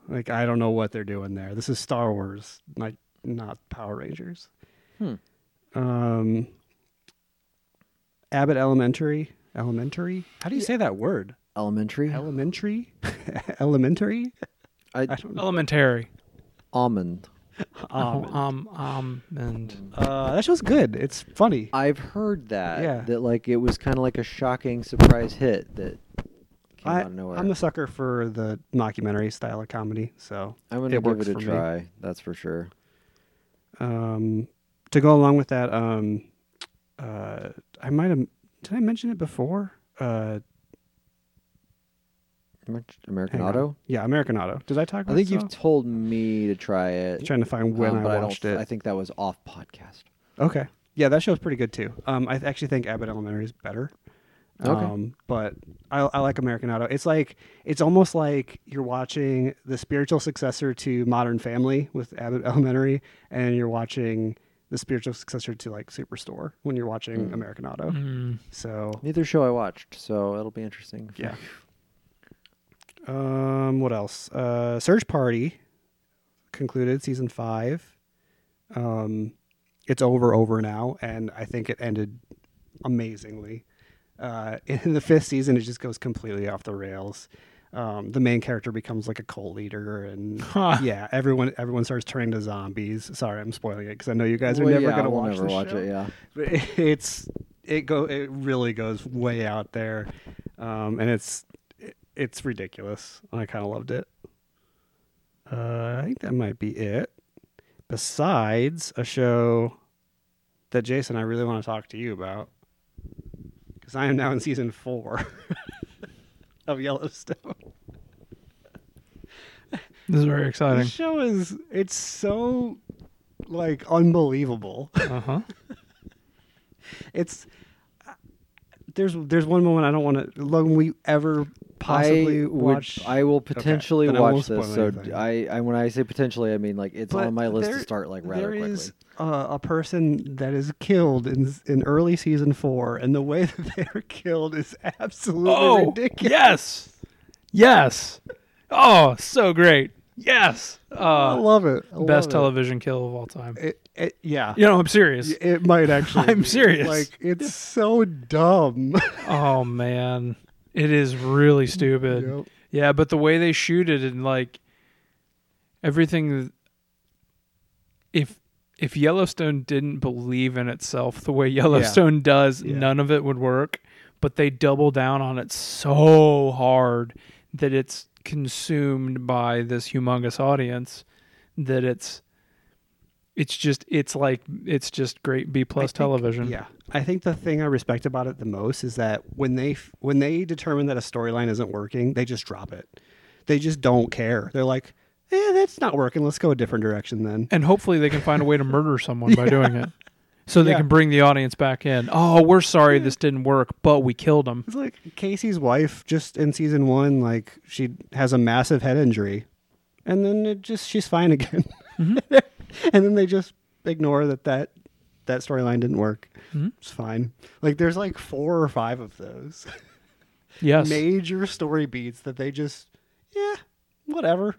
[SPEAKER 2] like i don't know what they're doing there this is star wars like not power rangers
[SPEAKER 1] Hmm.
[SPEAKER 2] um Abbott Elementary. Elementary? How do you say that word?
[SPEAKER 1] Elementary,
[SPEAKER 2] Elementary? (laughs) Elementary?
[SPEAKER 1] I,
[SPEAKER 2] I don't know.
[SPEAKER 3] Elementary.
[SPEAKER 1] almond.
[SPEAKER 3] Um, um, um, and
[SPEAKER 2] Uh, that show's good. It's funny.
[SPEAKER 1] I've heard that.
[SPEAKER 2] Yeah.
[SPEAKER 1] That like it was kind of like a shocking surprise hit that came
[SPEAKER 2] I,
[SPEAKER 1] out of nowhere.
[SPEAKER 2] I'm a sucker for the mockumentary style of comedy. So,
[SPEAKER 1] I'm gonna
[SPEAKER 2] it
[SPEAKER 1] give
[SPEAKER 2] works
[SPEAKER 1] it a
[SPEAKER 2] for me.
[SPEAKER 1] try. That's for sure.
[SPEAKER 2] um, to go along with that, um, uh, I might have. Did I mention it before? Uh,
[SPEAKER 1] Amer- American
[SPEAKER 2] hang on.
[SPEAKER 1] Auto.
[SPEAKER 2] Yeah, American Auto. Did I talk about
[SPEAKER 1] I think
[SPEAKER 2] this at
[SPEAKER 1] you've
[SPEAKER 2] all?
[SPEAKER 1] told me to try it.
[SPEAKER 2] trying to find when
[SPEAKER 1] um, but
[SPEAKER 2] I
[SPEAKER 1] I don't.
[SPEAKER 2] watched
[SPEAKER 1] th-
[SPEAKER 2] it.
[SPEAKER 1] I think that was off podcast.
[SPEAKER 2] Okay. Yeah, that show's pretty good too. Um, I actually think Abbott Elementary is better.
[SPEAKER 1] Okay.
[SPEAKER 2] Um, but I, I like American Auto. It's like it's almost like you're watching the spiritual successor to Modern Family with Abbott (laughs) Elementary, and you're watching the spiritual successor to like Superstore when you're watching American Auto.
[SPEAKER 3] mm,
[SPEAKER 2] So
[SPEAKER 1] Neither show I watched, so it'll be interesting.
[SPEAKER 2] yeah. Um, what else? Uh, Search Party concluded season five. Um, it's over over now, and I think it ended amazingly. Uh, (laughs) in the fifth season, it just goes completely off the rails. Um, the main character becomes like a cult leader, and
[SPEAKER 3] Huh.
[SPEAKER 2] yeah, everyone everyone starts turning to zombies. Sorry, I'm spoiling it because I know you guys are
[SPEAKER 1] Well,
[SPEAKER 2] never
[SPEAKER 1] yeah,
[SPEAKER 2] gonna
[SPEAKER 1] we'll
[SPEAKER 2] watch,
[SPEAKER 1] never
[SPEAKER 2] this
[SPEAKER 1] watch
[SPEAKER 2] show
[SPEAKER 1] it. Yeah.
[SPEAKER 2] (laughs) it's it go it really goes way out there um and it's it's ridiculous and i kind of loved it uh i think that might be it besides a show that jason i really want to talk to you about because i am now in season four (laughs) of yellowstone
[SPEAKER 3] this is very exciting. (laughs)
[SPEAKER 2] this show is it's so like unbelievable
[SPEAKER 3] Uh huh.
[SPEAKER 2] it's uh, there's there's one moment I don't want to Logan. Will you ever possibly
[SPEAKER 1] I would,
[SPEAKER 2] watch?
[SPEAKER 1] I will potentially
[SPEAKER 2] then I won't
[SPEAKER 1] watch
[SPEAKER 2] spoil
[SPEAKER 1] this. So
[SPEAKER 2] anything.
[SPEAKER 1] I, I, when I say potentially, I mean like it's
[SPEAKER 2] But
[SPEAKER 1] on my list
[SPEAKER 2] there-
[SPEAKER 1] to start like rather
[SPEAKER 2] there
[SPEAKER 1] quickly.
[SPEAKER 2] is uh, a person that is killed in in early season four, and the way (laughs) that they are killed is absolutely
[SPEAKER 3] Oh,
[SPEAKER 2] ridiculous.
[SPEAKER 3] (laughs) yes, yes. Oh, so great. Yes.
[SPEAKER 2] I
[SPEAKER 3] Uh,
[SPEAKER 2] love it. I
[SPEAKER 3] best
[SPEAKER 2] love
[SPEAKER 3] television kill of all time.
[SPEAKER 2] it. It, it, yeah,
[SPEAKER 3] You know, I'm serious.
[SPEAKER 2] it might actually.
[SPEAKER 3] (laughs) I'm
[SPEAKER 2] be.
[SPEAKER 3] serious.
[SPEAKER 2] Like it's so
[SPEAKER 3] (laughs)
[SPEAKER 2] dumb.
[SPEAKER 3] Oh man, it
[SPEAKER 2] (laughs)
[SPEAKER 3] is really stupid.
[SPEAKER 2] Yep.
[SPEAKER 3] Yeah, but the way they shoot it and like everything if if Yellowstone didn't believe in itself the way Yellowstone does,
[SPEAKER 2] Yeah.
[SPEAKER 3] none of it would work, but they double down on it so hard that it's consumed by this humongous audience that it's it's just it's like it's just great B plus
[SPEAKER 2] think-
[SPEAKER 3] television.
[SPEAKER 2] Yeah, I think the thing I respect about it the most is that when they f- when they determine that a storyline isn't working, they just drop it. They just don't care. They're like, "Eh, that's not working. Let's go a different direction
[SPEAKER 3] (laughs)
[SPEAKER 2] then."
[SPEAKER 3] and hopefully they can find a way
[SPEAKER 2] (laughs)
[SPEAKER 3] to murder someone by doing it so they
[SPEAKER 2] Yeah.
[SPEAKER 3] can bring the audience back in oh we're sorry this didn't work but we killed him
[SPEAKER 2] It's like Casey's wife just in season one, like she has a massive head injury, and then it just she's fine (laughs) again,
[SPEAKER 3] Mm-hmm.
[SPEAKER 2] (laughs) and then they just ignore that that that storyline didn't work.
[SPEAKER 3] Mm-hmm.
[SPEAKER 2] It's fine. Like there's like four or five of those. (laughs)
[SPEAKER 3] yes
[SPEAKER 2] major story beats that they just yeah whatever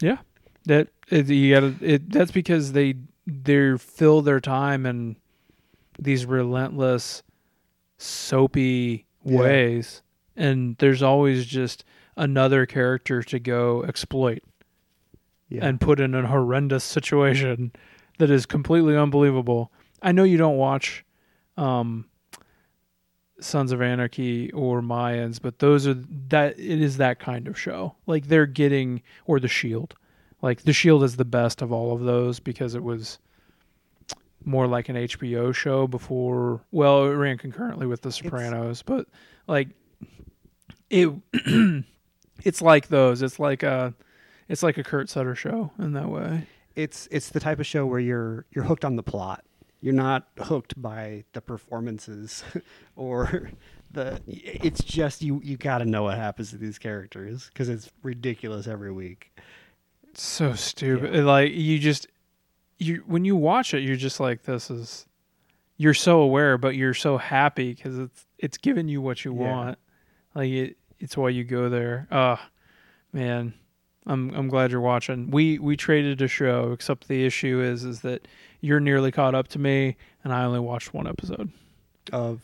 [SPEAKER 3] yeah that it, you gotta it that's because they they fill their time in these relentless soapy
[SPEAKER 2] Yeah.
[SPEAKER 3] ways and there's always just another character to go exploit
[SPEAKER 2] Yeah.
[SPEAKER 3] and put in a horrendous situation that is completely unbelievable. I know you don't watch um, Sons of Anarchy or Mayans, but those are that it is that kind of show. Like they're getting or The Shield. Like The Shield is the best of all of those because it was more like an HBO show before well, it ran concurrently with The Sopranos, but like it (clears throat) it's like those. It's like a it's like a Kurt Sutter show in that way.
[SPEAKER 2] it's it's the type of show where you're you're hooked on the plot. You're not hooked by the performances (laughs) or the it's just you you got to know what happens to these characters cuz it's ridiculous every week.
[SPEAKER 3] so stupid. Like you just you when you watch it, you're just like, this is. You're so aware, but you're so happy because it's it's giving you what you
[SPEAKER 2] Yeah.
[SPEAKER 3] want. Like it, it's why you go there. Uh man, I'm I'm glad you're watching. We we traded a show, except the issue is is that you're nearly caught up to me, and I only watched one episode,
[SPEAKER 2] Of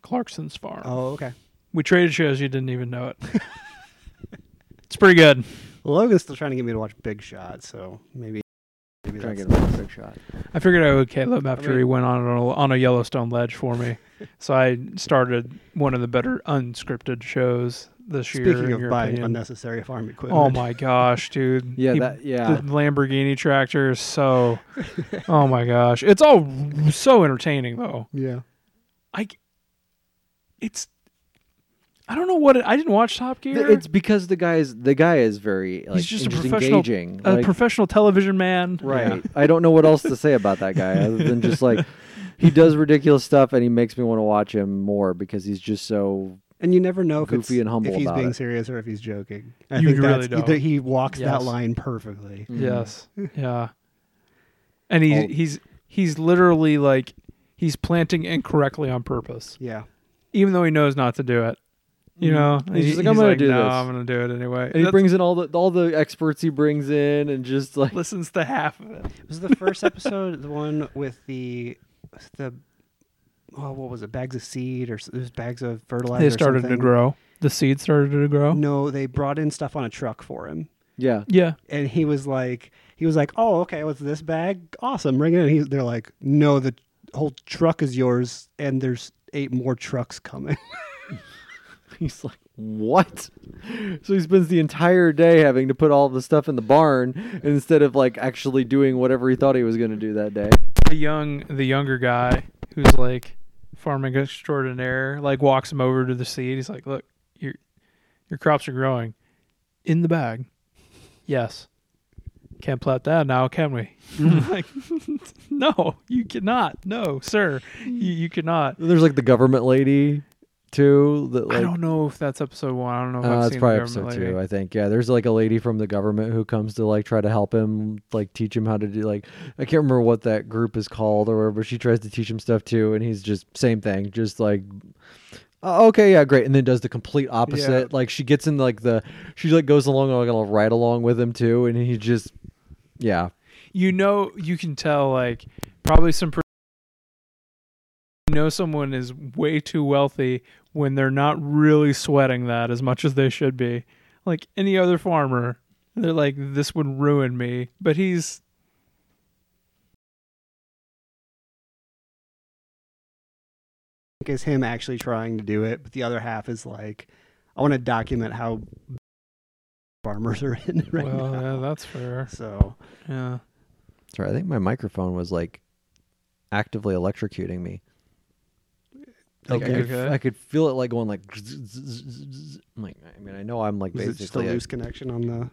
[SPEAKER 3] Clarkson's Farm.
[SPEAKER 2] oh okay.
[SPEAKER 3] We traded shows, you didn't even know it. (laughs) it's pretty good.
[SPEAKER 2] Logan's still trying to get me to watch Big Shot, so maybe maybe
[SPEAKER 1] Trying to
[SPEAKER 2] that's
[SPEAKER 1] get a quick shot.
[SPEAKER 3] I figured I would Caleb after
[SPEAKER 2] mean-
[SPEAKER 3] he went on a, on a Yellowstone ledge for me. so I started one of the better unscripted shows this year.
[SPEAKER 2] Speaking
[SPEAKER 3] in
[SPEAKER 2] of
[SPEAKER 3] your
[SPEAKER 2] buying
[SPEAKER 3] opinion.
[SPEAKER 2] unnecessary farm equipment.
[SPEAKER 3] oh my gosh, dude!
[SPEAKER 1] Yeah,
[SPEAKER 3] He-
[SPEAKER 1] that yeah.
[SPEAKER 3] the Lamborghini tractor is so.
[SPEAKER 2] (laughs)
[SPEAKER 3] oh my gosh, it's all so entertaining though.
[SPEAKER 2] Yeah.
[SPEAKER 3] I, c- it's, I don't know what it, I didn't watch Top Gear.
[SPEAKER 1] Th- It's because the guy is the guy is very like
[SPEAKER 3] just a
[SPEAKER 1] just
[SPEAKER 3] professional-
[SPEAKER 1] engaging.
[SPEAKER 3] a
[SPEAKER 1] like,
[SPEAKER 3] professional television man.
[SPEAKER 1] right. I don't know what else to say about that guy other than just
[SPEAKER 3] (laughs)
[SPEAKER 1] like he does ridiculous stuff and he makes me want to watch him more because he's just so
[SPEAKER 2] And you never know if
[SPEAKER 1] Goofy
[SPEAKER 2] it's,
[SPEAKER 1] and humble
[SPEAKER 2] if he's
[SPEAKER 1] about
[SPEAKER 2] being
[SPEAKER 1] it.
[SPEAKER 2] serious or if he's joking. I
[SPEAKER 3] You
[SPEAKER 2] think
[SPEAKER 3] really
[SPEAKER 2] that's-
[SPEAKER 3] don't.
[SPEAKER 2] he walks
[SPEAKER 3] Yes.
[SPEAKER 2] that line perfectly.
[SPEAKER 1] Mm-hmm. (laughs)
[SPEAKER 3] Yes. Yeah. And he,
[SPEAKER 1] Oh.
[SPEAKER 3] he's he's literally like he's planting incorrectly on purpose,
[SPEAKER 2] Yeah.
[SPEAKER 3] even though he knows not to do it. You know,
[SPEAKER 1] Mm-hmm. He's just like,
[SPEAKER 3] he-
[SPEAKER 1] "I'm gonna do
[SPEAKER 3] "No,
[SPEAKER 1] this."
[SPEAKER 3] I'm gonna do it anyway.
[SPEAKER 1] and he
[SPEAKER 3] That's-
[SPEAKER 1] brings in all the all the experts he brings in and just like
[SPEAKER 3] listens to half of it.
[SPEAKER 2] Was the first episode the one with the the oh what was it bags of seed or s- it was bags of fertilizer?
[SPEAKER 3] They
[SPEAKER 2] or
[SPEAKER 3] started to
[SPEAKER 2] something?
[SPEAKER 3] grow. The seed started to grow.
[SPEAKER 2] No, they brought in stuff on a truck for him,
[SPEAKER 1] yeah.
[SPEAKER 3] Yeah.
[SPEAKER 2] and he was like, he was like, oh okay, what's this bag? Awesome, bring it in. He, they're like, no, the whole truck is yours, and there's eight more trucks coming.
[SPEAKER 1] (laughs) He's like, what? So he spends the entire day having to put all the stuff in the barn instead of like actually doing whatever he thought he was going to do that day.
[SPEAKER 3] The young the younger guy who's like farming extraordinaire, like walks him over to the seed. He's like, Look, your your crops are growing. In the bag. Yes. Can't plant that now, can we?
[SPEAKER 1] Mm.
[SPEAKER 3] (laughs) like, no, you cannot. No, sir. You, you cannot.
[SPEAKER 1] There's like the government lady too that like
[SPEAKER 3] I don't know if that's episode one. I don't know if
[SPEAKER 1] Uh,
[SPEAKER 3] I've
[SPEAKER 1] that's
[SPEAKER 3] seen
[SPEAKER 1] probably
[SPEAKER 3] the
[SPEAKER 1] episode
[SPEAKER 3] government lady.
[SPEAKER 1] two, I think. Yeah, there's like a lady from the government who comes to like try to help him, like teach him how to do like I can't remember what that group is called or whatever. but She tries to teach him stuff too, and he's just same thing, just like. "Oh, okay, yeah, great, and then does the complete opposite. Like she gets in like the, she like goes along like a ride along with him too, and he just, yeah,
[SPEAKER 3] you know you can tell like probably some pr- you know someone is way too wealthy when they're not really sweating that as much as they should be like any other farmer they're like this would ruin me but he's
[SPEAKER 2] is him actually trying to do it, but the other half is like, I want to document how farmers are (laughs) in right
[SPEAKER 3] well
[SPEAKER 2] now.
[SPEAKER 3] yeah that's fair
[SPEAKER 2] So
[SPEAKER 3] yeah
[SPEAKER 1] sorry, I think my microphone was like actively electrocuting me. Like,
[SPEAKER 3] Okay.
[SPEAKER 1] I, could,
[SPEAKER 3] Okay.
[SPEAKER 1] I could feel it like going like, I'm like I mean I know I'm like
[SPEAKER 2] was it just a
[SPEAKER 1] basically a-
[SPEAKER 2] loose connection on the?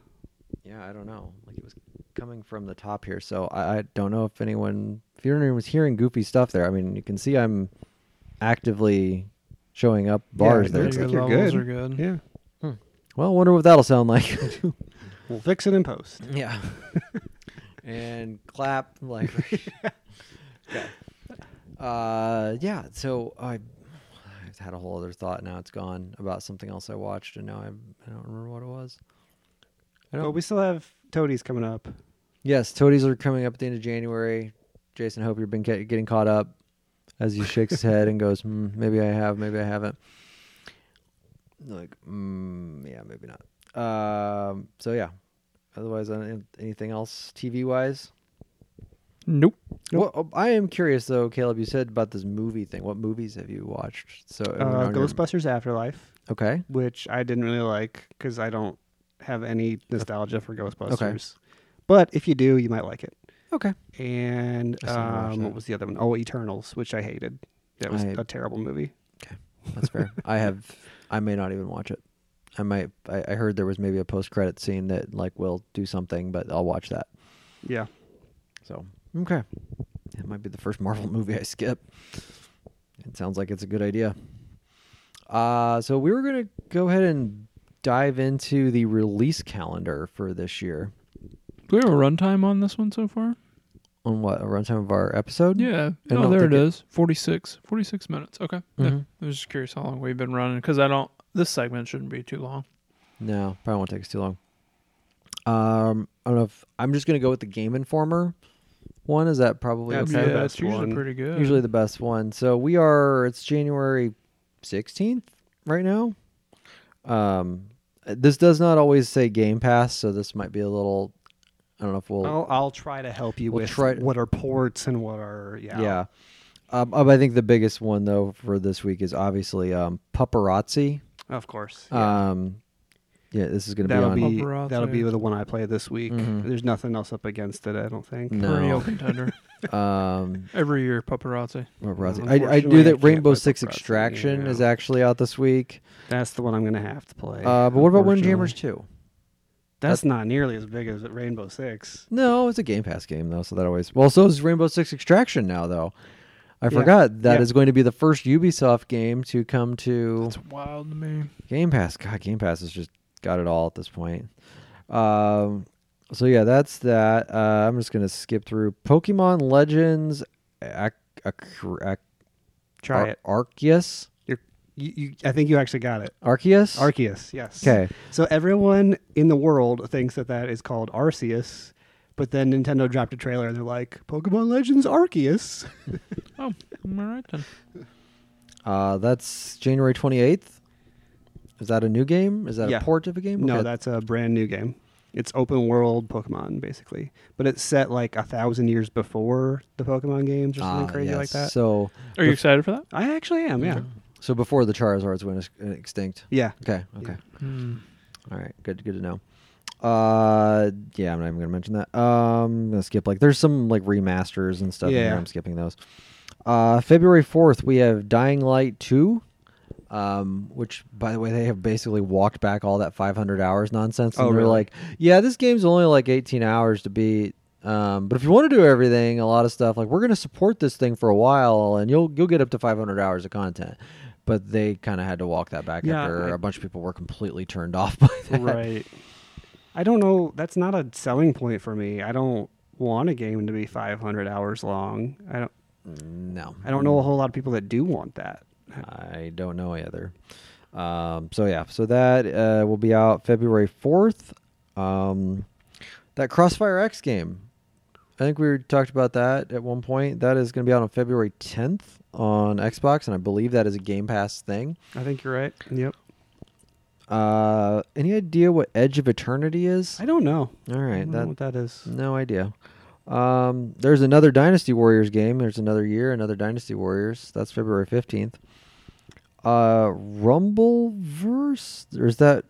[SPEAKER 1] Yeah, I don't know. Like it was coming from the top here, so I, I don't know if anyone, if anyone was hearing goofy stuff there. I mean, you can see I'm actively showing up bars
[SPEAKER 2] it
[SPEAKER 1] there.
[SPEAKER 2] looks
[SPEAKER 1] but-
[SPEAKER 2] like
[SPEAKER 3] your
[SPEAKER 2] you're
[SPEAKER 3] levels
[SPEAKER 2] good.
[SPEAKER 3] are good
[SPEAKER 2] Yeah,
[SPEAKER 1] Well, wonder what that'll sound (laughs) like.
[SPEAKER 2] we'll fix it in post.
[SPEAKER 1] yeah. (laughs) and clap (laughs) like. Okay. Uh, yeah. So I, I've had a whole other thought. Now it's gone about something else I watched, and now I, I don't remember what it was. I don't
[SPEAKER 2] But we still have toadies coming up.
[SPEAKER 1] Yes, toadies are coming up at the end of January. Jason, hope you've been ca- getting caught up as he shakes his head and goes, mm, maybe I have, maybe I haven't. "Hmm, Like, mm, yeah, maybe not. Um, so yeah, Otherwise, I- anything else TV wise?
[SPEAKER 3] Nope.
[SPEAKER 1] Well, oh, I am curious though, Caleb. You said about this movie thing. What movies have you watched? So
[SPEAKER 2] Uh,
[SPEAKER 1] on your-
[SPEAKER 2] Ghostbusters Afterlife,
[SPEAKER 1] Okay,
[SPEAKER 2] which I didn't really like because I don't have any nostalgia for Ghostbusters. But if you do, you might like it.
[SPEAKER 1] okay.
[SPEAKER 2] And
[SPEAKER 1] I still haven't watched
[SPEAKER 2] um,
[SPEAKER 1] that.
[SPEAKER 2] what was the other one? Oh, Eternals, which I hated. That was
[SPEAKER 1] I-
[SPEAKER 2] a terrible movie.
[SPEAKER 1] That's
[SPEAKER 3] (laughs)
[SPEAKER 1] fair. I have. I may not even watch it. I might. I, I heard there was maybe a post-credit scene that like will do something, but I'll watch that.
[SPEAKER 2] Yeah.
[SPEAKER 1] So okay, it might be the first (laughs) Marvel movie I skip. It sounds like it's a good idea. Uh, so we were gonna go ahead and dive into the release calendar for this year.
[SPEAKER 3] Do we have a runtime on this one so far?
[SPEAKER 1] On what a runtime of our
[SPEAKER 2] Mm-hmm.
[SPEAKER 1] episode?
[SPEAKER 3] Yeah.
[SPEAKER 1] I
[SPEAKER 3] Oh,
[SPEAKER 1] don't
[SPEAKER 3] there
[SPEAKER 1] think
[SPEAKER 3] it
[SPEAKER 1] it-
[SPEAKER 3] is. 46. 46 minutes. Okay. Yeah.
[SPEAKER 2] Mm-hmm.
[SPEAKER 1] Mhm.
[SPEAKER 3] I was just curious how long we've been running because I don't, this segment shouldn't be too long.
[SPEAKER 1] No, probably won't take us too long. Um, I don't know if I'm just gonna go with the Game Informer one. Is that probably
[SPEAKER 2] That's
[SPEAKER 1] okay?
[SPEAKER 2] the
[SPEAKER 3] yeah,
[SPEAKER 2] best
[SPEAKER 3] it's usually
[SPEAKER 2] one.
[SPEAKER 3] pretty good.
[SPEAKER 1] Usually the best one. So we are. It's January 16th right now. Um, this does not always say Game Pass, so this might be a little. I don't know if we'll.
[SPEAKER 2] I'll, I'll try to help you
[SPEAKER 1] We'll
[SPEAKER 2] with
[SPEAKER 1] try-
[SPEAKER 2] what are ports and what are yeah.
[SPEAKER 1] yeah. Um, um, I think the biggest one though for this week is obviously um, paparazzi.
[SPEAKER 2] Of course.
[SPEAKER 1] Um, yeah, this is going to be
[SPEAKER 2] that'll
[SPEAKER 1] on.
[SPEAKER 2] be,
[SPEAKER 3] Paparazzi.
[SPEAKER 2] that'll be the one I play this week.
[SPEAKER 1] Mhm.
[SPEAKER 2] There's nothing else up against it, I don't think.
[SPEAKER 3] perennial
[SPEAKER 1] no,
[SPEAKER 3] contender.
[SPEAKER 1] um,
[SPEAKER 3] Every year, paparazzi.
[SPEAKER 1] paparazzi. I, I
[SPEAKER 2] Unfortunately,
[SPEAKER 1] knew
[SPEAKER 2] I
[SPEAKER 1] that
[SPEAKER 2] can't
[SPEAKER 1] Rainbow
[SPEAKER 2] play
[SPEAKER 1] Six
[SPEAKER 2] paparazzi,
[SPEAKER 1] Extraction
[SPEAKER 2] yeah.
[SPEAKER 1] is actually out this week.
[SPEAKER 2] That's the one I'm gonna have to play.
[SPEAKER 1] Uh, but what about
[SPEAKER 2] unfortunately.
[SPEAKER 1] Windjammers Two?
[SPEAKER 2] That's not nearly as big as Rainbow Six.
[SPEAKER 1] No, it's a Game Pass game though, so that always. Well, so is Rainbow Six Extraction now though. I
[SPEAKER 2] Yeah.
[SPEAKER 1] forgot that is
[SPEAKER 2] Yeah.
[SPEAKER 1] going to be the first Ubisoft game to come to
[SPEAKER 3] That's wild to me.
[SPEAKER 1] Game Pass. God, Game Pass has just got it all at this point. Um, so yeah, that's that. Uh, I'm just gonna skip through Pokemon Legends. Ac- Ac- Ac-
[SPEAKER 2] Try
[SPEAKER 1] Ar-
[SPEAKER 2] it.
[SPEAKER 1] Arceus.
[SPEAKER 2] You, you, I think you actually got it.
[SPEAKER 1] Arceus.
[SPEAKER 2] Arceus, yes.
[SPEAKER 1] Okay.
[SPEAKER 2] So everyone in the world thinks that that is called Arceus, but then Nintendo dropped a trailer and they're like, Pokemon Legends Arceus.
[SPEAKER 3] Oh, I'm all right then.
[SPEAKER 1] Uh, that's January 28th. Is that a new game? Is that
[SPEAKER 2] Yeah.
[SPEAKER 1] a port of a game?
[SPEAKER 2] No,
[SPEAKER 1] Okay.
[SPEAKER 2] that's a brand new game. It's open world Pokemon, basically. But it's set like a thousand years before the Pokemon games or something
[SPEAKER 1] Ah,
[SPEAKER 2] crazy like
[SPEAKER 1] yes.
[SPEAKER 2] that.
[SPEAKER 1] So
[SPEAKER 3] Are you excited for that?
[SPEAKER 2] I actually am, yeah.
[SPEAKER 1] So before the Charizards went ex- extinct.
[SPEAKER 2] Yeah.
[SPEAKER 1] Okay. Okay.
[SPEAKER 3] Hmm.
[SPEAKER 1] All right. Good. Good to know. Uh, yeah. I'm not even gonna mention that. Um, I'm gonna skip like there's some like remasters and stuff. in there.
[SPEAKER 2] Yeah.
[SPEAKER 1] I'm skipping those. Uh, February 4th we have Dying Light 2. Um, which by the way they have basically walked back all that 500 hours nonsense. And
[SPEAKER 2] Oh,
[SPEAKER 1] they're
[SPEAKER 2] really?
[SPEAKER 1] like, yeah, this game's only like 18 hours to beat. Um, but if you want to do everything, a lot of stuff like we're going to support this thing for a while, and you'll you'll get up to 500 hours of content. But they kind of had to walk that back
[SPEAKER 2] Yeah,
[SPEAKER 1] after
[SPEAKER 2] I-
[SPEAKER 1] a bunch of people were completely turned (laughs) off by that.
[SPEAKER 2] right. (laughs) I don't know. That's not a selling point for me. I don't want a game to be 500 hours long. I don't.
[SPEAKER 1] No,
[SPEAKER 2] I don't know a whole lot of people that do want that.
[SPEAKER 1] I don't know either. Um, so yeah, so that uh, will be out February fourth. Um, that Crossfire X game, I think we talked about that at one point. That is going to be out on February tenth on Xbox, and I believe that is a Game Pass thing.
[SPEAKER 2] I think you're right. Yep.
[SPEAKER 1] Uh, any idea what Edge of Eternity is?
[SPEAKER 2] I don't know.
[SPEAKER 1] All
[SPEAKER 2] I
[SPEAKER 1] right,
[SPEAKER 2] don't know
[SPEAKER 1] that
[SPEAKER 2] what that is.
[SPEAKER 1] no idea. Um, there's another Dynasty Warriors game. There's another year, another Dynasty Warriors. That's February 15th. Uh, Rumbleverse? There's that.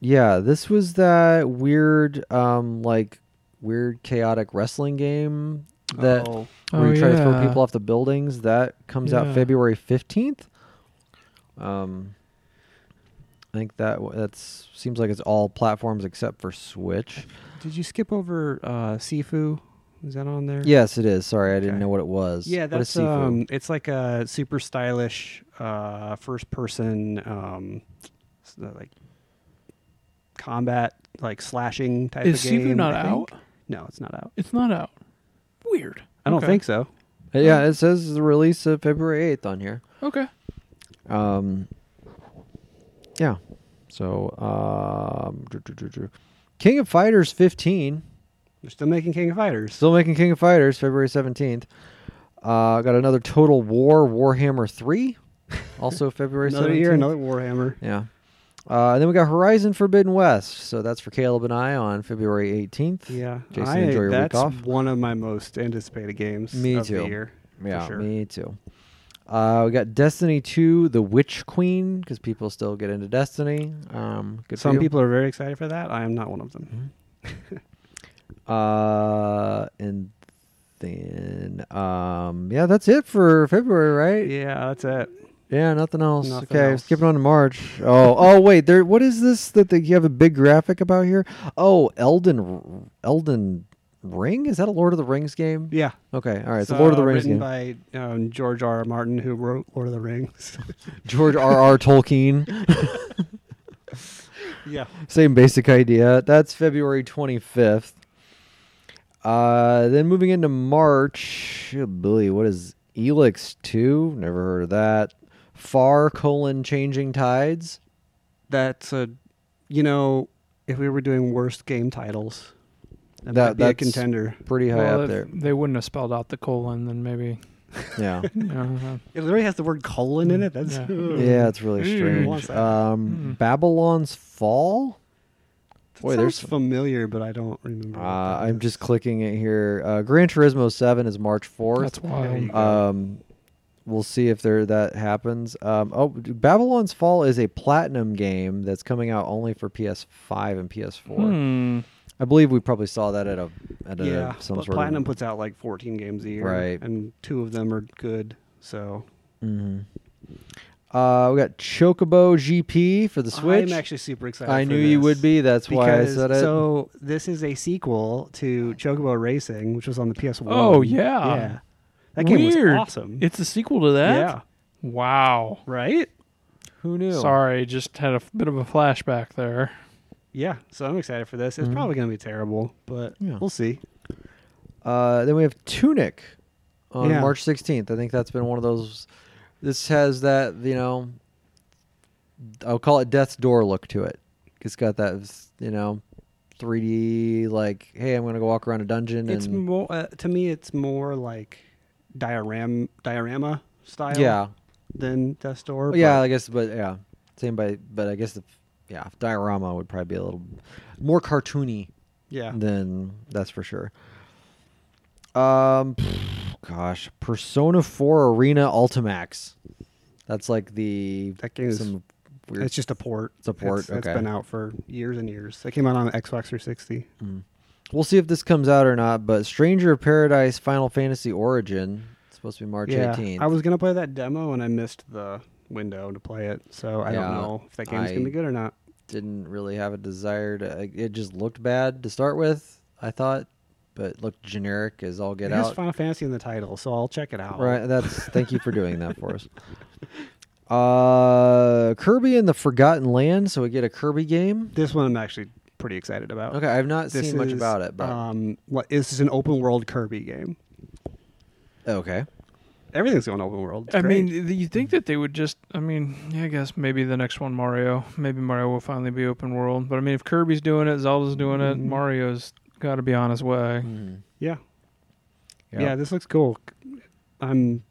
[SPEAKER 1] Yeah, this was that weird, um, like, weird chaotic wrestling game that
[SPEAKER 2] oh,
[SPEAKER 1] where you
[SPEAKER 3] Oh,
[SPEAKER 1] try to throw
[SPEAKER 3] yeah.
[SPEAKER 1] people off the buildings. That comes out
[SPEAKER 3] Yeah.
[SPEAKER 1] February 15th. Um, I think that that seems like it's all platforms except for Switch.
[SPEAKER 2] did you skip over uh, Sifu? Is that on there?
[SPEAKER 1] Yes, it is. Sorry, I didn't
[SPEAKER 2] Okay.
[SPEAKER 1] know what it was.
[SPEAKER 2] Yeah,
[SPEAKER 1] What is
[SPEAKER 2] that's
[SPEAKER 1] Sifu?
[SPEAKER 2] um, it's like a super stylish uh, first person um, s- uh, like combat like slashing type
[SPEAKER 3] Is
[SPEAKER 2] of game.
[SPEAKER 3] Sifu not
[SPEAKER 2] I
[SPEAKER 3] out?
[SPEAKER 2] think. No, it's not out.
[SPEAKER 3] It's not out. Weird.
[SPEAKER 2] I don't
[SPEAKER 3] Okay.
[SPEAKER 2] think so.
[SPEAKER 1] Uh,
[SPEAKER 2] um,
[SPEAKER 1] Yeah, it says the release of February 8th on here.
[SPEAKER 3] Okay.
[SPEAKER 1] Um, yeah. So, um, dr- dr- dr- dr- King of Fighters 15.
[SPEAKER 2] They're still making King of Fighters.
[SPEAKER 1] Still making King of Fighters February 17th. Uh, got another
[SPEAKER 2] (laughs)
[SPEAKER 1] Total War Warhammer 3. Also February
[SPEAKER 2] another
[SPEAKER 1] 17th. (laughs)
[SPEAKER 2] year, another Warhammer.
[SPEAKER 1] Yeah. Uh, and then we got Horizon Forbidden West. So that's for Caleb and I on February 18th.
[SPEAKER 2] Yeah,
[SPEAKER 1] Jason,
[SPEAKER 2] I,
[SPEAKER 1] enjoy your week
[SPEAKER 2] that's
[SPEAKER 1] off.
[SPEAKER 2] one of my most anticipated games
[SPEAKER 1] Me
[SPEAKER 2] of
[SPEAKER 1] too.
[SPEAKER 2] the year.
[SPEAKER 1] Yeah,
[SPEAKER 2] sure.
[SPEAKER 1] me too. Uh, we got Destiny 2, The Witch Queen, because people still get into Destiny. Um, good for
[SPEAKER 2] Some
[SPEAKER 1] you.
[SPEAKER 2] people are very excited for that. I am not one of them.
[SPEAKER 1] Uh, and then, um, yeah, that's it for February, right? Yeah,
[SPEAKER 2] Yeah, that's it.
[SPEAKER 1] nothing else.
[SPEAKER 2] Nothing
[SPEAKER 1] okay,
[SPEAKER 2] else.
[SPEAKER 1] skipping on to March. Oh, oh, wait, there. What is this that the, you have a big graphic about here? Oh, Elden, Elden Ring. Is that a Lord of the Rings game?
[SPEAKER 2] Yeah,
[SPEAKER 1] Okay, all right. It's a Lord of the
[SPEAKER 2] uh,
[SPEAKER 1] Rings
[SPEAKER 2] written
[SPEAKER 1] game.
[SPEAKER 2] by um, George R. R. Martin, who wrote Lord of the Rings. (laughs)
[SPEAKER 1] George R. R. Tolkien.
[SPEAKER 2] yeah,
[SPEAKER 1] Same basic idea. That's February 25th. Uh, then moving into March, oh, Billy, what is Elix 2? Never heard of that. Far colon changing tides.
[SPEAKER 2] that's a, uh, you know, if we were doing worst game titles, that,
[SPEAKER 1] That-
[SPEAKER 2] might be a
[SPEAKER 1] that's-
[SPEAKER 2] contender.
[SPEAKER 1] Pretty high
[SPEAKER 3] Well,
[SPEAKER 1] up
[SPEAKER 3] if
[SPEAKER 2] (laughs)
[SPEAKER 1] there.
[SPEAKER 3] They wouldn't have spelled out the colon, then maybe.
[SPEAKER 1] Yeah.
[SPEAKER 2] Hmm.
[SPEAKER 3] you
[SPEAKER 2] (laughs)
[SPEAKER 3] know, uh,
[SPEAKER 2] It literally has the word colon in it. (laughs) That's
[SPEAKER 1] yeah, it's really
[SPEAKER 3] Ew,
[SPEAKER 1] strange.
[SPEAKER 2] what's Hmm. that? Hmm.
[SPEAKER 1] Um, Babylon's Fall?
[SPEAKER 2] That
[SPEAKER 1] Boy,
[SPEAKER 2] sounds
[SPEAKER 1] there's-
[SPEAKER 2] familiar, but I don't remember.
[SPEAKER 1] Uh,
[SPEAKER 2] what that
[SPEAKER 1] I'm
[SPEAKER 2] is.
[SPEAKER 1] just clicking it here. Uh, Gran Turismo 7 is March 4th.
[SPEAKER 3] that's wild.
[SPEAKER 2] you go.
[SPEAKER 1] Um, we'll see if there that happens. Um, oh, Babylon's Fall is a platinum game that's coming out only for PS5 and PS4.
[SPEAKER 3] Hmm.
[SPEAKER 1] I believe we probably saw that at a at a
[SPEAKER 2] yeah.
[SPEAKER 1] uh, some
[SPEAKER 2] but
[SPEAKER 1] sort
[SPEAKER 2] Platinum
[SPEAKER 1] of
[SPEAKER 2] puts out like 14 games a year,
[SPEAKER 1] Right.
[SPEAKER 2] And two of them are good. So
[SPEAKER 1] Mhm. Uh, we got Chocobo GP for the Switch.
[SPEAKER 2] I'm actually super excited.
[SPEAKER 1] I
[SPEAKER 2] for
[SPEAKER 1] knew you
[SPEAKER 2] this
[SPEAKER 1] would be. That's why I
[SPEAKER 2] because-
[SPEAKER 1] said it.
[SPEAKER 2] So this is a sequel to Chocobo Racing, which was on the PS1.
[SPEAKER 3] Oh, yeah.
[SPEAKER 2] yeah. That game
[SPEAKER 3] Weird.
[SPEAKER 2] was awesome.
[SPEAKER 3] It's a sequel to that?
[SPEAKER 2] yeah,
[SPEAKER 3] Wow.
[SPEAKER 2] right.
[SPEAKER 1] Who knew?
[SPEAKER 3] Sorry, just had a f- bit of a flashback there.
[SPEAKER 2] Yeah, so I'm excited for this. It's
[SPEAKER 1] Mhm.
[SPEAKER 2] probably gonna be terrible, but
[SPEAKER 1] Yeah.
[SPEAKER 2] we'll see.
[SPEAKER 1] Uh, then we have Tunic on
[SPEAKER 2] Yeah.
[SPEAKER 1] March 16th. I think that's been one of those. This has that, you know, I'll call it Death's Door look to it. It's got that, you know, 3D, like, hey, I'm going to go walk around a dungeon.
[SPEAKER 2] It's
[SPEAKER 1] and
[SPEAKER 2] more uh, to me. It's more like diorama diorama style.
[SPEAKER 1] Yeah.
[SPEAKER 2] Than Death Store.
[SPEAKER 1] Well, yeah, I guess, but yeah. Same by, but I guess the, yeah, diorama would probably be a little more cartoony
[SPEAKER 2] Yeah.
[SPEAKER 1] then that's for sure. Um, gosh, Persona Four Arena Ultimax. That's like the
[SPEAKER 2] That game is-
[SPEAKER 1] some weird.
[SPEAKER 2] It's just a port.
[SPEAKER 1] It's a port,
[SPEAKER 2] It's, it's
[SPEAKER 1] okay.
[SPEAKER 2] been out for years and years. It came out on Xbox 360.
[SPEAKER 1] we'll see if this comes out or not. But Stranger of Paradise Final Fantasy Origin it's supposed to be March
[SPEAKER 2] yeah,
[SPEAKER 1] 18th.
[SPEAKER 2] I was gonna play that demo and I missed the window to play it, so I
[SPEAKER 1] Yeah,
[SPEAKER 2] don't know if that game's
[SPEAKER 1] I-
[SPEAKER 2] gonna be good or not.
[SPEAKER 1] didn't really have a desire to. I- It just looked bad to start with. I thought, but it looked generic as all get
[SPEAKER 2] it has
[SPEAKER 1] out.
[SPEAKER 2] Final Fantasy in the title, so I'll check it out.
[SPEAKER 1] Right. That's thank you for doing that for
[SPEAKER 2] (laughs)
[SPEAKER 1] us. Uh, Kirby and the Forgotten Land. So we get a Kirby game.
[SPEAKER 2] This one I'm actually pretty excited about.
[SPEAKER 1] Okay, I've not
[SPEAKER 2] This
[SPEAKER 1] seen much
[SPEAKER 2] is,
[SPEAKER 1] about it, but
[SPEAKER 2] um, what this is an open world Kirby game.
[SPEAKER 1] okay.
[SPEAKER 2] Everything's going open world. It's
[SPEAKER 3] I
[SPEAKER 2] great.
[SPEAKER 3] mean, th- you think that they would just? I mean, yeah, I guess maybe the next one, Mario. Maybe Mario will finally be open world. But I mean, if Kirby's doing it, Zelda's doing it,
[SPEAKER 2] Mhm.
[SPEAKER 3] Mario's got to be on his way.
[SPEAKER 2] yeah,
[SPEAKER 1] Hmm. Yeah.
[SPEAKER 2] yeah, this looks cool. I'm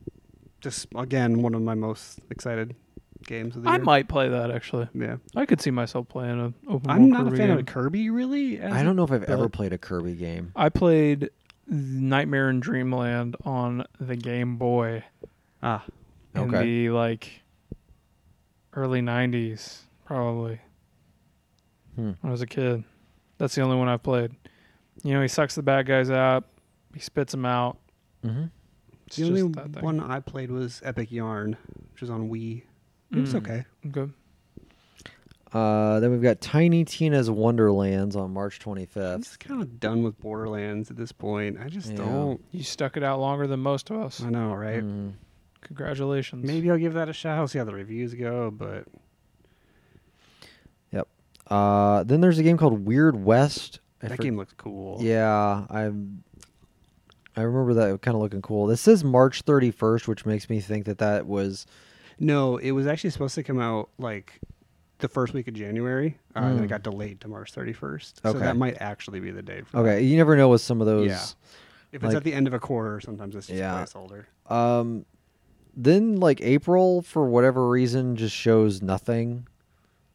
[SPEAKER 2] just again one of my most excited games of the
[SPEAKER 3] I
[SPEAKER 2] year.
[SPEAKER 3] might play that actually.
[SPEAKER 2] Yeah,
[SPEAKER 3] I could see myself playing an open
[SPEAKER 2] I'm
[SPEAKER 3] world
[SPEAKER 2] not
[SPEAKER 3] Kirby
[SPEAKER 2] a fan
[SPEAKER 3] game.
[SPEAKER 2] of Kirby really. as
[SPEAKER 1] I
[SPEAKER 2] a-
[SPEAKER 1] don't know if I've ever
[SPEAKER 2] but-
[SPEAKER 1] played a Kirby game.
[SPEAKER 3] I played Nightmare in Dreamland on the Game Boy
[SPEAKER 2] Ah,
[SPEAKER 3] in
[SPEAKER 1] Okay.
[SPEAKER 3] the like early '90s, probably
[SPEAKER 1] Hmm.
[SPEAKER 3] when I was a kid. That's the only one I've played. You know, he sucks the bad guys out. He spits them out.
[SPEAKER 1] Mm-hmm.
[SPEAKER 3] It's
[SPEAKER 2] the
[SPEAKER 3] just
[SPEAKER 2] only
[SPEAKER 3] that thing.
[SPEAKER 2] one I played was Epic Yarn, which was on Wii. It was
[SPEAKER 3] Mm.
[SPEAKER 2] okay.
[SPEAKER 3] Good.
[SPEAKER 1] Uh, then we've got Tiny Tina's Wonderlands on March
[SPEAKER 2] I'm
[SPEAKER 1] 25th.
[SPEAKER 2] just kind of done with Borderlands at this point. I just
[SPEAKER 1] Yeah.
[SPEAKER 2] don't.
[SPEAKER 3] You stuck it out longer than most of us.
[SPEAKER 2] I know, right?
[SPEAKER 1] Mhm.
[SPEAKER 3] Congratulations.
[SPEAKER 2] Maybe I'll give that a shot. I'll see how the reviews go, but
[SPEAKER 1] Uh, then there's a game called Weird West. I
[SPEAKER 2] that
[SPEAKER 1] for-
[SPEAKER 2] game looks cool.
[SPEAKER 1] Yeah, I'm. I remember that kind of looking cool. This says March 31st, which makes me think that that was
[SPEAKER 2] No, it was actually supposed to come out like the first week of January, uh, and then
[SPEAKER 1] Mm.
[SPEAKER 2] it got delayed to March 31st. So
[SPEAKER 1] Okay.
[SPEAKER 2] that might actually be the date. For that.
[SPEAKER 1] okay. You never know with some of those.
[SPEAKER 2] Yeah. If it's
[SPEAKER 1] like-
[SPEAKER 2] at the end of a quarter, sometimes it's just
[SPEAKER 1] Yeah.
[SPEAKER 2] placeholder.
[SPEAKER 1] Um, then like April for whatever reason just shows nothing.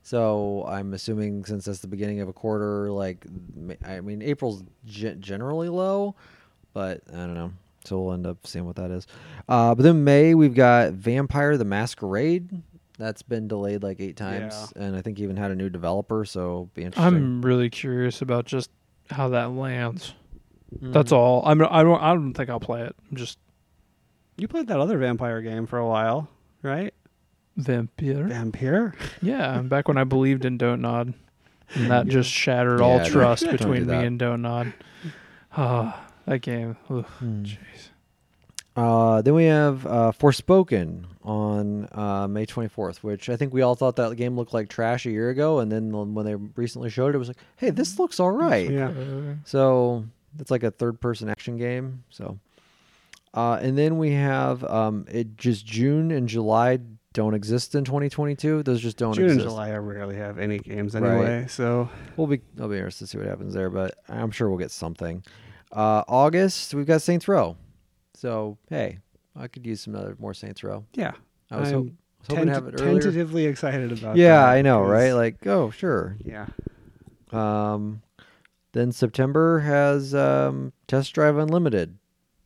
[SPEAKER 1] So I'm assuming since that's the beginning of a quarter, like ma- I mean, April's gen- generally low, but I don't know. So we'll end up seeing what that is. Uh, but then May we've got Vampire: The Masquerade. That's been delayed like eight times, and I think even had a new developer. So be interesting.
[SPEAKER 3] I'm really curious about just how that lands.
[SPEAKER 2] Hmm.
[SPEAKER 1] Hmm.
[SPEAKER 3] That's all. I'm. I don't. I don't think I'll play it. I'm just
[SPEAKER 2] You played that other vampire game for a while,
[SPEAKER 1] Hmm?
[SPEAKER 2] right?
[SPEAKER 3] vampire.
[SPEAKER 2] Vampire?
[SPEAKER 3] Yeah, back when I believed in Don't Nod, and that just shattered all
[SPEAKER 1] Yeah, don't-
[SPEAKER 3] trust
[SPEAKER 1] don't do
[SPEAKER 3] between me
[SPEAKER 1] that.
[SPEAKER 3] and Don't Nod. (sighs) Ah, that game. Ugh,
[SPEAKER 1] Hmm.
[SPEAKER 3] Jeez.
[SPEAKER 1] Uh, then we have uh, Forspoken on uh, May 24th, which I think we all thought that game looked like trash a year ago, and then when they recently showed it, it was like, hey, this looks all right.
[SPEAKER 2] Yeah.
[SPEAKER 3] Uh,
[SPEAKER 1] So it's like a third-person action game. So, uh, and then we have um, it just June and July don't exist in 2022. Those just don't
[SPEAKER 2] June and
[SPEAKER 1] exist.
[SPEAKER 2] July, I rarely have any games
[SPEAKER 1] Right.
[SPEAKER 2] anyway. So
[SPEAKER 1] We'll be I'll be interested to see what happens there, but I'm sure we'll get something. Uh, August we've got Saints Row. So hey, I could use some other more Saints Row.
[SPEAKER 2] yeah,
[SPEAKER 1] I was,
[SPEAKER 2] I'm
[SPEAKER 1] hope, was hoping to
[SPEAKER 2] tent-
[SPEAKER 1] have it earlier. Uh,
[SPEAKER 2] tentatively excited about.
[SPEAKER 1] yeah,
[SPEAKER 2] that
[SPEAKER 1] I know,
[SPEAKER 2] 'cause-
[SPEAKER 1] right? Like, oh, sure.
[SPEAKER 2] yeah,
[SPEAKER 1] Um, then September has um, Test Drive Unlimited.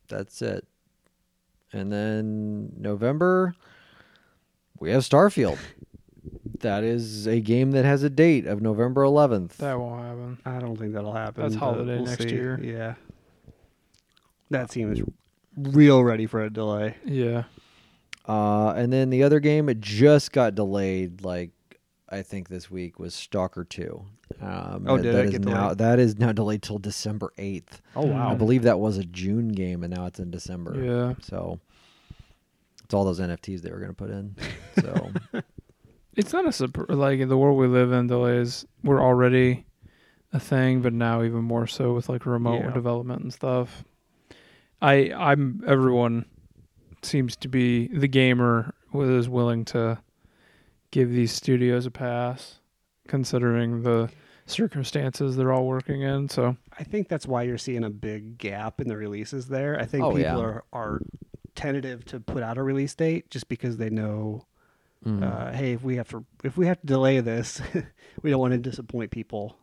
[SPEAKER 1] That's it. And then November, we have Starfield. that is a game that has a date of November 11th.
[SPEAKER 3] that won't happen.
[SPEAKER 2] I don't think that'll happen.
[SPEAKER 3] That's
[SPEAKER 2] but
[SPEAKER 3] holiday next
[SPEAKER 2] see.
[SPEAKER 3] year.
[SPEAKER 2] Yeah, that seems real ready for a delay.
[SPEAKER 3] Yeah.
[SPEAKER 1] Uh, and then the other game, it just got delayed. Like I think this week was Stalker Two. Um,
[SPEAKER 2] Oh,
[SPEAKER 1] that-
[SPEAKER 2] did
[SPEAKER 1] that
[SPEAKER 2] it
[SPEAKER 1] is
[SPEAKER 2] get
[SPEAKER 1] now
[SPEAKER 2] delayed?
[SPEAKER 1] that is now delayed till December eighth.
[SPEAKER 2] Oh
[SPEAKER 3] wow.
[SPEAKER 1] I believe that was a June game, and now it's in December.
[SPEAKER 3] Um, Yeah.
[SPEAKER 1] So it's all those NFTs they were going to put in.
[SPEAKER 3] (laughs)
[SPEAKER 1] So
[SPEAKER 3] It's not a surprise. Like in the world we live in, delays were already a thing, but now even more so with like remote
[SPEAKER 2] Yeah.
[SPEAKER 3] development and stuff. I I'm everyone seems to be the gamer was willing to give these studios a pass, considering the circumstances they're all working in. So
[SPEAKER 2] I think that's why you're seeing a big gap in the releases there. I think
[SPEAKER 1] Oh,
[SPEAKER 2] people
[SPEAKER 1] yeah.
[SPEAKER 2] are, are tentative to put out a release date just because they know,
[SPEAKER 1] mm.
[SPEAKER 2] uh, hey, if we have to if we have to delay this, (laughs) we don't want to disappoint people.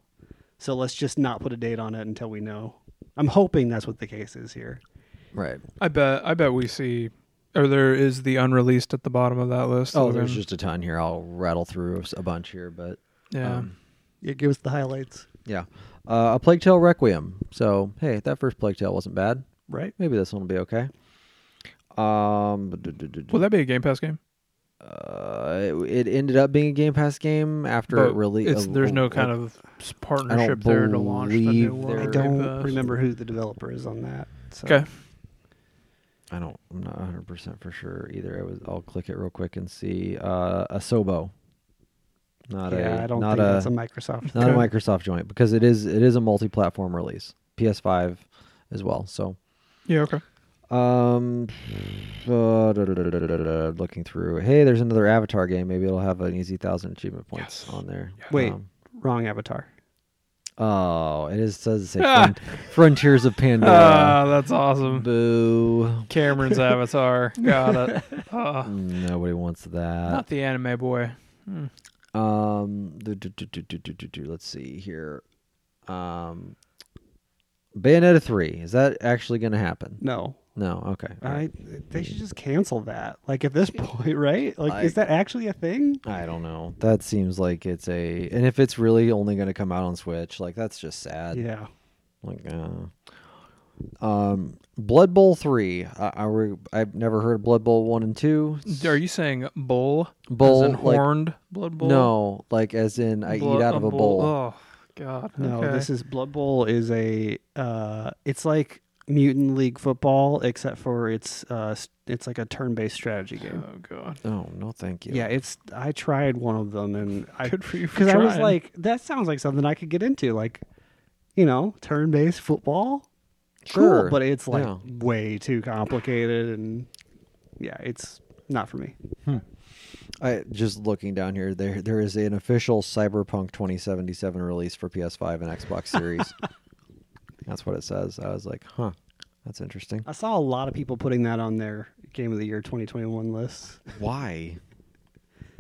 [SPEAKER 2] So let's just not put a date on it until we know. I'm hoping that's what the case is here.
[SPEAKER 1] right.
[SPEAKER 3] I bet I bet we see or there is the unreleased at the bottom of that list.
[SPEAKER 1] Oh,
[SPEAKER 3] of
[SPEAKER 1] there's
[SPEAKER 3] them.
[SPEAKER 1] just a ton here. I'll rattle through a bunch here, but
[SPEAKER 3] yeah.
[SPEAKER 1] um,
[SPEAKER 2] Yeah, give us the highlights,
[SPEAKER 1] yeah. Uh, a Plague Tale Requiem. So hey, that first Plague Tale wasn't bad.
[SPEAKER 2] right?
[SPEAKER 1] Maybe this one will be okay. Um, d- d- d- d-
[SPEAKER 3] Will that be a Game Pass game?
[SPEAKER 1] uh, it, it ended up being a Game Pass game after it
[SPEAKER 3] But
[SPEAKER 1] really.
[SPEAKER 3] it's,
[SPEAKER 1] uh,
[SPEAKER 3] there's no
[SPEAKER 1] like-
[SPEAKER 3] kind of s- partnership there to launch the
[SPEAKER 1] believe
[SPEAKER 3] new world.
[SPEAKER 1] there- Very
[SPEAKER 2] I don't
[SPEAKER 3] Pass.
[SPEAKER 2] remember who the developer is on that. So.
[SPEAKER 3] Okay.
[SPEAKER 1] I don't. I'm not 100 percent for sure either. I was. I'll click it real quick and see. Uh, a Sobo. Not
[SPEAKER 2] yeah,
[SPEAKER 1] a.
[SPEAKER 2] I don't
[SPEAKER 1] not
[SPEAKER 2] think
[SPEAKER 1] a.
[SPEAKER 2] that's a Microsoft.
[SPEAKER 1] not a
[SPEAKER 2] thing.
[SPEAKER 1] Microsoft joint because it is. It is a multi-platform release. PS5 as well. So.
[SPEAKER 3] Yeah. Okay.
[SPEAKER 1] Um, (sighs) uh, da- da- da- da- da- da- da- looking through. Hey, there's another Avatar game. Maybe it'll have an easy thousand achievement points
[SPEAKER 3] Yes.
[SPEAKER 1] on there.
[SPEAKER 2] Wait.
[SPEAKER 1] Um,
[SPEAKER 2] Wrong avatar.
[SPEAKER 1] oh, it is says it say
[SPEAKER 3] Ah.
[SPEAKER 1] front, Frontiers of Pandora.
[SPEAKER 2] (laughs)
[SPEAKER 3] Ah, that's
[SPEAKER 2] Um,
[SPEAKER 3] awesome.
[SPEAKER 1] Boo. (laughs)
[SPEAKER 3] Cameron's avatar. Got it. Uh,
[SPEAKER 1] Nobody wants that.
[SPEAKER 3] not the anime boy.
[SPEAKER 1] Um, do, do, do, do, do, do, do, do. let's see here. Um, Bayonetta three is that actually going to happen?
[SPEAKER 2] No,
[SPEAKER 1] No. Okay. all right.
[SPEAKER 2] I they should just cancel that. Like at this (laughs) point, right? Like, is
[SPEAKER 1] I-
[SPEAKER 2] that actually a thing?
[SPEAKER 1] I don't know. That seems like it's a, and if it's really only going to come out on Switch, like that's just sad.
[SPEAKER 2] Yeah,
[SPEAKER 1] Like, uh, um, Blood Bowl three. I, I re- I've never heard of Blood Bowl one and two.
[SPEAKER 3] Are you saying bull?
[SPEAKER 1] Bull,
[SPEAKER 3] As in
[SPEAKER 1] like-
[SPEAKER 3] horned blood bull?
[SPEAKER 1] No, like as in I
[SPEAKER 3] Blood-
[SPEAKER 1] eat out of a bowl.
[SPEAKER 3] Oh God.
[SPEAKER 2] no.
[SPEAKER 3] okay.
[SPEAKER 2] This is Blood Bowl is a uh, it's like Mutant League football, except for it's uh, s- it's like a turn-based strategy game.
[SPEAKER 3] Oh God.
[SPEAKER 1] Oh no, thank you.
[SPEAKER 2] Yeah, it's I tried one of them and I
[SPEAKER 3] Good for you. for
[SPEAKER 2] because I was
[SPEAKER 3] trying.
[SPEAKER 2] like that sounds like something I could get into, like you know, turn-based football.
[SPEAKER 1] sure,
[SPEAKER 2] Cool, but it's like
[SPEAKER 1] Yeah.
[SPEAKER 2] way too complicated and yeah, it's not for me.
[SPEAKER 1] I just looking down here, there there is an official Cyberpunk 2077 release for PS5 and
[SPEAKER 2] (laughs)
[SPEAKER 1] Xbox Series. That's what it says. I was like, huh, that's interesting.
[SPEAKER 2] I saw a lot of people putting that on their Game of the Year 2021 lists.
[SPEAKER 1] Why?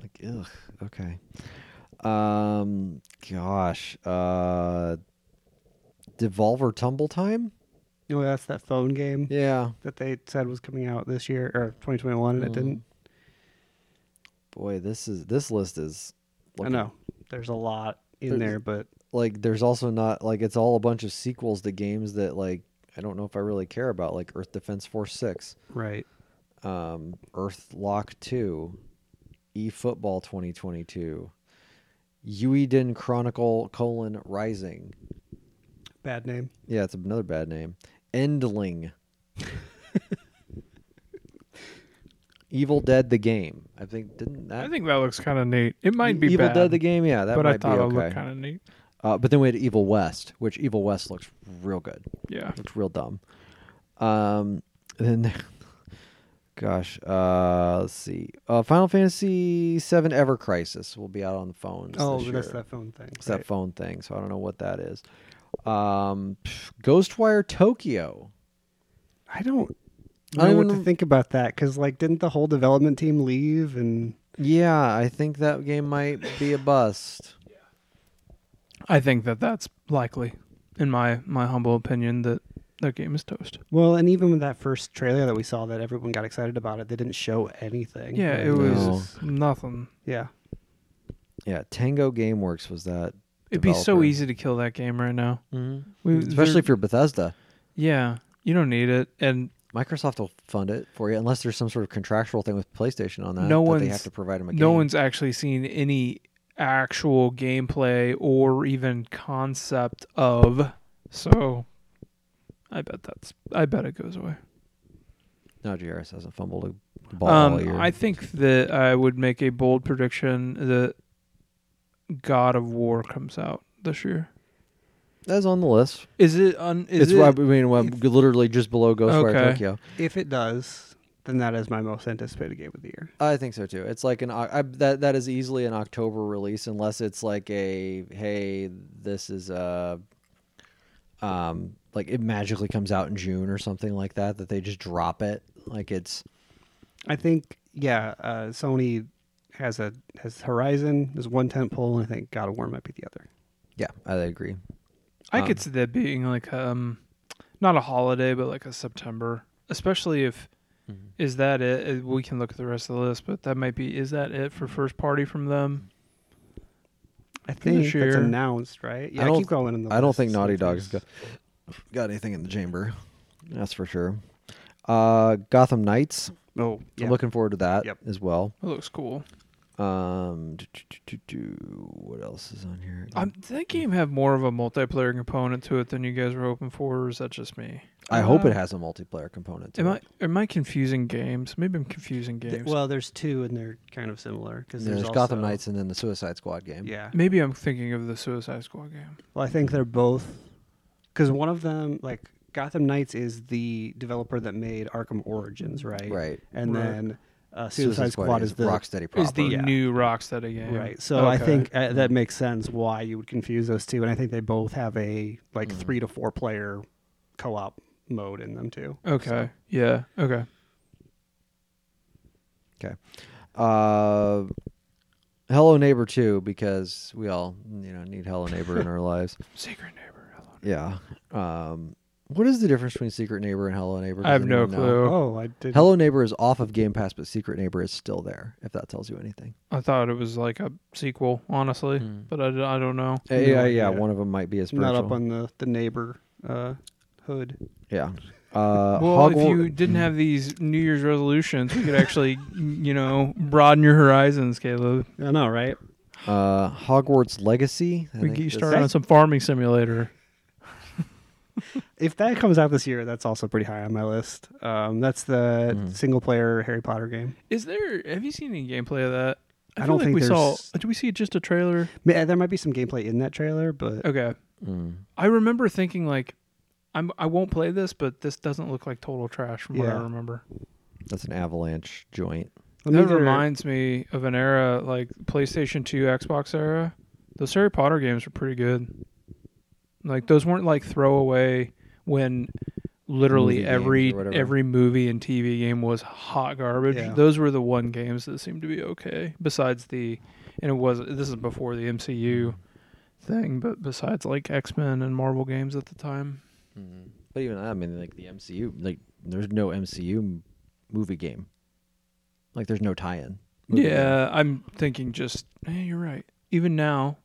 [SPEAKER 1] Like, ugh. Okay. Um, gosh, uh, Devolver Tumble Time.
[SPEAKER 2] Oh, that's that phone game
[SPEAKER 1] Yeah,
[SPEAKER 2] that they said was coming out this year or 2021,
[SPEAKER 1] Mm,
[SPEAKER 2] and it didn't.
[SPEAKER 1] boy, this is this list is.
[SPEAKER 2] I
[SPEAKER 1] looking-
[SPEAKER 2] know there's a lot in
[SPEAKER 1] There's-
[SPEAKER 2] there, but
[SPEAKER 1] Like, there's also not like it's all a bunch of sequels to games that like I don't know if I really care about, like Earth Defense Force Six,
[SPEAKER 2] right.
[SPEAKER 1] um, Earth Lock Two, E Football 2022, Ueden Chronicle colon Rising.
[SPEAKER 2] Bad name.
[SPEAKER 1] Yeah, it's another bad name. Endling. (laughs) Evil Dead the game. I think didn't that
[SPEAKER 3] I think that looks kind of neat. It might be
[SPEAKER 1] E Evil
[SPEAKER 3] bad,
[SPEAKER 1] Dead the game. Yeah, that
[SPEAKER 3] but
[SPEAKER 1] might
[SPEAKER 3] I thought
[SPEAKER 1] be
[SPEAKER 3] it
[SPEAKER 1] okay.
[SPEAKER 3] looked kind of neat.
[SPEAKER 1] uh, but then we had Evil West, which Evil West looks real good.
[SPEAKER 3] Yeah,
[SPEAKER 1] Looks real dumb. Um, and then, (laughs) gosh, uh, let's see. Uh, Final Fantasy VII Ever Crisis will be out on the phones.
[SPEAKER 2] Oh,
[SPEAKER 1] this
[SPEAKER 2] that's
[SPEAKER 1] year.
[SPEAKER 2] that phone thing.
[SPEAKER 1] It's that phone thing, so I don't know what that is. Um, pff, Ghostwire Tokyo.
[SPEAKER 2] I don't
[SPEAKER 1] I
[SPEAKER 2] know
[SPEAKER 1] don't
[SPEAKER 2] what
[SPEAKER 1] even-
[SPEAKER 2] to think about that because, like, didn't the whole development team leave? And
[SPEAKER 1] Yeah, I think that game might be a bust.
[SPEAKER 3] I think that that's likely, in my my humble opinion, that their game is toast.
[SPEAKER 2] well, and even with that first trailer that we saw, that everyone got excited about it, they didn't show anything.
[SPEAKER 3] Yeah,
[SPEAKER 2] Like,
[SPEAKER 3] it was
[SPEAKER 1] No.
[SPEAKER 3] nothing.
[SPEAKER 2] Yeah,
[SPEAKER 1] Yeah, Tango GameWorks was that,
[SPEAKER 3] It'd be
[SPEAKER 1] Developer.
[SPEAKER 3] so
[SPEAKER 1] Mm-hmm. Mm,
[SPEAKER 3] easy to kill that game right now. We-
[SPEAKER 1] especially
[SPEAKER 3] there-
[SPEAKER 1] if you're Bethesda.
[SPEAKER 3] yeah, you don't need it, and
[SPEAKER 1] Microsoft will fund it for you, unless there's some sort of contractual thing with PlayStation on that.
[SPEAKER 3] No
[SPEAKER 1] that they
[SPEAKER 3] one's-
[SPEAKER 1] have to provide them a game.
[SPEAKER 3] no one's actually seen any actual gameplay or even concept of. So, I bet that's. I bet it goes away.
[SPEAKER 1] No, GRS hasn't fumbled a ball all
[SPEAKER 3] Um,
[SPEAKER 1] year.
[SPEAKER 3] I think that I would make a bold prediction that God of War comes out this year.
[SPEAKER 1] That's on the list.
[SPEAKER 3] Is it on? Is
[SPEAKER 1] it's
[SPEAKER 3] it?
[SPEAKER 1] right- I mean, well, literally just below Ghostwire
[SPEAKER 3] Okay.
[SPEAKER 1] Tokyo.
[SPEAKER 2] if it does, then that is my most anticipated game of the year.
[SPEAKER 1] I think so too. It's like an Oc- I, that that is easily an October release, unless it's like a hey, this is a um like it magically comes out in June or something like that that they just drop it. Like it's
[SPEAKER 2] I think, yeah, uh, Sony has a has Horizon is one tent pole, and I think God of War might be the other.
[SPEAKER 1] yeah, I agree.
[SPEAKER 3] I
[SPEAKER 1] um,
[SPEAKER 3] could see that being like um, not a holiday, but like a September, especially if.
[SPEAKER 1] Mhm.
[SPEAKER 3] Is that it? Uh, We can look at the rest of the list, but that might be. Is that it for first party from them?
[SPEAKER 2] I think
[SPEAKER 3] year.
[SPEAKER 2] that's announced, right? Yeah,
[SPEAKER 1] don't-
[SPEAKER 2] keep going. In the
[SPEAKER 1] I don't
[SPEAKER 2] list,
[SPEAKER 1] think Naughty
[SPEAKER 2] see
[SPEAKER 1] Dog's
[SPEAKER 2] if
[SPEAKER 1] got, got anything in the chamber. That's for sure. Uh, Gotham Knights.
[SPEAKER 2] there's- Oh, yeah.
[SPEAKER 1] I'm looking forward to that
[SPEAKER 2] Yep.
[SPEAKER 1] as well.
[SPEAKER 3] It looks cool.
[SPEAKER 1] Um, do, do, do, do, do. what else is on here?
[SPEAKER 3] Um, did that game have more of a multiplayer component to it than you guys were hoping for, or is that just me?
[SPEAKER 1] I hope
[SPEAKER 2] uh,
[SPEAKER 1] it has a multiplayer component. To
[SPEAKER 3] Am
[SPEAKER 1] it.
[SPEAKER 3] I am I confusing games? Maybe I'm confusing
[SPEAKER 2] Th-
[SPEAKER 3] games.
[SPEAKER 2] well, there's two, and they're kind of similar because
[SPEAKER 1] there's,
[SPEAKER 2] there's,
[SPEAKER 1] Gotham
[SPEAKER 2] also-
[SPEAKER 1] Knights and then the Suicide Squad game.
[SPEAKER 2] Yeah.
[SPEAKER 3] Maybe I'm thinking of the Suicide Squad game.
[SPEAKER 2] Well, I think they're both because one of them, like Gotham Knights, is the developer that made Arkham Origins, right?
[SPEAKER 1] Right.
[SPEAKER 2] And
[SPEAKER 3] Right.
[SPEAKER 2] then uh, Suicide, Squad, is, the
[SPEAKER 1] Rocksteady proper.
[SPEAKER 3] Is the
[SPEAKER 2] Yeah.
[SPEAKER 3] new Rocksteady game.
[SPEAKER 2] right. So I
[SPEAKER 3] Okay. Mm-hmm.
[SPEAKER 2] think uh, that makes sense why you would confuse those two, and I think they both have a like
[SPEAKER 3] Mm-hmm.
[SPEAKER 1] Mhm.
[SPEAKER 2] three to four player co-op mode in them too.
[SPEAKER 3] Okay. Yeah. Okay.
[SPEAKER 1] uh, Hello Neighbor two because we all you know need Hello Neighbor in
[SPEAKER 2] (laughs)
[SPEAKER 1] our lives.
[SPEAKER 3] Secret Neighbor. hello.
[SPEAKER 1] Yeah. Um, what is the difference between Secret Neighbor and Hello Neighbor?
[SPEAKER 3] I have
[SPEAKER 1] Does
[SPEAKER 3] no
[SPEAKER 1] anyone know?
[SPEAKER 3] clue.
[SPEAKER 2] Oh, I did.
[SPEAKER 1] Hello Neighbor is off of Game Pass, but Secret Neighbor is still there. If that tells you anything.
[SPEAKER 3] I thought it was like a sequel, honestly,
[SPEAKER 2] Hmm.
[SPEAKER 3] but I, d- I don't know.
[SPEAKER 1] Yeah,
[SPEAKER 2] No
[SPEAKER 1] yeah, yeah,
[SPEAKER 2] idea.
[SPEAKER 1] one of them might be a spiritual.
[SPEAKER 2] Not up on the the neighbor uh, hood.
[SPEAKER 1] (laughs) Yeah. Uh,
[SPEAKER 3] Well, if
[SPEAKER 1] Hogwarts-
[SPEAKER 3] you didn't have these New Year's resolutions, we
[SPEAKER 2] (laughs)
[SPEAKER 3] could actually, you know, broaden your horizons, Caleb.
[SPEAKER 2] I know, right?
[SPEAKER 1] uh, Hogwarts Legacy. I
[SPEAKER 3] We
[SPEAKER 1] think
[SPEAKER 3] get you
[SPEAKER 1] is-
[SPEAKER 3] started on some farming simulator.
[SPEAKER 2] if that comes out this year, that's also pretty high on my list. Um, that's the
[SPEAKER 3] Mm.
[SPEAKER 1] Mhm.
[SPEAKER 2] single player Harry Potter game.
[SPEAKER 3] Is there? Have you seen any gameplay of that?
[SPEAKER 2] I
[SPEAKER 3] feel
[SPEAKER 2] don't
[SPEAKER 3] like
[SPEAKER 2] think
[SPEAKER 3] we saw.
[SPEAKER 2] there's-
[SPEAKER 3] Did we see just a trailer?
[SPEAKER 2] Ma- There might be some gameplay in that trailer, but
[SPEAKER 3] Okay.
[SPEAKER 1] Mm.
[SPEAKER 3] I remember thinking like, I'm I won't play this, but this doesn't look like total trash from what I
[SPEAKER 2] Yeah.
[SPEAKER 3] remember.
[SPEAKER 1] That's an Avalanche joint.
[SPEAKER 2] let
[SPEAKER 3] that
[SPEAKER 2] either-
[SPEAKER 3] reminds me of an era like PlayStation 2, Xbox era. Those Harry Potter games were pretty good. Like those weren't like throwaway when literally
[SPEAKER 1] Movie games or
[SPEAKER 3] every
[SPEAKER 1] whatever.
[SPEAKER 3] every movie and TV game was hot garbage.
[SPEAKER 2] Yeah.
[SPEAKER 3] Those were the one games that seemed to be okay. Besides the, and it was this is before the
[SPEAKER 1] Mm.
[SPEAKER 3] MCU thing, but besides like X Men and Marvel games at the time,
[SPEAKER 1] Mm-hmm. But even that, I mean, like the MCU, like there's no MCU m- movie game. Like there's no tie-in. movie game.
[SPEAKER 3] Yeah, I'm thinking just hey, you're right. Even now,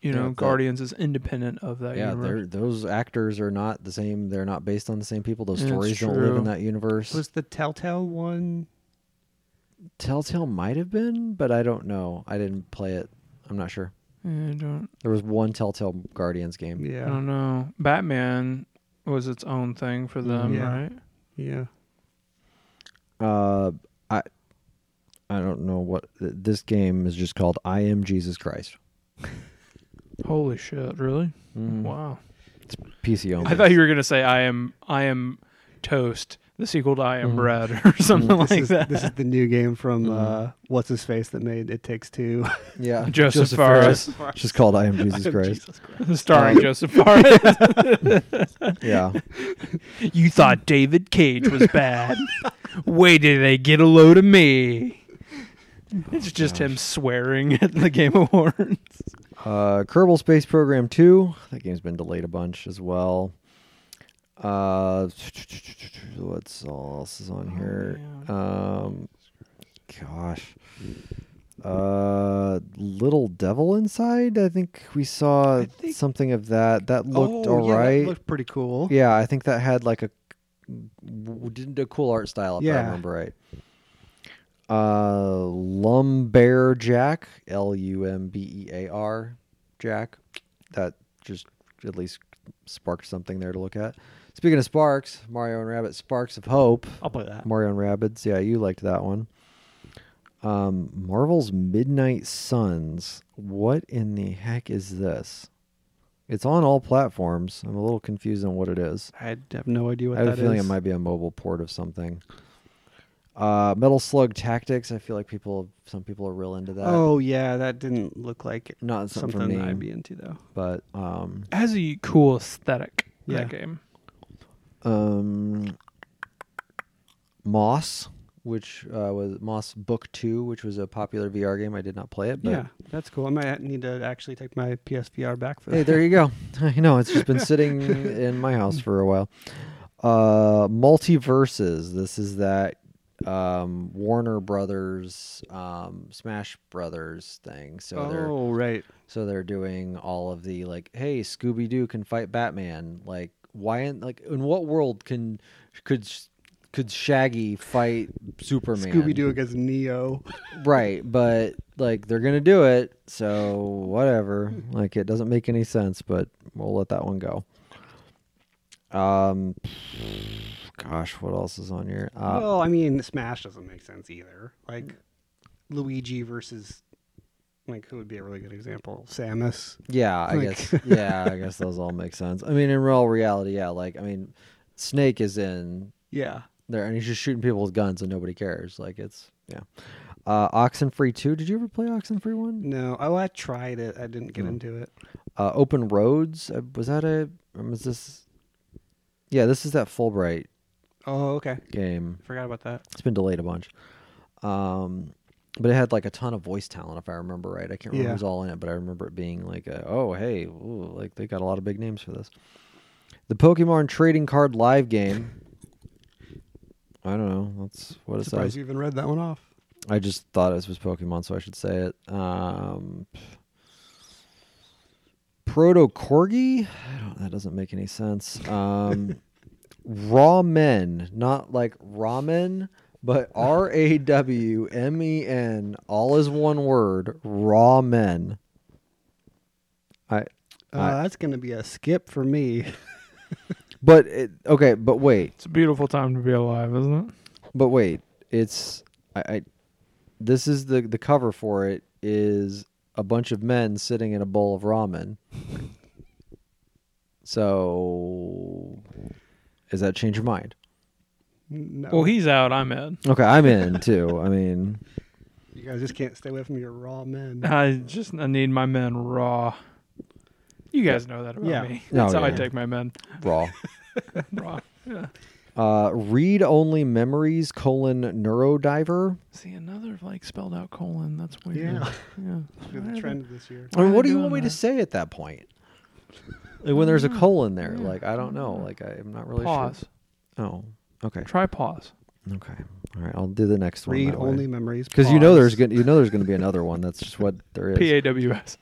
[SPEAKER 3] you
[SPEAKER 1] Yeah,
[SPEAKER 3] know,
[SPEAKER 1] the-
[SPEAKER 3] Guardians is independent of that
[SPEAKER 1] yeah.
[SPEAKER 3] universe.
[SPEAKER 1] They're, those actors are not the same. They're not based on the same people. Those
[SPEAKER 3] It's
[SPEAKER 1] stories don't live
[SPEAKER 3] true.
[SPEAKER 1] in that universe.
[SPEAKER 2] Was the Telltale one?
[SPEAKER 1] Telltale might have been, but I don't know. I didn't play it. I'm not sure.
[SPEAKER 3] Yeah, Eh, I don't
[SPEAKER 1] There was one Telltale Guardians game.
[SPEAKER 3] I
[SPEAKER 2] Yeah,
[SPEAKER 3] don't know. Batman was its own thing for them,
[SPEAKER 2] Yeah.
[SPEAKER 3] right? (laughs)
[SPEAKER 2] yeah.
[SPEAKER 1] Uh, I I don't know what th- this game is. Just called I Am Jesus Christ.
[SPEAKER 3] Holy shit, really?
[SPEAKER 1] Mm,
[SPEAKER 2] Hmm.
[SPEAKER 3] Wow.
[SPEAKER 1] PC only.
[SPEAKER 3] I thought you were gonna say I am I am toast, the sequel to I am bread (laughs) or something
[SPEAKER 2] Mm-hmm. This
[SPEAKER 3] like
[SPEAKER 2] is
[SPEAKER 3] that. Mm-hmm.
[SPEAKER 2] this is the new game from uh, what's his face that made It Takes Two.
[SPEAKER 3] (laughs)
[SPEAKER 1] yeah,
[SPEAKER 3] Joseph
[SPEAKER 1] Fares.
[SPEAKER 3] Fares.
[SPEAKER 1] It's Just called I Am (laughs) Jesus
[SPEAKER 2] I'm
[SPEAKER 1] Christ.
[SPEAKER 3] (laughs) Starring Joseph Fares.
[SPEAKER 1] Yeah.
[SPEAKER 3] you thought David Cage was bad. Wait did they get a load of me. It's just him swearing at the Game Awards.
[SPEAKER 1] Uh, Kerbal Space Program 2. That game's been delayed a bunch as well. Uh, what else is on here? Um, gosh. Uh, Little Devil Inside. I think we saw
[SPEAKER 2] I think-
[SPEAKER 1] something of that. That looked
[SPEAKER 2] Oh, yeah, that
[SPEAKER 1] alright. Yeah,
[SPEAKER 2] looked pretty cool.
[SPEAKER 1] I think that had like a w- didn't a cool art style if I
[SPEAKER 2] Yeah.
[SPEAKER 1] remember right. Uh, Lumbear Jack, L U M B E A R Jack. That just at least sparked something there to look at. Speaking of sparks, Mario and Rabbit Sparks of Hope.
[SPEAKER 3] I'll play that.
[SPEAKER 1] Mario and Rabbids. Yeah, you liked that one. Um, Marvel's Midnight Suns. What in the heck is this? It's on all platforms. I'm a little confused on what it is.
[SPEAKER 2] I have no idea what
[SPEAKER 1] I have
[SPEAKER 2] that
[SPEAKER 1] a feeling
[SPEAKER 2] is.
[SPEAKER 1] it might be a mobile port of something. Uh, Metal Slug Tactics. I feel like people, some people are real into that.
[SPEAKER 2] oh yeah, that didn't look like
[SPEAKER 1] not something,
[SPEAKER 2] something
[SPEAKER 1] for me,
[SPEAKER 2] I'd be into though.
[SPEAKER 1] but um,
[SPEAKER 3] Has a cool aesthetic.
[SPEAKER 2] Yeah.
[SPEAKER 3] That game.
[SPEAKER 1] um, Moss, which uh, was Moss Book Two, which was a popular VR game. I did not play it, but
[SPEAKER 2] Yeah, that's cool. I might need to actually take my PSVR back for that.
[SPEAKER 1] Hey, there you go. (laughs) I know it's just been sitting in my house for a while. Uh, multiverses. This is that um, Warner Brothers, um, Smash Brothers thing. So they're
[SPEAKER 2] oh right.
[SPEAKER 1] so they're doing all of the like, hey, Scooby Doo can fight Batman. Like, why? In, like, in what world can could could Shaggy fight Superman?
[SPEAKER 2] Scooby Doo against Neo.
[SPEAKER 1] Right, but like they're gonna do it, so whatever.
[SPEAKER 2] Hmm.
[SPEAKER 1] Like it doesn't make any sense, but we'll let that one go. Um, gosh, what else is on here? Uh,
[SPEAKER 2] well, I mean, Smash doesn't make sense either. Like Luigi versus like who would be a really good example? Samus.
[SPEAKER 1] yeah, I
[SPEAKER 2] like-
[SPEAKER 1] guess.
[SPEAKER 2] (laughs)
[SPEAKER 1] Yeah, I guess those all make sense. I mean, in real reality, yeah. Like, I mean, Snake is in
[SPEAKER 2] Yeah.
[SPEAKER 1] there, and he's just shooting people with guns, and nobody cares. Like it's yeah. Uh, Oxenfree two. Did you ever play Oxenfree one?
[SPEAKER 2] No. Oh, I tried it. I didn't get
[SPEAKER 1] Hmm.
[SPEAKER 2] into it.
[SPEAKER 1] uh, open roads. Uh, was that a? Or was this? Yeah, this is that Fulbright
[SPEAKER 2] Oh, okay.
[SPEAKER 1] game.
[SPEAKER 2] Forgot about that.
[SPEAKER 1] It's been delayed a bunch. Um, but it had like a ton of voice talent, if I remember right. I can't remember
[SPEAKER 2] Yeah.
[SPEAKER 1] who's all in it, but I remember it being like, a, oh, hey, ooh, like they got a lot of big names for this. The Pokemon trading card live game. I don't know. That's what it
[SPEAKER 2] Surprised
[SPEAKER 1] says.
[SPEAKER 2] you even read that one off.
[SPEAKER 1] I just thought this was Pokemon, so I should say it. Um, Proto Corgi? I don't, that doesn't make any sense. Um, raw men, not like ramen, but R A W M E N, all is one word. Raw men. I
[SPEAKER 2] Uh,
[SPEAKER 1] I-
[SPEAKER 2] that's gonna be a skip
[SPEAKER 1] (laughs)
[SPEAKER 2] for me.
[SPEAKER 1] but it, okay, but wait,
[SPEAKER 3] It's a beautiful time to be alive, isn't it?
[SPEAKER 1] but wait. It's I, I this is the the cover for it is a bunch of men sitting in a bowl of ramen. (laughs) So, does that change your mind?
[SPEAKER 2] No.
[SPEAKER 3] Well, he's out. I'm in.
[SPEAKER 1] Okay, I'm (laughs) in too. I mean,
[SPEAKER 2] you guys just can't stay away from your raw men.
[SPEAKER 3] I just I need my men raw. You guys know that about
[SPEAKER 2] Yeah.
[SPEAKER 3] me.
[SPEAKER 1] No, (laughs)
[SPEAKER 3] That's how I
[SPEAKER 1] yeah.
[SPEAKER 3] take my men
[SPEAKER 1] raw.
[SPEAKER 3] raw. Yeah.
[SPEAKER 1] Uh, read only memories colon neurodiver.
[SPEAKER 3] See another like spelled out colon. That's weird.
[SPEAKER 2] (laughs) Yeah.
[SPEAKER 3] yeah.
[SPEAKER 2] the trend this year.
[SPEAKER 1] I mean,
[SPEAKER 3] Why
[SPEAKER 1] what
[SPEAKER 3] they
[SPEAKER 1] do you
[SPEAKER 3] doing
[SPEAKER 1] want me to
[SPEAKER 3] that?
[SPEAKER 1] say at that point? Like when there's a colon there,
[SPEAKER 3] Yeah,
[SPEAKER 1] like I don't
[SPEAKER 3] I
[SPEAKER 1] know,
[SPEAKER 3] don't know.
[SPEAKER 1] like I, am not really
[SPEAKER 3] Pause.
[SPEAKER 1] sure. Oh, okay,
[SPEAKER 3] Try pause.
[SPEAKER 1] okay, all right. I'll do the next one.
[SPEAKER 2] Read
[SPEAKER 1] that way.
[SPEAKER 2] only memories.
[SPEAKER 1] because you know
[SPEAKER 2] pause.
[SPEAKER 1] there's gonna you know there's gonna be another one. That's just what there is.
[SPEAKER 3] P A W S.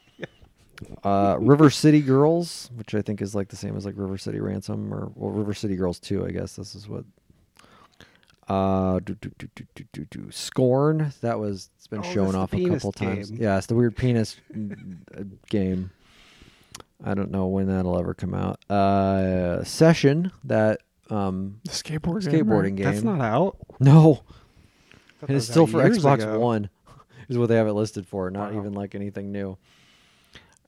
[SPEAKER 1] uh, River City Girls, which I think is like the same as like River City Ransom or well, River City Girls 2, I guess this is what. Uh, do, do, do, do, do, do, do. Scorn, that was it's been
[SPEAKER 2] Oh,
[SPEAKER 1] shown
[SPEAKER 2] that's the
[SPEAKER 1] off a
[SPEAKER 2] penis
[SPEAKER 1] couple times.
[SPEAKER 2] game.
[SPEAKER 1] Yeah, it's the weird penis uh, game. I don't know when that'll ever come out. Uh, Session, that um
[SPEAKER 3] The skateboard. game,
[SPEAKER 1] skateboarding
[SPEAKER 3] right?
[SPEAKER 1] game.
[SPEAKER 2] That's not out.
[SPEAKER 1] no,
[SPEAKER 2] I thought that
[SPEAKER 1] and it's
[SPEAKER 2] was out
[SPEAKER 1] still for
[SPEAKER 2] years
[SPEAKER 1] Xbox
[SPEAKER 2] ago.
[SPEAKER 1] One, (laughs) is what they have it listed for. Not
[SPEAKER 2] Wow.
[SPEAKER 1] even like anything new.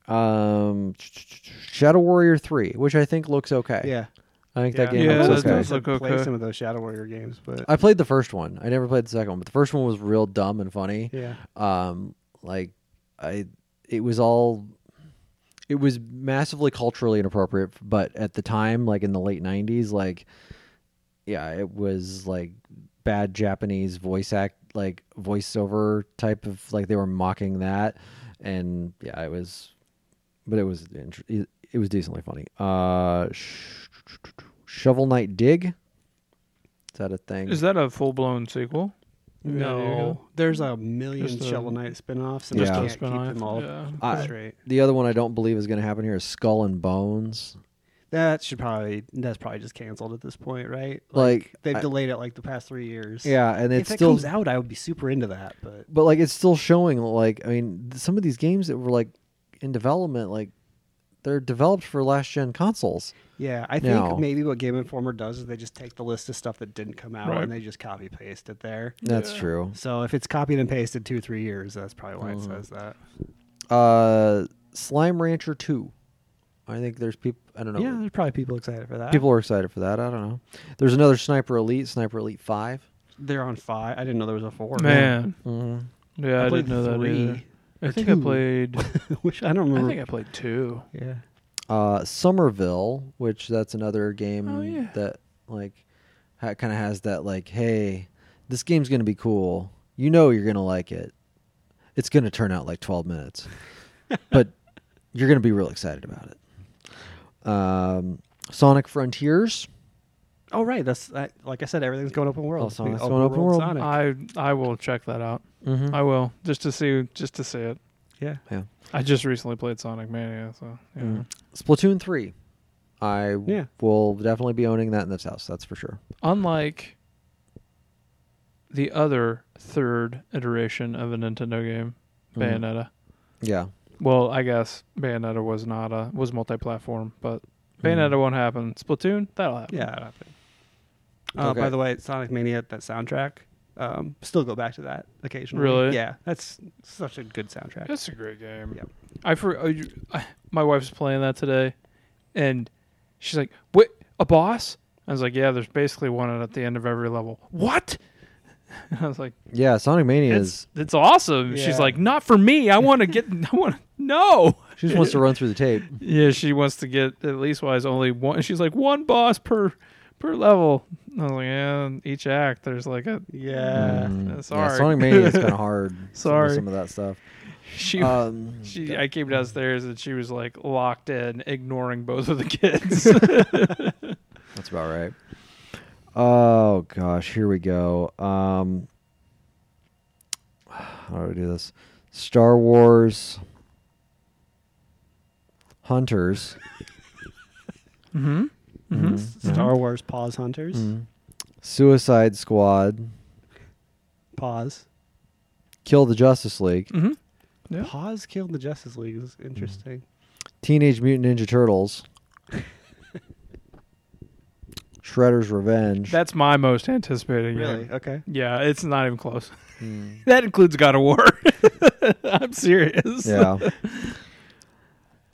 [SPEAKER 1] Um, Shadow Warrior Three, which I think looks okay.
[SPEAKER 2] Yeah.
[SPEAKER 1] I think that
[SPEAKER 2] yeah.
[SPEAKER 1] game
[SPEAKER 3] Yeah,
[SPEAKER 2] I've
[SPEAKER 3] it
[SPEAKER 1] looks
[SPEAKER 3] does
[SPEAKER 1] okay.
[SPEAKER 2] always
[SPEAKER 3] look
[SPEAKER 2] play
[SPEAKER 3] okay.
[SPEAKER 2] some of those Shadow Warrior games, but
[SPEAKER 1] I played the first one. I never played the second one, but the first one was real dumb and funny.
[SPEAKER 2] yeah.
[SPEAKER 1] Um, like I, it was all. It was massively culturally inappropriate, but at the time, like in the late '90s, like, yeah, it was like bad Japanese voice act, like voiceover type of like they were mocking that, and yeah, it was, but it was int- it, it was decently funny. Uh, sh- Shovel Knight Dig, is that a thing?
[SPEAKER 3] Is that a full blown sequel? Maybe I do
[SPEAKER 2] No,
[SPEAKER 3] go.
[SPEAKER 2] there's a million
[SPEAKER 3] Just the-
[SPEAKER 2] Shovel Knight spin-offs, and
[SPEAKER 1] Just
[SPEAKER 2] I
[SPEAKER 1] the
[SPEAKER 2] can't
[SPEAKER 3] spin-off,
[SPEAKER 2] keep them all
[SPEAKER 3] yeah.
[SPEAKER 1] I-
[SPEAKER 2] straight.
[SPEAKER 1] The other one I don't believe is going to happen here is Skull and Bones.
[SPEAKER 2] That should probably that's probably just canceled at this point, right?
[SPEAKER 1] Like,
[SPEAKER 2] they've
[SPEAKER 1] I-
[SPEAKER 2] delayed it like the past three years.
[SPEAKER 1] yeah, and
[SPEAKER 2] if
[SPEAKER 1] it's
[SPEAKER 2] it
[SPEAKER 1] still,
[SPEAKER 2] comes out, I would be super into that. But
[SPEAKER 1] but like it's still showing. Like, I mean, th- some of these games that were like in development, like they're developed for last gen consoles.
[SPEAKER 2] yeah, I think
[SPEAKER 1] No.
[SPEAKER 2] maybe what Game Informer does is they just take the list of stuff that didn't come out
[SPEAKER 3] Right.
[SPEAKER 2] and they just copy paste it there.
[SPEAKER 1] That's
[SPEAKER 3] Yeah.
[SPEAKER 1] true.
[SPEAKER 2] So if it's copied and pasted two three years, that's probably why
[SPEAKER 1] Mhm.
[SPEAKER 2] it says that.
[SPEAKER 1] Uh, Slime Rancher Two. I think there's people. I don't know.
[SPEAKER 2] Yeah, there's probably people excited for that.
[SPEAKER 1] People are excited for that. I don't know. There's another Sniper Elite, Sniper Elite 5
[SPEAKER 2] they're on five. I didn't know there was a four.
[SPEAKER 3] Man.
[SPEAKER 1] Mm-hmm.
[SPEAKER 3] Yeah, I,
[SPEAKER 2] played
[SPEAKER 3] didn't know
[SPEAKER 2] three,
[SPEAKER 3] that either. I
[SPEAKER 2] or
[SPEAKER 3] think I
[SPEAKER 2] two. (laughs)
[SPEAKER 3] played.
[SPEAKER 2] which I don't
[SPEAKER 3] (laughs) I
[SPEAKER 2] remember.
[SPEAKER 3] think I played two.
[SPEAKER 2] yeah,
[SPEAKER 1] Uh, Somerville, which that's another game
[SPEAKER 3] Oh, yeah.
[SPEAKER 1] that like ha- kind of has that like, hey, this game's gonna be cool. You know you're gonna like it. It's gonna turn out like 12
[SPEAKER 3] (laughs)
[SPEAKER 1] minutes, but you're gonna be real excited about it. Um, Sonic Frontiers.
[SPEAKER 2] Oh right, that's I, like I said, everything's going open world.
[SPEAKER 1] Oh, Sonic's
[SPEAKER 2] Open
[SPEAKER 1] going open
[SPEAKER 2] world
[SPEAKER 1] world.
[SPEAKER 2] Sonic.
[SPEAKER 3] I I will check that out.
[SPEAKER 1] Mm-hmm.
[SPEAKER 3] I will just to see just to see it.
[SPEAKER 2] yeah,
[SPEAKER 3] I just recently played Sonic Mania, so yeah.
[SPEAKER 1] Mm. Splatoon 3. I w-
[SPEAKER 2] Yeah.
[SPEAKER 1] will definitely be owning that in this house. That's for sure.
[SPEAKER 3] Unlike the other third iteration of a Nintendo game,
[SPEAKER 1] Mhm.
[SPEAKER 3] Bayonetta.
[SPEAKER 1] Yeah.
[SPEAKER 3] Well, I guess Bayonetta was not a was multi-platform, but Bayonetta won't happen. Splatoon, that'll happen.
[SPEAKER 2] yeah. It happened. Uh,
[SPEAKER 1] Okay.
[SPEAKER 2] By the way, Sonic Mania, that soundtrack. Um, still go back to that occasionally.
[SPEAKER 3] Really?
[SPEAKER 2] Yeah, that's such a good soundtrack.
[SPEAKER 3] That's a great game.
[SPEAKER 2] Yep.
[SPEAKER 3] I for oh, you, I, my wife's playing that today, and she's like, "What a boss!" I was like, "Yeah, there's basically one at the end of every level." What? (laughs) I was like,
[SPEAKER 1] Yeah. Sonic Mania
[SPEAKER 3] "It's
[SPEAKER 1] is.
[SPEAKER 3] it's awesome."
[SPEAKER 2] Yeah.
[SPEAKER 3] She's like, "Not for me. I want to get. (laughs) I want to no."
[SPEAKER 1] She just wants
[SPEAKER 3] (laughs)
[SPEAKER 1] to run through the tape.
[SPEAKER 3] Yeah, she wants to get at least wise only one. She's like one boss per per level. I was like, "Yeah, each act there's like a." (laughs)
[SPEAKER 2] Yeah.
[SPEAKER 1] Mhm.
[SPEAKER 3] uh,
[SPEAKER 1] Yeah,
[SPEAKER 3] sorry.
[SPEAKER 1] Sonic Mania is kind
[SPEAKER 3] (laughs)
[SPEAKER 1] of hard.
[SPEAKER 3] Sorry.
[SPEAKER 1] Some of that
[SPEAKER 3] (laughs)
[SPEAKER 1] stuff.
[SPEAKER 3] She
[SPEAKER 1] Um,
[SPEAKER 3] (laughs) She, I came downstairs and she was like locked in, ignoring both of
[SPEAKER 1] (laughs)
[SPEAKER 3] the kids.
[SPEAKER 1] that's about right. Oh gosh, here we go. Um, how do I do this? Star Wars Hunters,
[SPEAKER 3] mm-hmm.
[SPEAKER 2] Star Wars Pause Hunters.
[SPEAKER 1] Mhm. Suicide Squad,
[SPEAKER 2] Pause.
[SPEAKER 1] Kill the Justice League,
[SPEAKER 3] Mm-hmm. Yeah.
[SPEAKER 2] Pause killed the Justice League is
[SPEAKER 1] Mm-hmm.
[SPEAKER 2] interesting.
[SPEAKER 1] Teenage Mutant Ninja
[SPEAKER 3] (laughs)
[SPEAKER 1] Turtles, Shredder's Revenge.
[SPEAKER 3] That's my most anticipated. game.
[SPEAKER 2] Really? Okay.
[SPEAKER 3] Yeah, it's not even close. (laughs)
[SPEAKER 1] Mm.
[SPEAKER 3] That includes God of War. (laughs) I'm serious.
[SPEAKER 1] Yeah. (laughs)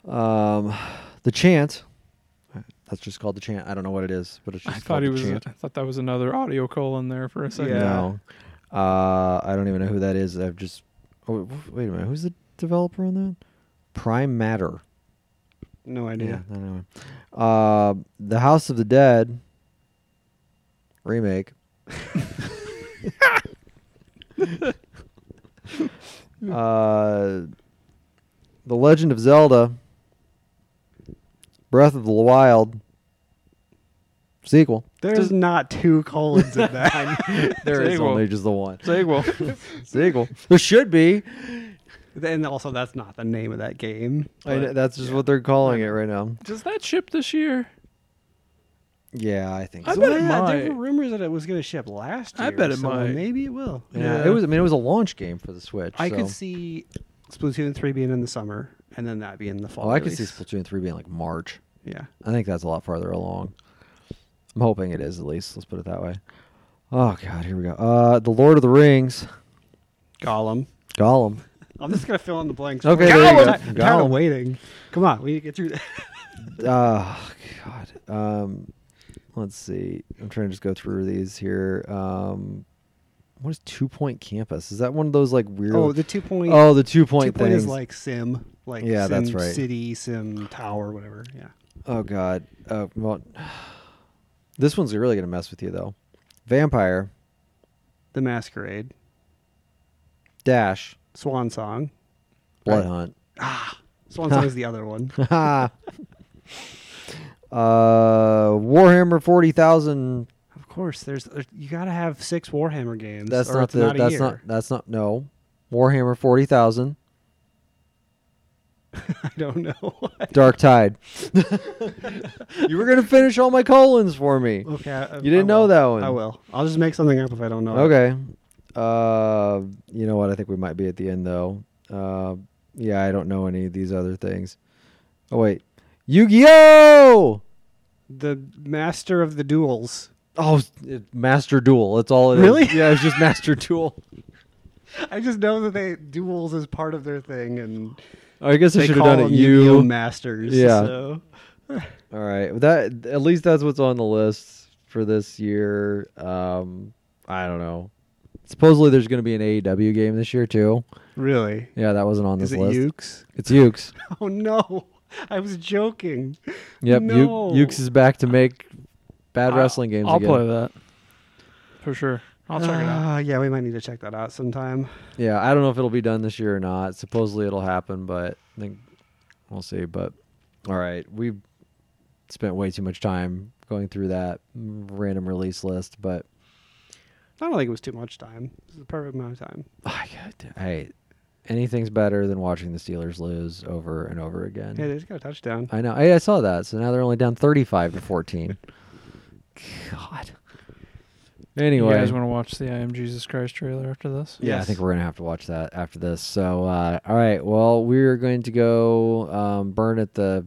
[SPEAKER 1] um, the chant. That's just called the chant. I don't know what it is, but it's just
[SPEAKER 3] (laughs) I
[SPEAKER 1] called
[SPEAKER 3] thought he
[SPEAKER 1] the
[SPEAKER 3] was.
[SPEAKER 1] chant.
[SPEAKER 3] I thought that was another audio call in there for a second.
[SPEAKER 2] Yeah.
[SPEAKER 1] No. Uh, I don't even know who that is. I've just. Oh, w- wait a minute. Who's the developer on that? Prime Matter.
[SPEAKER 2] No idea.
[SPEAKER 1] Yeah. I don't know. Uh, the House of the Dead. (laughs) remake. uh, the Legend of Zelda, Breath of the Wild sequel.
[SPEAKER 2] There's
[SPEAKER 3] Does-
[SPEAKER 2] not two colons in that.
[SPEAKER 3] (laughs)
[SPEAKER 2] (laughs)
[SPEAKER 1] There is
[SPEAKER 3] Sequel.
[SPEAKER 1] only just the one
[SPEAKER 3] Sequel.
[SPEAKER 1] (laughs) sequel. There should be.
[SPEAKER 2] and also, that's not the name of that game.
[SPEAKER 1] I
[SPEAKER 2] but-
[SPEAKER 1] know, that's just what they're calling it right now.
[SPEAKER 3] Does that ship this year?
[SPEAKER 1] Yeah, I think
[SPEAKER 3] I
[SPEAKER 1] so.
[SPEAKER 3] bet it
[SPEAKER 2] yeah,
[SPEAKER 3] might.
[SPEAKER 2] there were rumors that it was going to ship last year.
[SPEAKER 3] I bet it
[SPEAKER 2] so
[SPEAKER 3] might.
[SPEAKER 2] Maybe it will.
[SPEAKER 1] Yeah.
[SPEAKER 3] Yeah.
[SPEAKER 1] it was. I mean, it was a launch game for the Switch.
[SPEAKER 2] I
[SPEAKER 1] so-
[SPEAKER 2] could see Splatoon 3 being in the summer and then that being the fall.
[SPEAKER 1] Oh, I could see
[SPEAKER 2] release.
[SPEAKER 1] Splatoon three being like March.
[SPEAKER 2] Yeah.
[SPEAKER 1] I think that's a lot farther along. I'm hoping it is at least. Let's put it that way. Oh God, here we go. Uh, the Lord of the Rings,
[SPEAKER 2] Gollum.
[SPEAKER 1] Gollum.
[SPEAKER 2] I'm just going to fill in the blanks.
[SPEAKER 1] Okay, there you go.
[SPEAKER 2] Gollum! I'm tired of
[SPEAKER 1] Gollum.
[SPEAKER 2] waiting. Come on. We need to get through (laughs) that.
[SPEAKER 1] Oh God. Um, let's see. I'm trying to just go through these here. Um, what is Two Point Campus? Is that one of those like weird?
[SPEAKER 2] Oh, the two point.
[SPEAKER 1] oh, the two
[SPEAKER 2] two
[SPEAKER 1] point
[SPEAKER 2] point
[SPEAKER 1] things.
[SPEAKER 2] is like sim. Like
[SPEAKER 1] Yeah,
[SPEAKER 2] sim
[SPEAKER 1] that's right.
[SPEAKER 2] city, sim tower, whatever. Yeah.
[SPEAKER 1] oh God. Uh, well, (sighs) this one's really gonna mess with you though. Vampire
[SPEAKER 2] The Masquerade.
[SPEAKER 1] Dash
[SPEAKER 2] Swan Song.
[SPEAKER 1] Blood
[SPEAKER 2] Right.
[SPEAKER 1] Hunt.
[SPEAKER 2] Swan Song is the
[SPEAKER 1] (laughs)
[SPEAKER 2] other one.
[SPEAKER 1] uh, Warhammer forty thousand.
[SPEAKER 2] Of course, there's you got to have six Warhammer games.
[SPEAKER 1] That's
[SPEAKER 2] or
[SPEAKER 1] not
[SPEAKER 2] it's
[SPEAKER 1] the.
[SPEAKER 2] not a
[SPEAKER 1] that's
[SPEAKER 2] year.
[SPEAKER 1] not. That's not. No, Warhammer forty thousand.
[SPEAKER 2] (laughs) I don't know. (laughs)
[SPEAKER 1] Dark Tide. (laughs) you were gonna finish all my colons for me.
[SPEAKER 2] okay, I,
[SPEAKER 1] You didn't
[SPEAKER 2] I
[SPEAKER 1] know
[SPEAKER 2] will.
[SPEAKER 1] that one.
[SPEAKER 2] I will. I'll just make something up if I don't know. it.
[SPEAKER 1] Okay. Uh, you know what? I think we might be at the end though. Uh, yeah, I don't know any of these other things. Oh wait, Yu-Gi-Oh!
[SPEAKER 2] The Master of the Duels.
[SPEAKER 1] Oh, s- it- Master Duel. That's all it is.
[SPEAKER 2] Really?
[SPEAKER 1] Yeah, it's just Master Duel.
[SPEAKER 2] I just know that they duels is part of their thing, and
[SPEAKER 1] I guess I
[SPEAKER 2] they
[SPEAKER 1] should have
[SPEAKER 2] call
[SPEAKER 1] done
[SPEAKER 2] them
[SPEAKER 1] it.
[SPEAKER 2] Yu-Gi-Oh
[SPEAKER 1] You.
[SPEAKER 2] Masters.
[SPEAKER 1] Yeah.
[SPEAKER 2] So.
[SPEAKER 1] All right. That at least that's what's on the list for this year. Um, I don't know. Supposedly there's going to be an AEW game this year too.
[SPEAKER 2] Really?
[SPEAKER 1] Yeah, that wasn't on this
[SPEAKER 2] Is it
[SPEAKER 1] list.
[SPEAKER 2] Ukes? (laughs)
[SPEAKER 1] It's Ukes.
[SPEAKER 2] Oh no! I was joking.
[SPEAKER 1] Yep. Yu-
[SPEAKER 2] No.
[SPEAKER 1] Ukes is back to make bad wrestling games
[SPEAKER 3] I'll
[SPEAKER 1] again.
[SPEAKER 3] play that for sure. I'll check it out.
[SPEAKER 2] Uh, yeah, we might need to check that out sometime.
[SPEAKER 1] Yeah, I don't know if it'll be done this year or not. Supposedly it'll happen, but I think we'll see. But all right, we spent way too much time going through that random release list, but
[SPEAKER 2] I don't think it was too much time. This is the perfect amount of time.
[SPEAKER 1] I got- Hey, anything's better than watching the Steelers lose over and over again.
[SPEAKER 2] Hey, they just got a touchdown.
[SPEAKER 1] I know. Hey, I saw that. So now they're only down 35 to 14. God. (sighs) Anyway.
[SPEAKER 3] You guys want to watch the I Am Jesus Christ trailer after this?
[SPEAKER 1] yeah, I
[SPEAKER 2] Yes.
[SPEAKER 1] think we're gonna have to watch that after this. So, uh, all right. Well, we're going to go um, burn at the,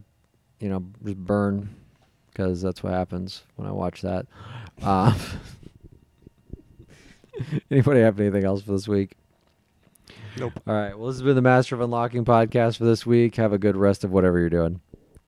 [SPEAKER 1] you know, just burn, because that's what happens when I watch that. (laughs) Um, anybody have anything else for this week?
[SPEAKER 2] Nope.
[SPEAKER 1] All right. Well, this has been the Master of Unlocking podcast for this week. Have a good rest of whatever you're doing.